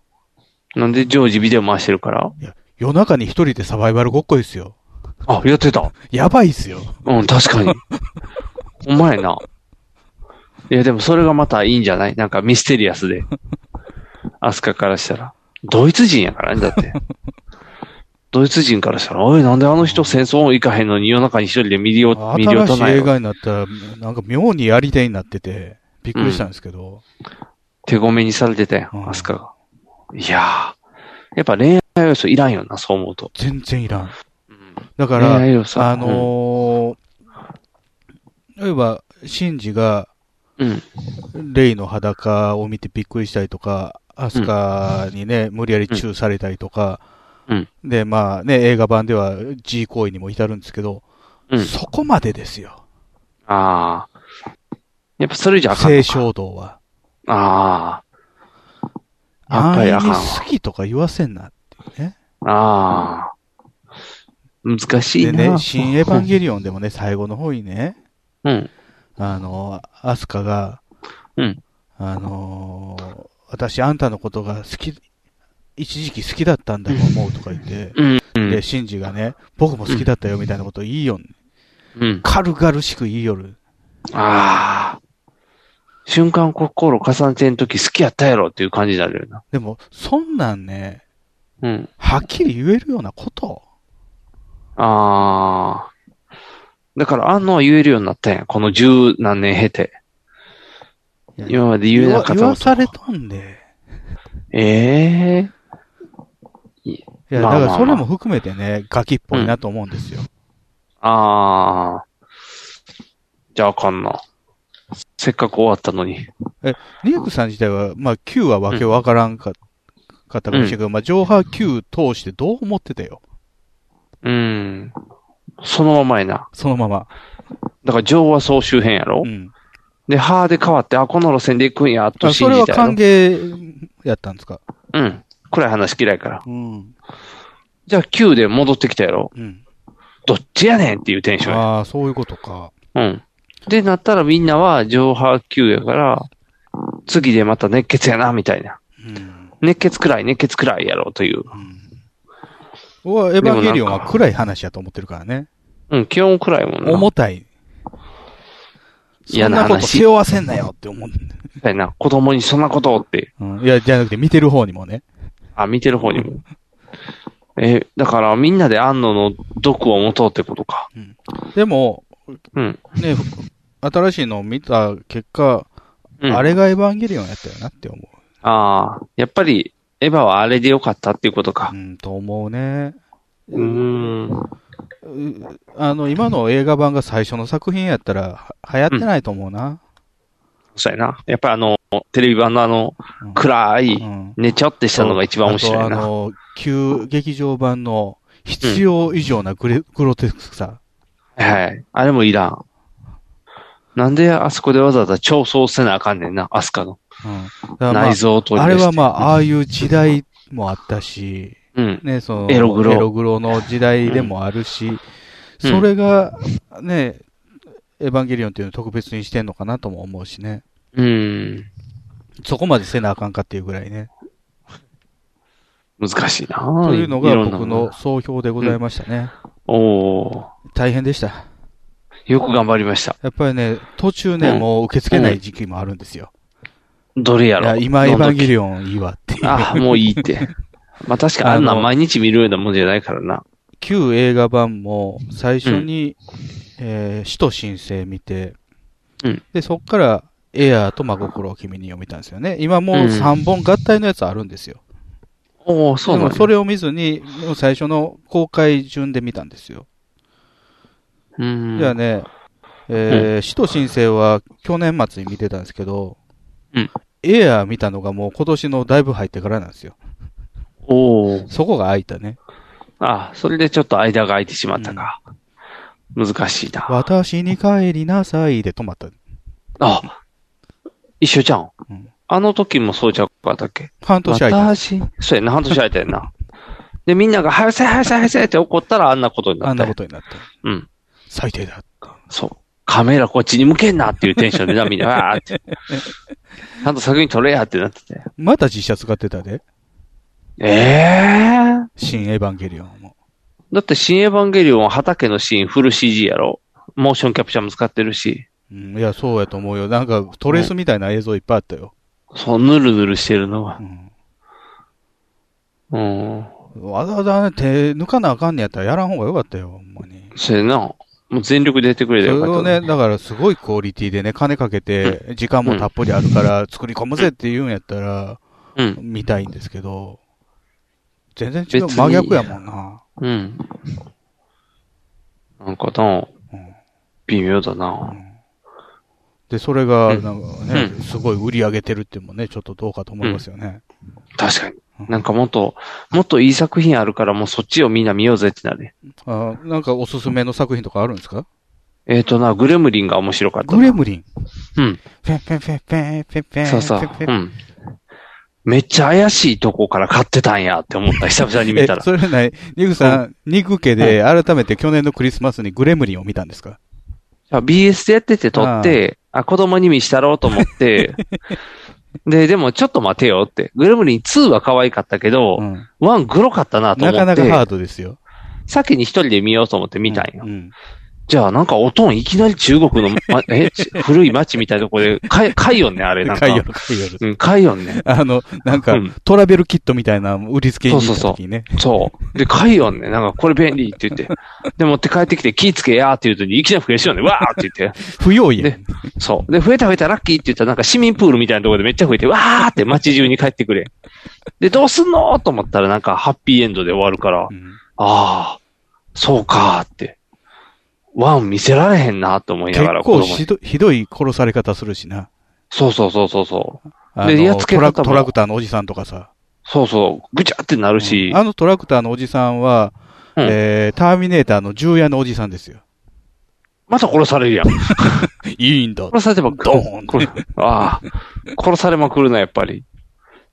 Speaker 1: ん。なんで常時ビデオ回してるから
Speaker 2: 夜中に一人でサバイバルごっこですよ。
Speaker 1: あ、やってた。
Speaker 2: (laughs) やばいっすよ。
Speaker 1: うん、確かに。ほんまやな。いや、でもそれがまたいいんじゃないなんかミステリアスで。アスカからしたら。ドイツ人やからね、
Speaker 2: (laughs)
Speaker 1: だって。ドイツ人からしたら、おい、なんであの人戦争行かへんのに夜中に一人でミリオ、ミリ
Speaker 2: 新
Speaker 1: オと
Speaker 2: しい
Speaker 1: ない
Speaker 2: 映
Speaker 1: の
Speaker 2: 画になったら、なんか妙にやり手になってて、びっくりしたんですけど、
Speaker 1: 手ごめにされてたや、
Speaker 2: うんん
Speaker 1: アスカが。いやー。やっぱ恋愛要素いらんよな、そう思うと。
Speaker 2: 全然いらん。
Speaker 1: うん
Speaker 2: だか
Speaker 1: 恋
Speaker 2: ら、
Speaker 1: 愛要素。
Speaker 2: あのー例えば、シンジが、
Speaker 1: うん、うん。
Speaker 2: レイの裸を見てびっくりしたりとか、アスカにね、無理やりチューされたりとか、
Speaker 1: うん
Speaker 2: で、まあね、映画版では G 行為にも至るんですけど、
Speaker 1: うん
Speaker 2: そこまでですよ。
Speaker 1: ああ。やっぱそれじゃあかん
Speaker 2: 性
Speaker 1: のか。
Speaker 2: 衝動は。
Speaker 1: あやっ
Speaker 2: 安
Speaker 1: ぱり
Speaker 2: 易
Speaker 1: あかん
Speaker 2: に
Speaker 1: わ
Speaker 2: 好きとか言わせんなっていうね。
Speaker 1: あ。ああ。難しい
Speaker 2: で
Speaker 1: な。
Speaker 2: ね、新エヴァンゲリオンでもね、最後の方にね、
Speaker 1: うん。
Speaker 2: あの、アスカが、
Speaker 1: うん
Speaker 2: あの、私あんたのことが好き、一時期好きだったんだと思うとか言って、
Speaker 1: うん。うん
Speaker 2: で、シンジがね、僕も好きだったよみたいなことを言いよん。
Speaker 1: うん。
Speaker 2: 軽々しく言いよる。
Speaker 1: ああ。瞬間心重ねてん時好きやったやろっていう感じになるよな。
Speaker 2: でも、そんなんね、
Speaker 1: うん。
Speaker 2: はっきり言えるようなこと。
Speaker 1: ああ。だから、あんのは言えるようになったんや。この十何年経て。今まで言えなかった
Speaker 2: 言
Speaker 1: こ
Speaker 2: わ
Speaker 1: と。
Speaker 2: されとんで。
Speaker 1: ええ
Speaker 2: いや、
Speaker 1: ま
Speaker 2: だ
Speaker 1: あ
Speaker 2: からそれも含めてね、ガキっぽいなと思うんですよ。
Speaker 1: ああ。じゃああかんな。せっかく終わったのに。
Speaker 2: リークさん自体は、まあ、Q はわけわからんかったかもしれんけど、まあ、上波 Q 通してどう思ってたよ。
Speaker 1: うん。そのままやな。
Speaker 2: そのまま。
Speaker 1: だから、情は総集編やろ、
Speaker 2: うん。
Speaker 1: で、はーで変わって、あ、この路線で行くんや、と
Speaker 2: あそ
Speaker 1: 信
Speaker 2: れ
Speaker 1: じ
Speaker 2: は
Speaker 1: たやろ
Speaker 2: 歓迎やったんですか
Speaker 1: うん。暗い話嫌いから。
Speaker 2: うん。
Speaker 1: じゃあ、Q で戻ってきたやろ
Speaker 2: うん。
Speaker 1: どっちやねんっていうテンションや。
Speaker 2: ああ、そういうことか。
Speaker 1: うん。で、なったらみんなは上波級やから、次でまた熱血やな、みたいな。
Speaker 2: うん。
Speaker 1: 熱血くらい、熱血くらいやろ、という。
Speaker 2: 僕はエヴァンゲリオン
Speaker 1: でもなん
Speaker 2: は
Speaker 1: か
Speaker 2: 暗い話やと思ってるからね。
Speaker 1: うん、気温くらいもんな。
Speaker 2: 重たい。そ
Speaker 1: 嫌
Speaker 2: ん
Speaker 1: な
Speaker 2: なこと
Speaker 1: 話
Speaker 2: 背負わせんなよって思う。
Speaker 1: みたいな。子供にそんなことをって。
Speaker 2: うん。いや、じゃなくて見てる方にもね。
Speaker 1: あ、見てる方にも。え、だからみんなで安野の毒を持とうってことか。
Speaker 2: でも、
Speaker 1: うん。
Speaker 2: ね、新しいのを見た結果、
Speaker 1: うん、
Speaker 2: あれがエヴァンゲリオンやったよなって思う。
Speaker 1: ああ、やっぱり、エヴァはあれでよかったっていうことか
Speaker 2: う。ん、と思うね。
Speaker 1: うーん。
Speaker 2: うあの、今の映画版が最初の作品やったら、は流行ってないと思うな。
Speaker 1: そうやな。やっぱりあの、テレビ版のあの、
Speaker 2: うん
Speaker 1: 暗い、
Speaker 2: うん
Speaker 1: ねちょってしたのが一番面白い
Speaker 2: あとあ
Speaker 1: な。
Speaker 2: の、旧劇場版の必要以上なグレ、グロテスクさ。
Speaker 1: はい。あれもいらん。なんであそこでわざわざ調査せなあかんねんな、アスカの。
Speaker 2: うん。だからまあ
Speaker 1: 内臓を取
Speaker 2: あ
Speaker 1: り
Speaker 2: れ
Speaker 1: 出して。
Speaker 2: はまあ、ああいう時代もあったし、
Speaker 1: うん。
Speaker 2: ね、その、
Speaker 1: エログロ
Speaker 2: エログロの時代でもあるし、それが、ね、エヴァンゲリオンっていうのを特別にしてんのかなとも思うしね。
Speaker 1: うん。
Speaker 2: そこまでせなあかんかっていうぐらいね。
Speaker 1: 難しいな
Speaker 2: というのが
Speaker 1: ろんな
Speaker 2: 僕の。総評でございましたね。
Speaker 1: おお
Speaker 2: 大変でした。
Speaker 1: ーよく頑張りました。
Speaker 2: やっぱりね、途中ね、
Speaker 1: うん
Speaker 2: もう受け付けない時期もあるんですよ。
Speaker 1: どれや
Speaker 2: い
Speaker 1: ろ
Speaker 2: や、今エヴァンゲ
Speaker 1: リ
Speaker 2: リオンいいわっていう。
Speaker 1: あ、もういいって。まあ確かにあんな
Speaker 2: あの
Speaker 1: 毎日見るようなもんじゃないからな。
Speaker 2: (laughs) 旧映画版も最初に、えー、使徒申請見て、
Speaker 1: うん
Speaker 2: で、そっから、エアーと真心を君に読みたんですよね。今もううん3本合体のやつあるんですよ。
Speaker 1: おおそう
Speaker 2: で
Speaker 1: な
Speaker 2: も
Speaker 1: ん
Speaker 2: そ
Speaker 1: だ。
Speaker 2: れを見ずに、もう最初の公開順で見たんですよ。
Speaker 1: うん。
Speaker 2: じゃあね、えー、使徒申請は去年末に見てたんですけど、
Speaker 1: うん
Speaker 2: エアー見たのがもう今年のだいぶ入ってからなんですよ。
Speaker 1: おお
Speaker 2: そこが空いたね。
Speaker 1: あ、それでちょっと間が空いてしまったか。難しいな。
Speaker 2: 私に帰りなさいで止まった。
Speaker 1: あ、一緒じゃん
Speaker 2: うん。
Speaker 1: あの時もそうちゃうかったっけ
Speaker 2: 半年空いた。
Speaker 1: 私、そうやな、半年空いたやんな。 (laughs) で、みんなが、早せ、早せ、早せって怒ったらあんなことになった。。
Speaker 2: あんなこととになった。
Speaker 1: うん。
Speaker 2: 最低だ。
Speaker 1: そう。カメラこっちに向けんなっていうテンションでな、みんな、わー
Speaker 2: (laughs)
Speaker 1: って。ちゃんと作品撮れやってなってて。
Speaker 2: また実写使ってたで。
Speaker 1: ええー。
Speaker 2: 新エヴァンゲリオンも。
Speaker 1: だって、新エヴァンゲリオンは畑のシーンフル CG やろ。モーションキャプチャーも使ってるし。
Speaker 2: うん、いや、そうやと思うよ。なんか、トレースみたいな映像いっぱいあったよ。
Speaker 1: そう、ぬるぬるしてるのが。
Speaker 2: うん、
Speaker 1: うん。
Speaker 2: わざわざ、ね、手抜かなあかんねやったらやらん方がよかったよ、ほんまに。
Speaker 1: それな。もう全力で出てくれ
Speaker 2: そ
Speaker 1: た
Speaker 2: れ
Speaker 1: らよか
Speaker 2: を
Speaker 1: ったの
Speaker 2: ね、
Speaker 1: に。
Speaker 2: だからすごいクオリティでね、金かけて、時間もたっぷりあるから、作り込むぜって言うんやったら、
Speaker 1: うん。
Speaker 2: 見たいんですけど、全然違う。
Speaker 1: 別に
Speaker 2: 真逆やもんな。
Speaker 1: うん。なんかな
Speaker 2: うん、
Speaker 1: 微妙だな。
Speaker 2: で、それが、
Speaker 1: う
Speaker 2: なん
Speaker 1: ん
Speaker 2: かね、
Speaker 1: うん
Speaker 2: すごい売り上げてるっていうのもね、ちょっとどうかと思いますよね。
Speaker 1: 確かに
Speaker 2: うん。
Speaker 1: なんかもっと、もっといい作品あるからもうそっちをみんな見ようぜってなる。
Speaker 2: あなんかおすすめの作品とかあるんですか
Speaker 1: えっとな、グレムリンが面白かったな。
Speaker 2: グレムリン。
Speaker 1: うん。
Speaker 2: ペンペンペンペンペンペン。
Speaker 1: そうそう
Speaker 2: ペンペ。ン
Speaker 1: う
Speaker 2: ペン
Speaker 1: ん。めっちゃ怪しいとこから買ってたんやって思った、久々に見
Speaker 2: え
Speaker 1: たら。
Speaker 2: それない、ニグさん、ニグ家で改めて去年のクリスマスにグレムリンを見たんですか
Speaker 1: BS でやってて撮って、あ、子供に見したろうと思
Speaker 2: (laughs)
Speaker 1: って、で、でもちょっと待てよって。グレムリン2は可愛かったけど、
Speaker 2: うん。
Speaker 1: 1グロかったなと思
Speaker 2: な
Speaker 1: って。
Speaker 2: かなかハードですよ。
Speaker 1: 先に一人で見ようと思って見たんよ。
Speaker 2: うん。
Speaker 1: じゃあなんかおとんいきなり中国
Speaker 2: (laughs)
Speaker 1: の、ま、え、ち古い町みたいなとこで、かい、かいよんね、あれなん
Speaker 2: か
Speaker 1: か。
Speaker 2: いよる、かいよる。
Speaker 1: うん、かいよんね。
Speaker 2: あの、なんか
Speaker 1: うん、
Speaker 2: トラベルキットみたいな売り付けに行った
Speaker 1: そうそうそう
Speaker 2: 時にね。
Speaker 1: そう。で、かいよんね。なんかこれ便利って言って。で、持って帰ってきて気ぃつけやーって言うとに、いきなり増やしようね。わーって言って。
Speaker 2: 不用意やん
Speaker 1: で。そう。で、増えた増えたラッキーって言ったらなんか市民プールみたいなところでめっちゃ増えて、わーって街中に帰ってくれ。で、どうすんのと思ったらなんかハッピーエンドで終わるから
Speaker 2: う、ん
Speaker 1: ああ、そうかーって。ワン見せられへんなと思いな
Speaker 2: 結
Speaker 1: がら
Speaker 2: 構
Speaker 1: 子供に
Speaker 2: ひどひどい殺され方するしな。
Speaker 1: そうそうそうそうそう。
Speaker 2: あ
Speaker 1: でや
Speaker 2: の
Speaker 1: っつけ
Speaker 2: ト
Speaker 1: 方も
Speaker 2: ラトラクターのおじさんとかさ。
Speaker 1: そうそう。ぐちゃってなるし。
Speaker 2: あのトラクターのおじさんは、
Speaker 1: うん
Speaker 2: えー、ターミネーターの重屋のおじさんです
Speaker 1: (laughs)
Speaker 2: よ。
Speaker 1: また殺されるやん。
Speaker 2: いいんだ。
Speaker 1: 殺されてばドーン殺ああ。殺されまくるな、やっぱり。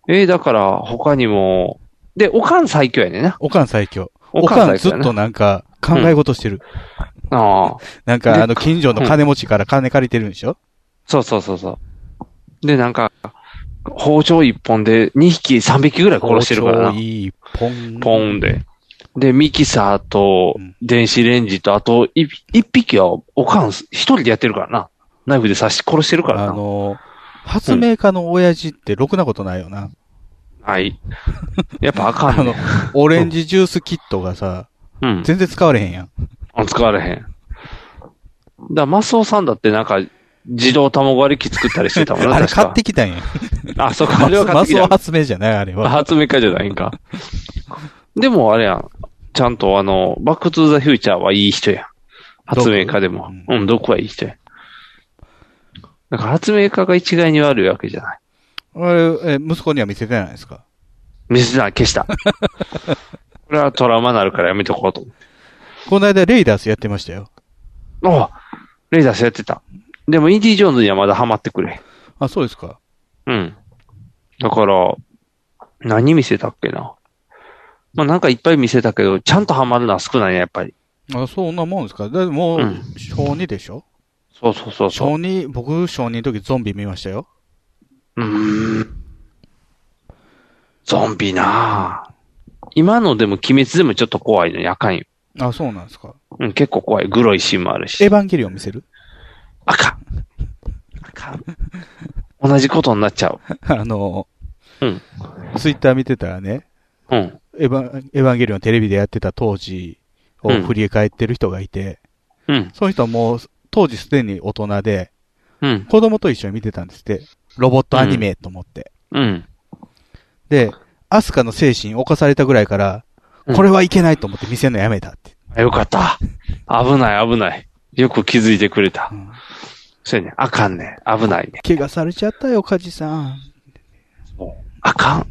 Speaker 1: えー、だから、他にも、で、おかん最強やねんな。
Speaker 2: おかん最強。
Speaker 1: お
Speaker 2: お
Speaker 1: かん
Speaker 2: か
Speaker 1: 最
Speaker 2: んず
Speaker 1: 強や
Speaker 2: っ
Speaker 1: な
Speaker 2: となんか考え事してる。
Speaker 1: ああ。
Speaker 2: なん
Speaker 1: で
Speaker 2: かあの近所の金持ちから金借りてるんでしょ、
Speaker 1: そうそうそうそう。で、なんか、包丁一本で2匹、3匹ぐらい殺してるから
Speaker 2: 包丁
Speaker 1: な。
Speaker 2: いい、ポン。
Speaker 1: ポンで。で、ミキサーと
Speaker 2: うん、
Speaker 1: 電子レンジと、あと1、一匹は、おかん一人でやってるからな。ナイフで刺し、殺してるから
Speaker 2: あ
Speaker 1: な。
Speaker 2: の、発明家の親父ってろくなことないよな。
Speaker 1: はい。やっぱあか
Speaker 2: あ
Speaker 1: ん
Speaker 2: の
Speaker 1: ね。、
Speaker 2: オレンジジュースキットがさ、
Speaker 1: うん。
Speaker 2: 全然使われへんやん。
Speaker 1: あ使われへん。だからマスオさんだってなんか、自動卵割り機作ったりしてたもんな、
Speaker 2: あれ
Speaker 1: 確か
Speaker 2: 買ってきたんや。
Speaker 1: あ、そうか、あ
Speaker 2: マ
Speaker 1: れは
Speaker 2: ス
Speaker 1: 買っ
Speaker 2: マ
Speaker 1: てき
Speaker 2: スオ
Speaker 1: た。
Speaker 2: 発明じゃないあれ
Speaker 1: (laughs)
Speaker 2: は。
Speaker 1: 発明家じゃないんか。でもあれやん。ちゃんとあの、バックトゥーザフューチャーはいい人やん。発明家でも。
Speaker 2: 毒
Speaker 1: うん、毒はいい人や。だから発明家が一概に悪いわけじゃない。
Speaker 2: あれ、え息子には見せてないですか
Speaker 1: 見せた消した。これはトラウマになるからやめとこうと思って
Speaker 2: この間レイダースやってましたよ。
Speaker 1: おうレイダースやってた。でもインディ・ジョーンズにはまだハマってくれ。
Speaker 2: あ、そうですか。
Speaker 1: うん。だから、何見せたっけな。まあなんかいっぱい見せたけど、ちゃんとハマるのは少ないね、やっぱり。
Speaker 2: あ、そんなもんですか。だってもう、
Speaker 1: うん
Speaker 2: 小2でしょ
Speaker 1: そうそうそうそう。
Speaker 2: 小2、僕小2の時ゾンビ見ましたよ。
Speaker 1: うーん。ゾンビなぁ。今のでも鬼滅でもちょっと怖いのにあかんよ。
Speaker 2: あ、そうなんですか。
Speaker 1: うん、結構怖い。グロいシーンもある
Speaker 2: エ
Speaker 1: し。
Speaker 2: ヴァンゲリオン見せる (laughs)
Speaker 1: あかん。あかん。同じことになっちゃう。
Speaker 2: あの、
Speaker 1: うん。
Speaker 2: ツイッター見てたらね、
Speaker 1: うん。
Speaker 2: エヴァン、エヴァンゲリオンテレビでやってた当時を
Speaker 1: うん
Speaker 2: 振り返ってる人がいて、
Speaker 1: うん。
Speaker 2: その人はもう当時すでに大人で、
Speaker 1: うん。
Speaker 2: 子供と一緒に見てたんですって。ロボットアニメと思って。
Speaker 1: うん。
Speaker 2: で、アスカの精神侵されたぐらいから、
Speaker 1: うん
Speaker 2: これはいけないと思って見せるのやめたって。
Speaker 1: あよかった。危ない、危ない。よく気づいてくれた
Speaker 2: う。ん
Speaker 1: そうやね。あかんね。危ないね。
Speaker 2: 怪我されちゃったよ、カジさん。
Speaker 1: あかん。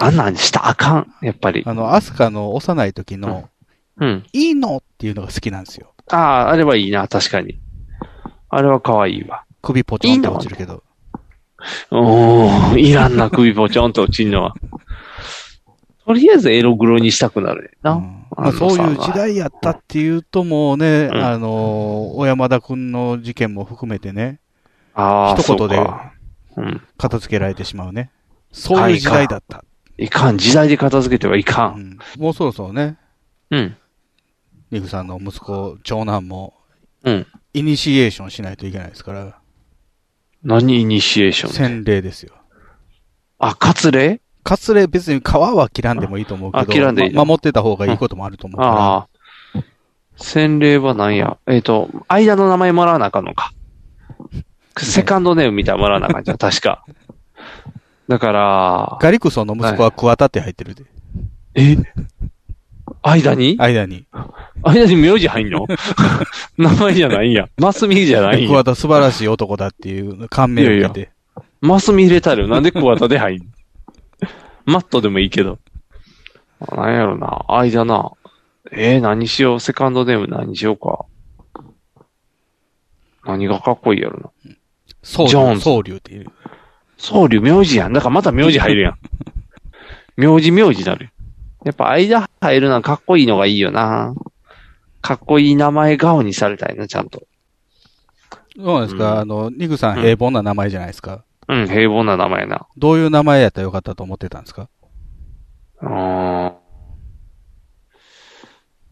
Speaker 1: あんなんしたらあかん。やっぱり。
Speaker 2: あの、アスカの幼い時の、
Speaker 1: うん。
Speaker 2: いいのっていうのが好きなんですよ。
Speaker 1: ああ、あれはいいな、確かに。あれは可愛いわ。
Speaker 2: 首ポチョンって落ちるけど。
Speaker 1: おー、いらんな、首ぽちょんと落ちんのは。とりあえずエログロにしたくなるねんな。
Speaker 2: うんまあ、そういう時代やったっていうともうね、
Speaker 1: ん
Speaker 2: あの、小山田くんの事件も含めてね、
Speaker 1: ああ、
Speaker 2: 一言で
Speaker 1: そうかうん。
Speaker 2: 片付けられてしまうね。そういう時代だった。
Speaker 1: いかん、時代で片付けてはいか。
Speaker 2: うんんもうそろそろね、
Speaker 1: うん。
Speaker 2: リグさんの息子、長男も、
Speaker 1: うん。
Speaker 2: イニシエーションしないといけないですから、
Speaker 1: 何イニシエーション
Speaker 2: 洗礼ですよ。
Speaker 1: あ、カツレ
Speaker 2: かつれ別に皮は切らんでもいいと思うけ
Speaker 1: あ
Speaker 2: ど、
Speaker 1: 切らんでいい
Speaker 2: ま守ってた方がいいこともあると思うから、
Speaker 1: ああ。洗礼は何やえっ、と、間の名前もらわなあかんのか。セカンドネームみたいなのもらわなあかん
Speaker 2: (laughs)
Speaker 1: じゃん、確か。だから、
Speaker 2: ガリクソンの息子はクワタって入ってるで、
Speaker 1: え間に
Speaker 2: 間に。
Speaker 1: 間に名字入
Speaker 2: (laughs)
Speaker 1: んの名前じゃないんや。マスミじゃないん
Speaker 2: ク
Speaker 1: や
Speaker 2: ワ。タ素晴らしい男だっていう感銘を受けて、
Speaker 1: マスミ入れた (laughs) る。なんでクワタで入んのマットでもいいけど。なんやろな。間な。えー、何しよう。セカンドネーム何しようか。何がかっこいいやろな。
Speaker 2: 僧
Speaker 1: ジョーン
Speaker 2: 侶、
Speaker 1: ズ
Speaker 2: 僧侶っていう。
Speaker 1: 僧侶名字やん。だからまた名字入るやん。 (laughs) 名字名字になる。やっぱ間入るのはかっこいいのがいいよな。かっこいい名前顔にされたいな、ちゃんと。
Speaker 2: どうなんですか、
Speaker 1: うん
Speaker 2: あの、ニグさん平凡な名前じゃないですか。
Speaker 1: うん、平凡な名前な。
Speaker 2: どういう名前やったらよかったと思ってたんですか
Speaker 1: うーん。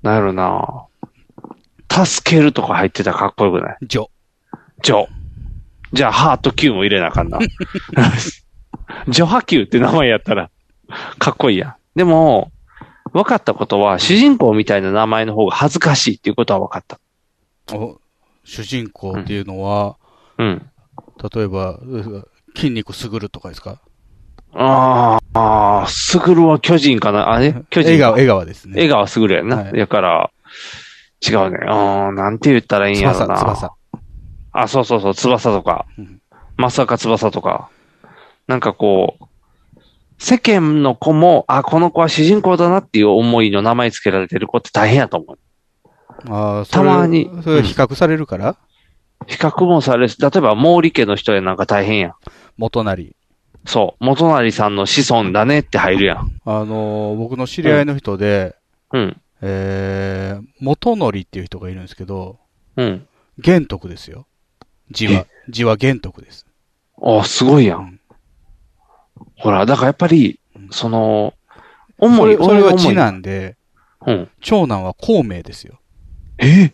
Speaker 1: なんやろな。助けるとか入ってたらかっこよくない
Speaker 2: ジョ。
Speaker 1: ジョ。じゃあ、ハート Q も入れなあかんな。 (laughs) ジョハ Q って名前やったら、かっこいいやん。でも、分かったことは、主人公みたいな名前の方が恥ずかしいっていうことは分かった。
Speaker 2: お主人公っていうのは、
Speaker 1: うん。
Speaker 2: 例えば、う筋肉すぐるとかですか
Speaker 1: あーあー、すぐるは巨人かなあれ巨人
Speaker 2: 笑顔、笑顔ですね。
Speaker 1: 江川すぐるやんな。
Speaker 2: はい
Speaker 1: やから、違うね。ああ、なんて言ったらいいんやろな。
Speaker 2: 翼、翼。
Speaker 1: あ、そうそうそう、翼とか
Speaker 2: うん、
Speaker 1: まさか翼とか、なんかこう、世間の子も、あ、この子は主人公だなっていう思いの名前つけられてる子って大変やと思う。
Speaker 2: あーそれ
Speaker 1: たまに
Speaker 2: それ比較されるから、
Speaker 1: 比較もされるし、例えば毛利家の人やなんか大変やん。
Speaker 2: 元成。
Speaker 1: そう、元成さんの子孫だねって入るやん。
Speaker 2: あのー僕の知り合いの人で、
Speaker 1: うん、
Speaker 2: えー、元成っていう人がいるんですけど、
Speaker 1: うん。
Speaker 2: 玄徳ですよ。字は。字は玄徳です。
Speaker 1: あ、すごいやん。ほら、だからやっぱり、その、
Speaker 2: そ
Speaker 1: 思い、
Speaker 2: れそれは
Speaker 1: 俺の思
Speaker 2: 次
Speaker 1: い
Speaker 2: 男で、
Speaker 1: うん。
Speaker 2: 長男は孔明ですよ。
Speaker 1: え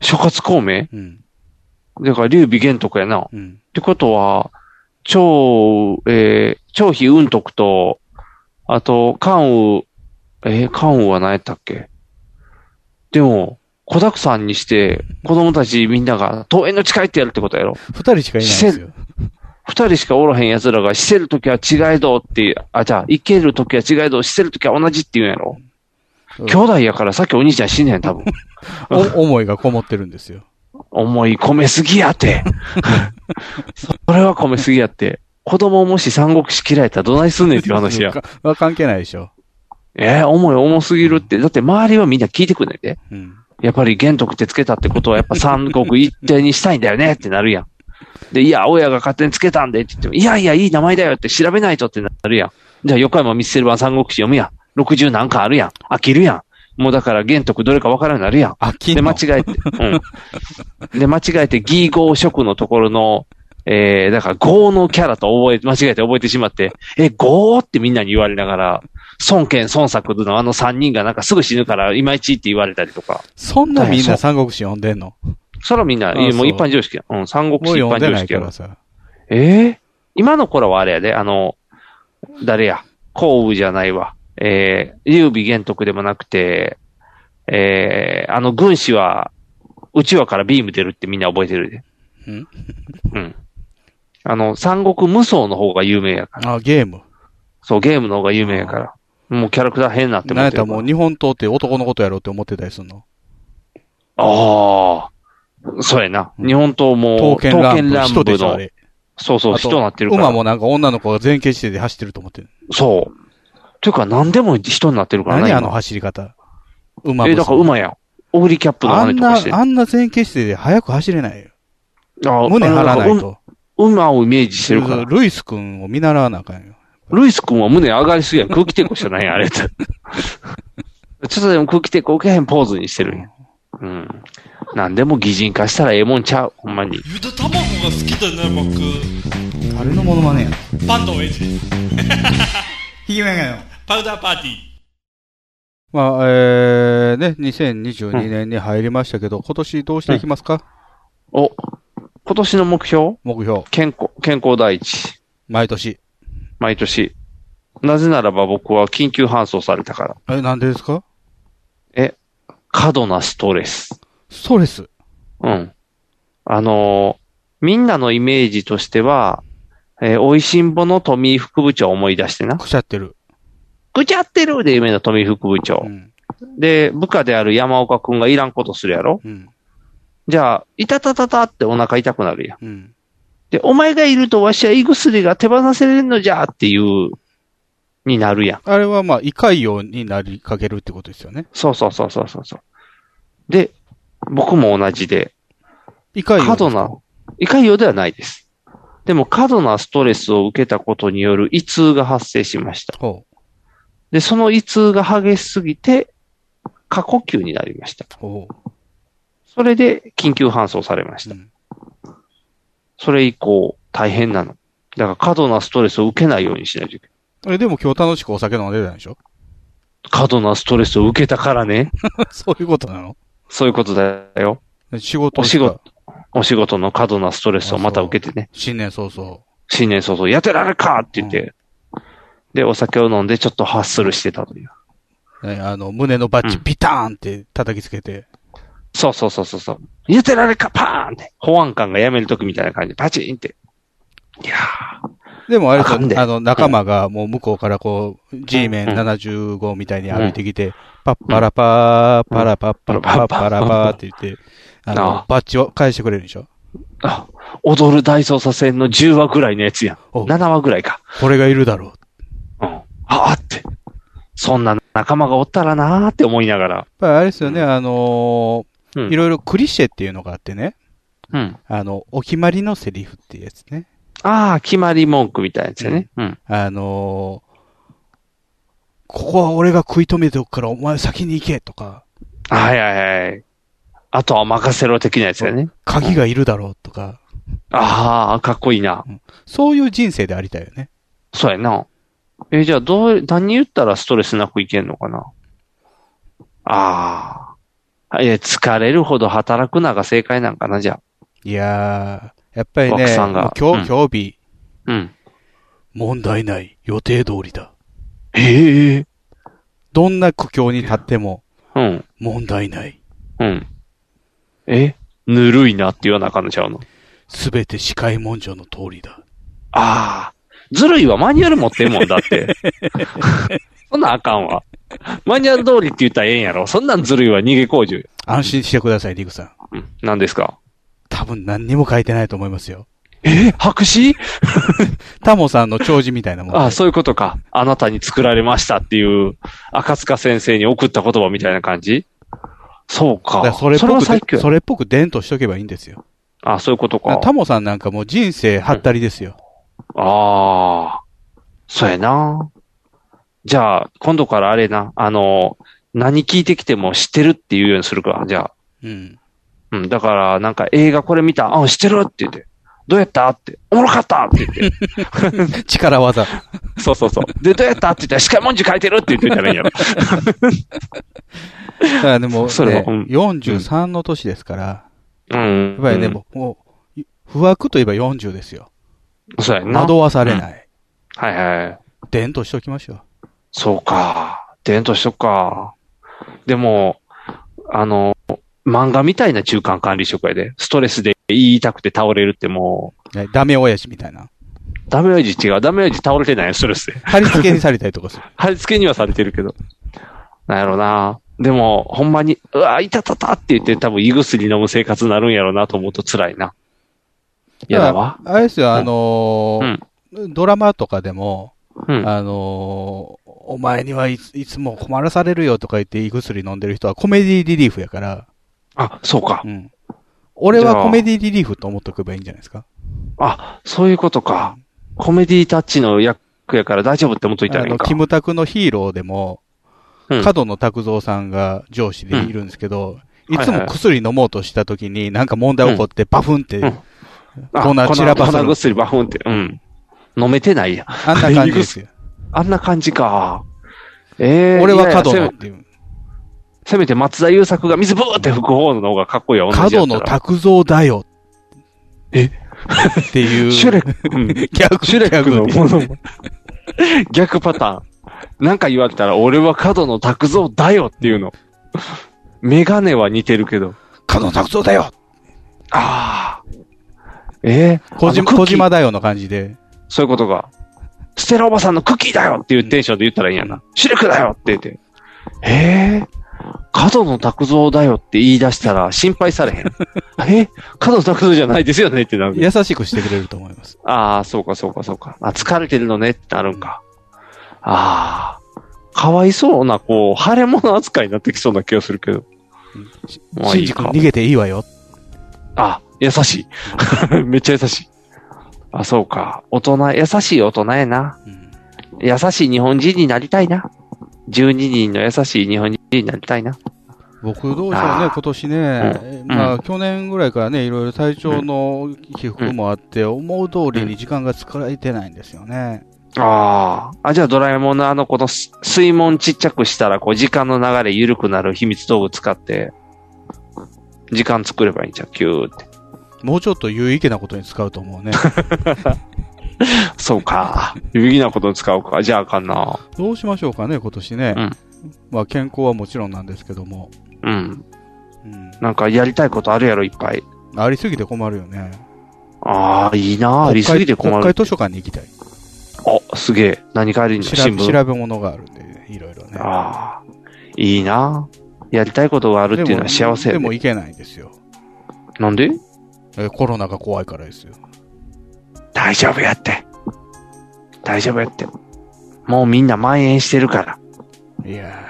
Speaker 1: 諸葛孔明
Speaker 2: うん。
Speaker 1: だから、劉備玄徳やな。っ
Speaker 2: うん。
Speaker 1: てことは、張、えー、張飛雲徳と、あと、関羽、えー、関羽は何やったっけでも、子沢山にして、子供たちみんなが、桃園の誓いってやるってことやろ
Speaker 2: 二人しかいないんですよ。
Speaker 1: 二人しかおらへん奴らが、してるときは違えどって、あ、じゃあ、生けるときは違えど、してるときは同じって言うんやろ
Speaker 2: うん
Speaker 1: 兄弟やからさっきお兄ちゃん死ねへん、 (laughs) 多分。
Speaker 2: お思いがこもってるんですよ。
Speaker 1: 思い込めすぎや (laughs) て。それは込めすぎやって。子供もし三国志嫌いやったらどないすんねんっていう話や。
Speaker 2: か (laughs) は関係ないでしょ。
Speaker 1: えー、思い重すぎるって。だって周りはみんな聞いてくんねんで。
Speaker 2: うん。
Speaker 1: やっぱり玄徳ってつけたってことはやっぱ三国一定にしたいんだよねってなるやん。で、いや、親が勝手につけたんでって言っても、いやいや、いい名前だよって調べないとってなるやん。じゃあ、横山ミスセル版三国志読むやん。60なんかあるやん。飽きるやん。もうだから玄徳どれかわからんようになるやん。
Speaker 2: あ、金
Speaker 1: で、間
Speaker 2: の
Speaker 1: 違えて、うん。で、間違えて、ギーゴー食のところの、えー、だから、ゴーのキャラと覚え、間違えて覚えてしまって、え、ゴーってみんなに言われながら、孫権、孫作のあの三人がなんかすぐ死ぬから、いまいちって言われたりとか。
Speaker 2: そんなみんな三国志読んでんの
Speaker 1: そらみんな、
Speaker 2: あ
Speaker 1: いやも
Speaker 2: そう
Speaker 1: う一般常識や。うん、三国
Speaker 2: もう
Speaker 1: 志一
Speaker 2: 読ん
Speaker 1: 般
Speaker 2: で
Speaker 1: 常
Speaker 2: ない
Speaker 1: 識
Speaker 2: か
Speaker 1: や
Speaker 2: ら
Speaker 1: わ。
Speaker 2: さ。
Speaker 1: えー、今の頃はあれやで、あの、誰や、孔武じゃないわ。えー、劉備玄徳でもなくて、えー、あの軍師は、うちわからビーム出るってみんな覚えてるで。
Speaker 2: うん
Speaker 1: うん。あの、三国無双の方が有名やから。
Speaker 2: あ、ゲーム。
Speaker 1: そう、ゲームの方が有名やから。もうキャラクター変になって
Speaker 2: なんやっ
Speaker 1: っ
Speaker 2: てたらもう日本刀って男のことやろうって思ってたりすんの。
Speaker 1: ああ。そうやな。日本刀も、
Speaker 2: 刀剣乱舞。人
Speaker 1: 刀
Speaker 2: で
Speaker 1: 剣
Speaker 2: しょ、あ
Speaker 1: の、
Speaker 2: れ。
Speaker 1: そうそう、
Speaker 2: あと
Speaker 1: 人になってるから。
Speaker 2: 馬もなんか女の子が前傾姿勢で走ってると思ってる。
Speaker 1: そう。というか、何でも人になってるからね。
Speaker 2: 何あ
Speaker 1: 今
Speaker 2: の走り方。馬も。
Speaker 1: え、だから馬やん。オグリキャップの
Speaker 2: あ
Speaker 1: 真
Speaker 2: ん
Speaker 1: 似とかして。
Speaker 2: な、あんな前傾姿勢で速く走れないよ。
Speaker 1: あ
Speaker 2: 胸張らな
Speaker 1: あ
Speaker 2: い
Speaker 1: のん
Speaker 2: と。
Speaker 1: 馬をイメージしてるから。
Speaker 2: ルイス君を見習わなあかんよ。
Speaker 1: ルイス君は胸上がりすぎやん。空気抵抗してないやん、あれ (laughs) って。ちょっとでも空気抵抗受けへんポーズにしてるんや。うん。なんでも擬人化したらええもんちゃう。ほんまに。
Speaker 4: ゆで卵が好きだね僕
Speaker 3: 誰のモノマネや
Speaker 4: パンの親父
Speaker 3: ひげめがよ。
Speaker 4: パウダーパーティー
Speaker 2: まあ、えー、えーね、2022年に入りましたけど、今年どうしていきますか、
Speaker 1: お、今年の目標
Speaker 2: 目標。
Speaker 1: 健康、健康第一。
Speaker 2: 毎年。
Speaker 1: 毎年。なぜならば僕は緊急搬送されたから。
Speaker 2: え、なんでですか
Speaker 1: 過度なストレス。
Speaker 2: ストレス。
Speaker 1: うん。あのーみんなのイメージとしては、えー、美味しんぼの富井副部長を思い出してな。
Speaker 2: くしゃってる。
Speaker 1: ぐちゃってるで、夢の富井副部長
Speaker 2: う。ん。
Speaker 1: で、部下である山岡くんがいらんことするやろ
Speaker 2: うん。
Speaker 1: じゃあ、いたたたたってお腹痛くなるやん。
Speaker 2: うん。
Speaker 1: で、お前がいるとわしは胃薬が手放せれんのじゃっていう、になるやん。
Speaker 2: あれはまあ、胃潰瘍になりかけるってことですよね。
Speaker 1: そうそうそうそうそうそう。で、僕も同じで、
Speaker 2: 胃潰瘍。
Speaker 1: 過度な。、胃潰瘍ではないです。でも過度なストレスを受けたことによる胃痛が発生しました。
Speaker 2: ほう。
Speaker 1: で、その胃痛が激しすぎて、過呼吸になりました。
Speaker 2: ほ
Speaker 1: それで緊急搬送されまし
Speaker 2: う。う
Speaker 1: た。
Speaker 2: ん。
Speaker 1: それ以降、大変なの。だから過度なストレスを受けないようにしないといけない。
Speaker 2: え、でも今日楽しくお酒飲んでたんでしょ (laughs)
Speaker 1: 過度なストレスを受けたからね。
Speaker 2: そういうことなの
Speaker 1: そういうことだよ。
Speaker 2: 仕事です
Speaker 1: お仕
Speaker 2: か
Speaker 1: お仕事の過度なストレスをまた受けてね。
Speaker 2: 新年早々。
Speaker 1: 新年早々、やってられるかって言って、で、お酒を飲んでちょっとハッスルしてたという。
Speaker 2: ね、あの、胸のバッチ
Speaker 1: うん
Speaker 2: ビターンって叩きつけて。
Speaker 1: そうそうそうそうそう。やってられるかパーンって。保安官が辞めるときみたいな感じで、パチンって。いや
Speaker 2: でもあれ
Speaker 1: あかん
Speaker 2: で
Speaker 1: です
Speaker 2: あの、仲間がもう向こうからこう、G メン75みたいに歩いてきて、パッパラパー、パラパッパラパッパラパーって言って、あ
Speaker 1: な
Speaker 2: の
Speaker 1: あ、
Speaker 2: バッチを返してくれるんでしょ
Speaker 1: ーあ、踊る大捜査線の10話ぐらいのやつやん。
Speaker 2: お
Speaker 1: 7話ぐらいか。
Speaker 2: これがいるだろう。
Speaker 1: うん。あ、あって。そんな仲間がおったらなーって思いながら。
Speaker 2: やっぱりあれですよね、あのー
Speaker 1: うん
Speaker 2: いろいろクリシェっていうのがあってね、
Speaker 1: うん。
Speaker 2: あの、お決まりのセリフっていうやつね。
Speaker 1: ああ、決まり文句みたいなやつやね。うん。
Speaker 2: あのーここは俺が食い止めておくからお前先に行けとか、
Speaker 1: はいはいはい。あとは任せろ的なやつやね。
Speaker 2: 鍵がいるだろうとか、
Speaker 1: ああ、かっこいいな。
Speaker 2: そういう人生でありたいよね。
Speaker 1: そうやな。え、じゃあ、どう、何言ったらストレスなくいけんのかなああ。え、疲れるほど働くなが正解なんかな、じゃ
Speaker 2: いやー、やっぱりね、
Speaker 1: 奥さんが
Speaker 2: もう今
Speaker 1: うん
Speaker 2: 日、今日日、
Speaker 1: あ。うん。
Speaker 2: 問題ない、予定通りだ。
Speaker 1: ええ
Speaker 2: どんな苦境に立っても、
Speaker 1: うん。
Speaker 2: 問題ない。
Speaker 1: うん。えぬるいなって言わなあかんのちゃうの
Speaker 2: すべて視界文書の通りだ。
Speaker 1: ああ。ずるいわ、マニュアル持ってんもんだ (laughs) って。そんなんあかんわ。マニュアル通りって言ったらええんやろ。そんなんずるいわ、逃げ工事。
Speaker 2: 安心してください、リグさん。
Speaker 1: うん。何ですか
Speaker 2: 多分何にも書いてないと思いますよ。
Speaker 1: え白紙
Speaker 2: タモさんの長寿みたいなもんで。
Speaker 1: ああ、そういうことか。あなたに作られましたっていう、赤塚先生に送った言葉みたいな感じそう
Speaker 2: だ
Speaker 1: か。
Speaker 2: からそれっぽ
Speaker 1: は
Speaker 2: く
Speaker 1: 最強
Speaker 2: で、
Speaker 1: や
Speaker 2: それっぽく伝統しとけばいいんですよ。
Speaker 1: ああ、そういうこと
Speaker 2: だから
Speaker 1: か。
Speaker 2: タモさんなんかもう人生はったりですよ。
Speaker 1: ああ、そうやな。じゃあ、今度からあれな、あの、何聞いてきても知ってるっていうようにするか。じゃあ、
Speaker 2: うん。
Speaker 1: うん、だから、なんか映画これ見た、あ、知ってるって言って、どうやったって、おもろかったって言
Speaker 2: (laughs)
Speaker 1: って、
Speaker 2: 力
Speaker 1: (laughs)
Speaker 2: 技。
Speaker 1: そうそうそう。で、どうやったって言ったら、司会文字書いてるって言ってたらいいんやろ。
Speaker 2: だからでも、ね、
Speaker 1: それはうん
Speaker 2: 43の年ですから、
Speaker 1: うん。
Speaker 2: やっぱりね、もう、もう不惑といえば40ですよ。
Speaker 1: うん、そうやな。
Speaker 2: 惑わされない。
Speaker 1: はいはい。
Speaker 2: 伝統しときましょう。
Speaker 1: そうか。伝統しとくか。でも、あの、漫画みたいな中間管理職やで。ストレスで言いたくて倒れるっても
Speaker 2: ねダメ親父みたいな。
Speaker 1: う、ダメージ違う。ダメージ倒れてないよストレスで。
Speaker 2: 貼り付けにされたりとかする。
Speaker 1: 貼り付けにはされてるけど。なんやろな。でも、ほんまに、うわ、いたたたって言って多分胃薬飲む生活になるんやろうなと思うと辛いな。 (laughs) 嫌だわ。
Speaker 2: あれですよ、あのードラマとかでも、
Speaker 1: うん。
Speaker 2: あのーお前にはいついつも困らされるよとか言って胃薬飲んでる人はコメディリリーフやから、
Speaker 1: あ、そうか。
Speaker 2: うん。俺は
Speaker 1: じゃあ
Speaker 2: コメディリリーフと思っとけばいいんじゃないですか。
Speaker 1: あ、そういうことか。コメディタッチの役やから大丈夫って思っといた
Speaker 2: あ
Speaker 1: らいい
Speaker 2: の、
Speaker 1: んか。
Speaker 2: キムタクのヒーローでも、
Speaker 1: うん
Speaker 2: 角野拓造さんが上司でいるんですけど、
Speaker 1: うん
Speaker 2: いつも薬飲もうとした時になんか問題起こってバフンって、
Speaker 1: うんあ
Speaker 2: 粉散らばすの
Speaker 1: 粉粉薬バフンって、うん。飲めてないや。
Speaker 2: あんな感じですよ。
Speaker 1: あんな感じか。ええ
Speaker 2: 俺は
Speaker 1: 角
Speaker 2: 角野っていう。
Speaker 1: せめて松田優作が水ブーって吹く方の方がかっこいいわ、同じ
Speaker 2: 角
Speaker 1: やった
Speaker 2: の
Speaker 1: ら
Speaker 2: 卓造だよ。
Speaker 1: え
Speaker 2: っていう。
Speaker 1: シュレック、うん
Speaker 2: 逆
Speaker 1: (laughs) シュレックのも
Speaker 2: (laughs)
Speaker 1: のも。逆パターン。なんか言われたら、俺は角の拓造だよっていうの。メガネは似てるけど。
Speaker 2: 角の卓造だよ
Speaker 1: ああ。えー、
Speaker 2: 小
Speaker 1: あの
Speaker 2: 島
Speaker 1: クッキー
Speaker 2: 小島だよの感じで。
Speaker 1: そういうことか。ステラおばさんのクッキーだよっていうテンションで言ったらいいんやな。シルクだよって言って。えー、角野拓造だよって言い出したら心配されへん。 (laughs) え角野拓造じゃないですよねってなる。
Speaker 2: 優しくしてくれると思います。
Speaker 1: ああ、そうかそうかそうか。あ、疲れてるのねってなるんか。ああ、かわいそうな、こう、腫れ物扱いになってきそうな気がするけど。まあい
Speaker 2: シン
Speaker 1: い
Speaker 2: ジ君
Speaker 1: か
Speaker 2: 逃げていいわよ。
Speaker 1: あ、優しい。 (laughs) めっちゃ優しい。あ、そうか。大人、優しい大人やな。
Speaker 2: うん
Speaker 1: 優しい日本人になりたいな。12人の優しい日本人になりたいな。
Speaker 2: 僕どうしよう
Speaker 1: あ
Speaker 2: ね
Speaker 1: ー、
Speaker 2: 今年ね、
Speaker 1: うん
Speaker 2: まあ
Speaker 1: う
Speaker 2: 去年ぐらいからね、いろいろ体調の起伏もあって、思う通りに時間が使えてないんですよね。
Speaker 1: ああ。あ、じゃあドラえもんのあの、このす水門ちっちゃくしたら、こう、時間の流れ緩くなる秘密道具使って、時間作ればいいんじゃん、キューって。
Speaker 2: もうちょっと有意義なことに使うと思うね。
Speaker 1: そうか。有意義なことに使うか。じゃああかんな。
Speaker 2: どうしましょうかね、今年ね。
Speaker 1: うん
Speaker 2: まあ健康はもちろんなんですけども。
Speaker 1: うん。
Speaker 2: うん
Speaker 1: なんかやりたいことあるやろ、いっぱい。
Speaker 2: ありすぎて困るよね。
Speaker 1: ああ、いいな。ありすぎて困
Speaker 2: 国
Speaker 1: る
Speaker 2: 会。図書館に行きたい。
Speaker 1: あ、すげえ。何かあるんじゃ
Speaker 2: 調
Speaker 1: 新
Speaker 2: べ
Speaker 1: 聞。
Speaker 2: 調べ物があるんで、いろいろね。
Speaker 1: ああ。いいな。やりたいことがあるっていうのは幸せや
Speaker 2: で
Speaker 1: ね
Speaker 2: も行けないんですよ。
Speaker 1: なんで
Speaker 2: えコロナが怖いからですよ。
Speaker 1: 大丈夫やって。大丈夫やって。もうみんな蔓延してるから。
Speaker 2: いや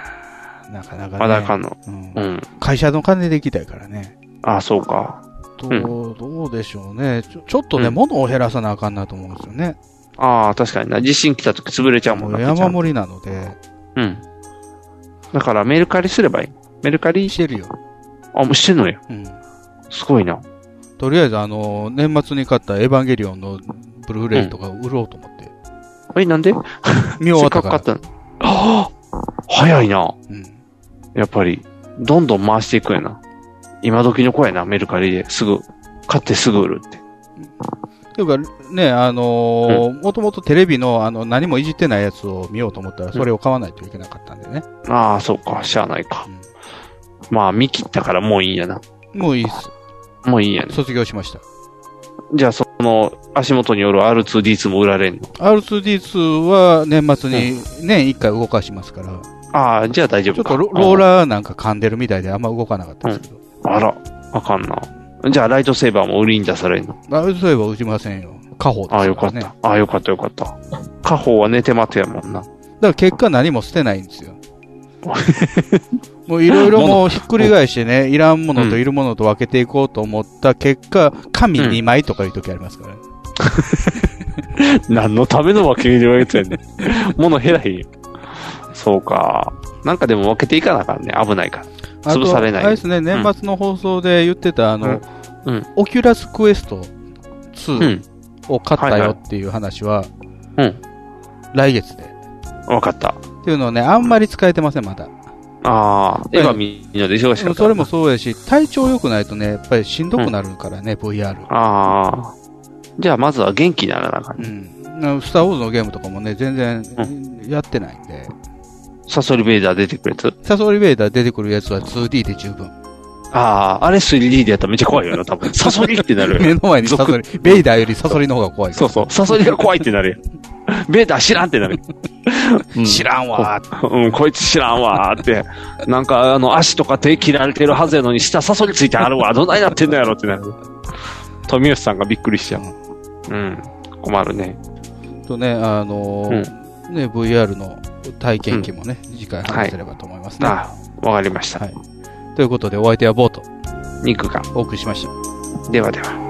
Speaker 2: ー、なかなかね。
Speaker 1: まだあかんの。
Speaker 2: うん
Speaker 1: うん。
Speaker 2: 会社の金で行きたいからね。
Speaker 1: ああ、そうか。
Speaker 2: ど
Speaker 1: うん
Speaker 2: うどうでしょうね。ちょちょっとね、
Speaker 1: うん
Speaker 2: 物を減らさなあかんなと思うんですよね。
Speaker 1: ああ、確かにな。地震来た時潰れちゃうもんな。
Speaker 2: 山盛りなので、
Speaker 1: うん。だからメルカリすればいい。メルカリ
Speaker 2: してるよ。
Speaker 1: あ、もうしてんのよ。
Speaker 2: うん。
Speaker 1: すごいな。
Speaker 2: とりあえず、あの、年末に買ったエヴァンゲリオンのブルーレイとか売ろうと思って。
Speaker 1: え、なんで
Speaker 2: 見終
Speaker 1: せ
Speaker 2: わ
Speaker 1: っ
Speaker 2: っ
Speaker 1: か
Speaker 2: た
Speaker 1: く
Speaker 2: か
Speaker 1: 買っ
Speaker 2: ら。
Speaker 1: たの。ああ早いな。
Speaker 2: うん。
Speaker 1: やっぱり。どんどん回していくんやな。今時の子やな、メルカリで。すぐ。買ってすぐ売るって。
Speaker 2: というか、ね、あのもともとテレビの、あの、何もいじってないやつを見ようと思ったら、それを買わないといけなかったんでね。
Speaker 1: ああ、そうか。しゃあないか。まあ、見切ったからもういいんやな。
Speaker 2: もういいっす。
Speaker 1: もういいんやね。
Speaker 2: 卒業しました。
Speaker 1: じゃあ、その、足元による R2D2 も売られんの
Speaker 2: R2D2 は年末に年1回動かしますから、
Speaker 1: ああ、じゃあ大丈
Speaker 2: ちょ
Speaker 1: 夫
Speaker 2: っ
Speaker 1: か。
Speaker 2: とロローラーなんか噛んでるみたいであんま動かなかったんですけど。
Speaker 1: うん。あら、あかんな。じゃあ、ライトセーバーも売りに出されんの
Speaker 2: あそういえば打ちませんよ。家宝です
Speaker 1: ああ、よ
Speaker 2: か
Speaker 1: からっ
Speaker 2: ね。
Speaker 1: た。ああ、よかった、よかった。家宝は寝て待てやもんな。
Speaker 2: だから結果何も捨てないんです
Speaker 1: (laughs)
Speaker 2: よ。もういろいろもうひっくり返してね、いらんものといるものと分けていこうと思った結果、紙2枚とかいう時ありますからね。
Speaker 1: 何のための分け入れられてんねん。 (laughs) 物減らへんよ。そうか。なんかでも分けていかなあかんね。危ないから。
Speaker 2: あと
Speaker 1: 潰されない
Speaker 2: あれですね、年末の放送で言ってた、あの、
Speaker 1: うんうん
Speaker 2: オキュラスクエスト
Speaker 1: う
Speaker 2: 2
Speaker 1: ん。
Speaker 2: を買った
Speaker 1: はいは
Speaker 2: よ
Speaker 1: い
Speaker 2: っていう話は、
Speaker 1: うん
Speaker 2: 来月で。
Speaker 1: 分かった。
Speaker 2: っていうのをね、あんまり使えてません、まだ。
Speaker 1: ああ、エヴァ見るので忙しかった。
Speaker 2: それも。そうやし、体調良くないとね、やっぱりしんどくなるからね、VR。
Speaker 1: ああ。じゃあ、まずは元気にならなあかん
Speaker 2: う
Speaker 1: ね。
Speaker 2: ん。なスター・ウォーズのゲームとかもね、全然
Speaker 1: う
Speaker 2: やってないんで。
Speaker 1: サソリベイダー出てくれつ
Speaker 2: サソリベイダー出てくるやつは 2D で十分。
Speaker 1: ああ、あれ 3D でやったらめっちゃ怖いよな、多 (laughs) 分。サソリってなるよ。
Speaker 2: 目の前にサソリ、ベイダーよりサソリの方が怖い。
Speaker 1: そうそう。サソリが怖いってなるよ。ベータ知らんってなるよ。うん
Speaker 2: 知らんわ
Speaker 1: うん、こいつ知らんわーって。なんか、あの、足とか手切られてるはずやのに、下サソリついてあるわ。どないなってんのやろってなる。富吉さんがびっくりしちゃう。うん。困るね。
Speaker 2: ーとね、あのーね、VR の体験記もね、次回話せればと思いますね。
Speaker 1: ああ、わかりました。
Speaker 2: はいということで、お相手はボート、
Speaker 1: 肉が。
Speaker 2: お送りしました。
Speaker 1: ではでは。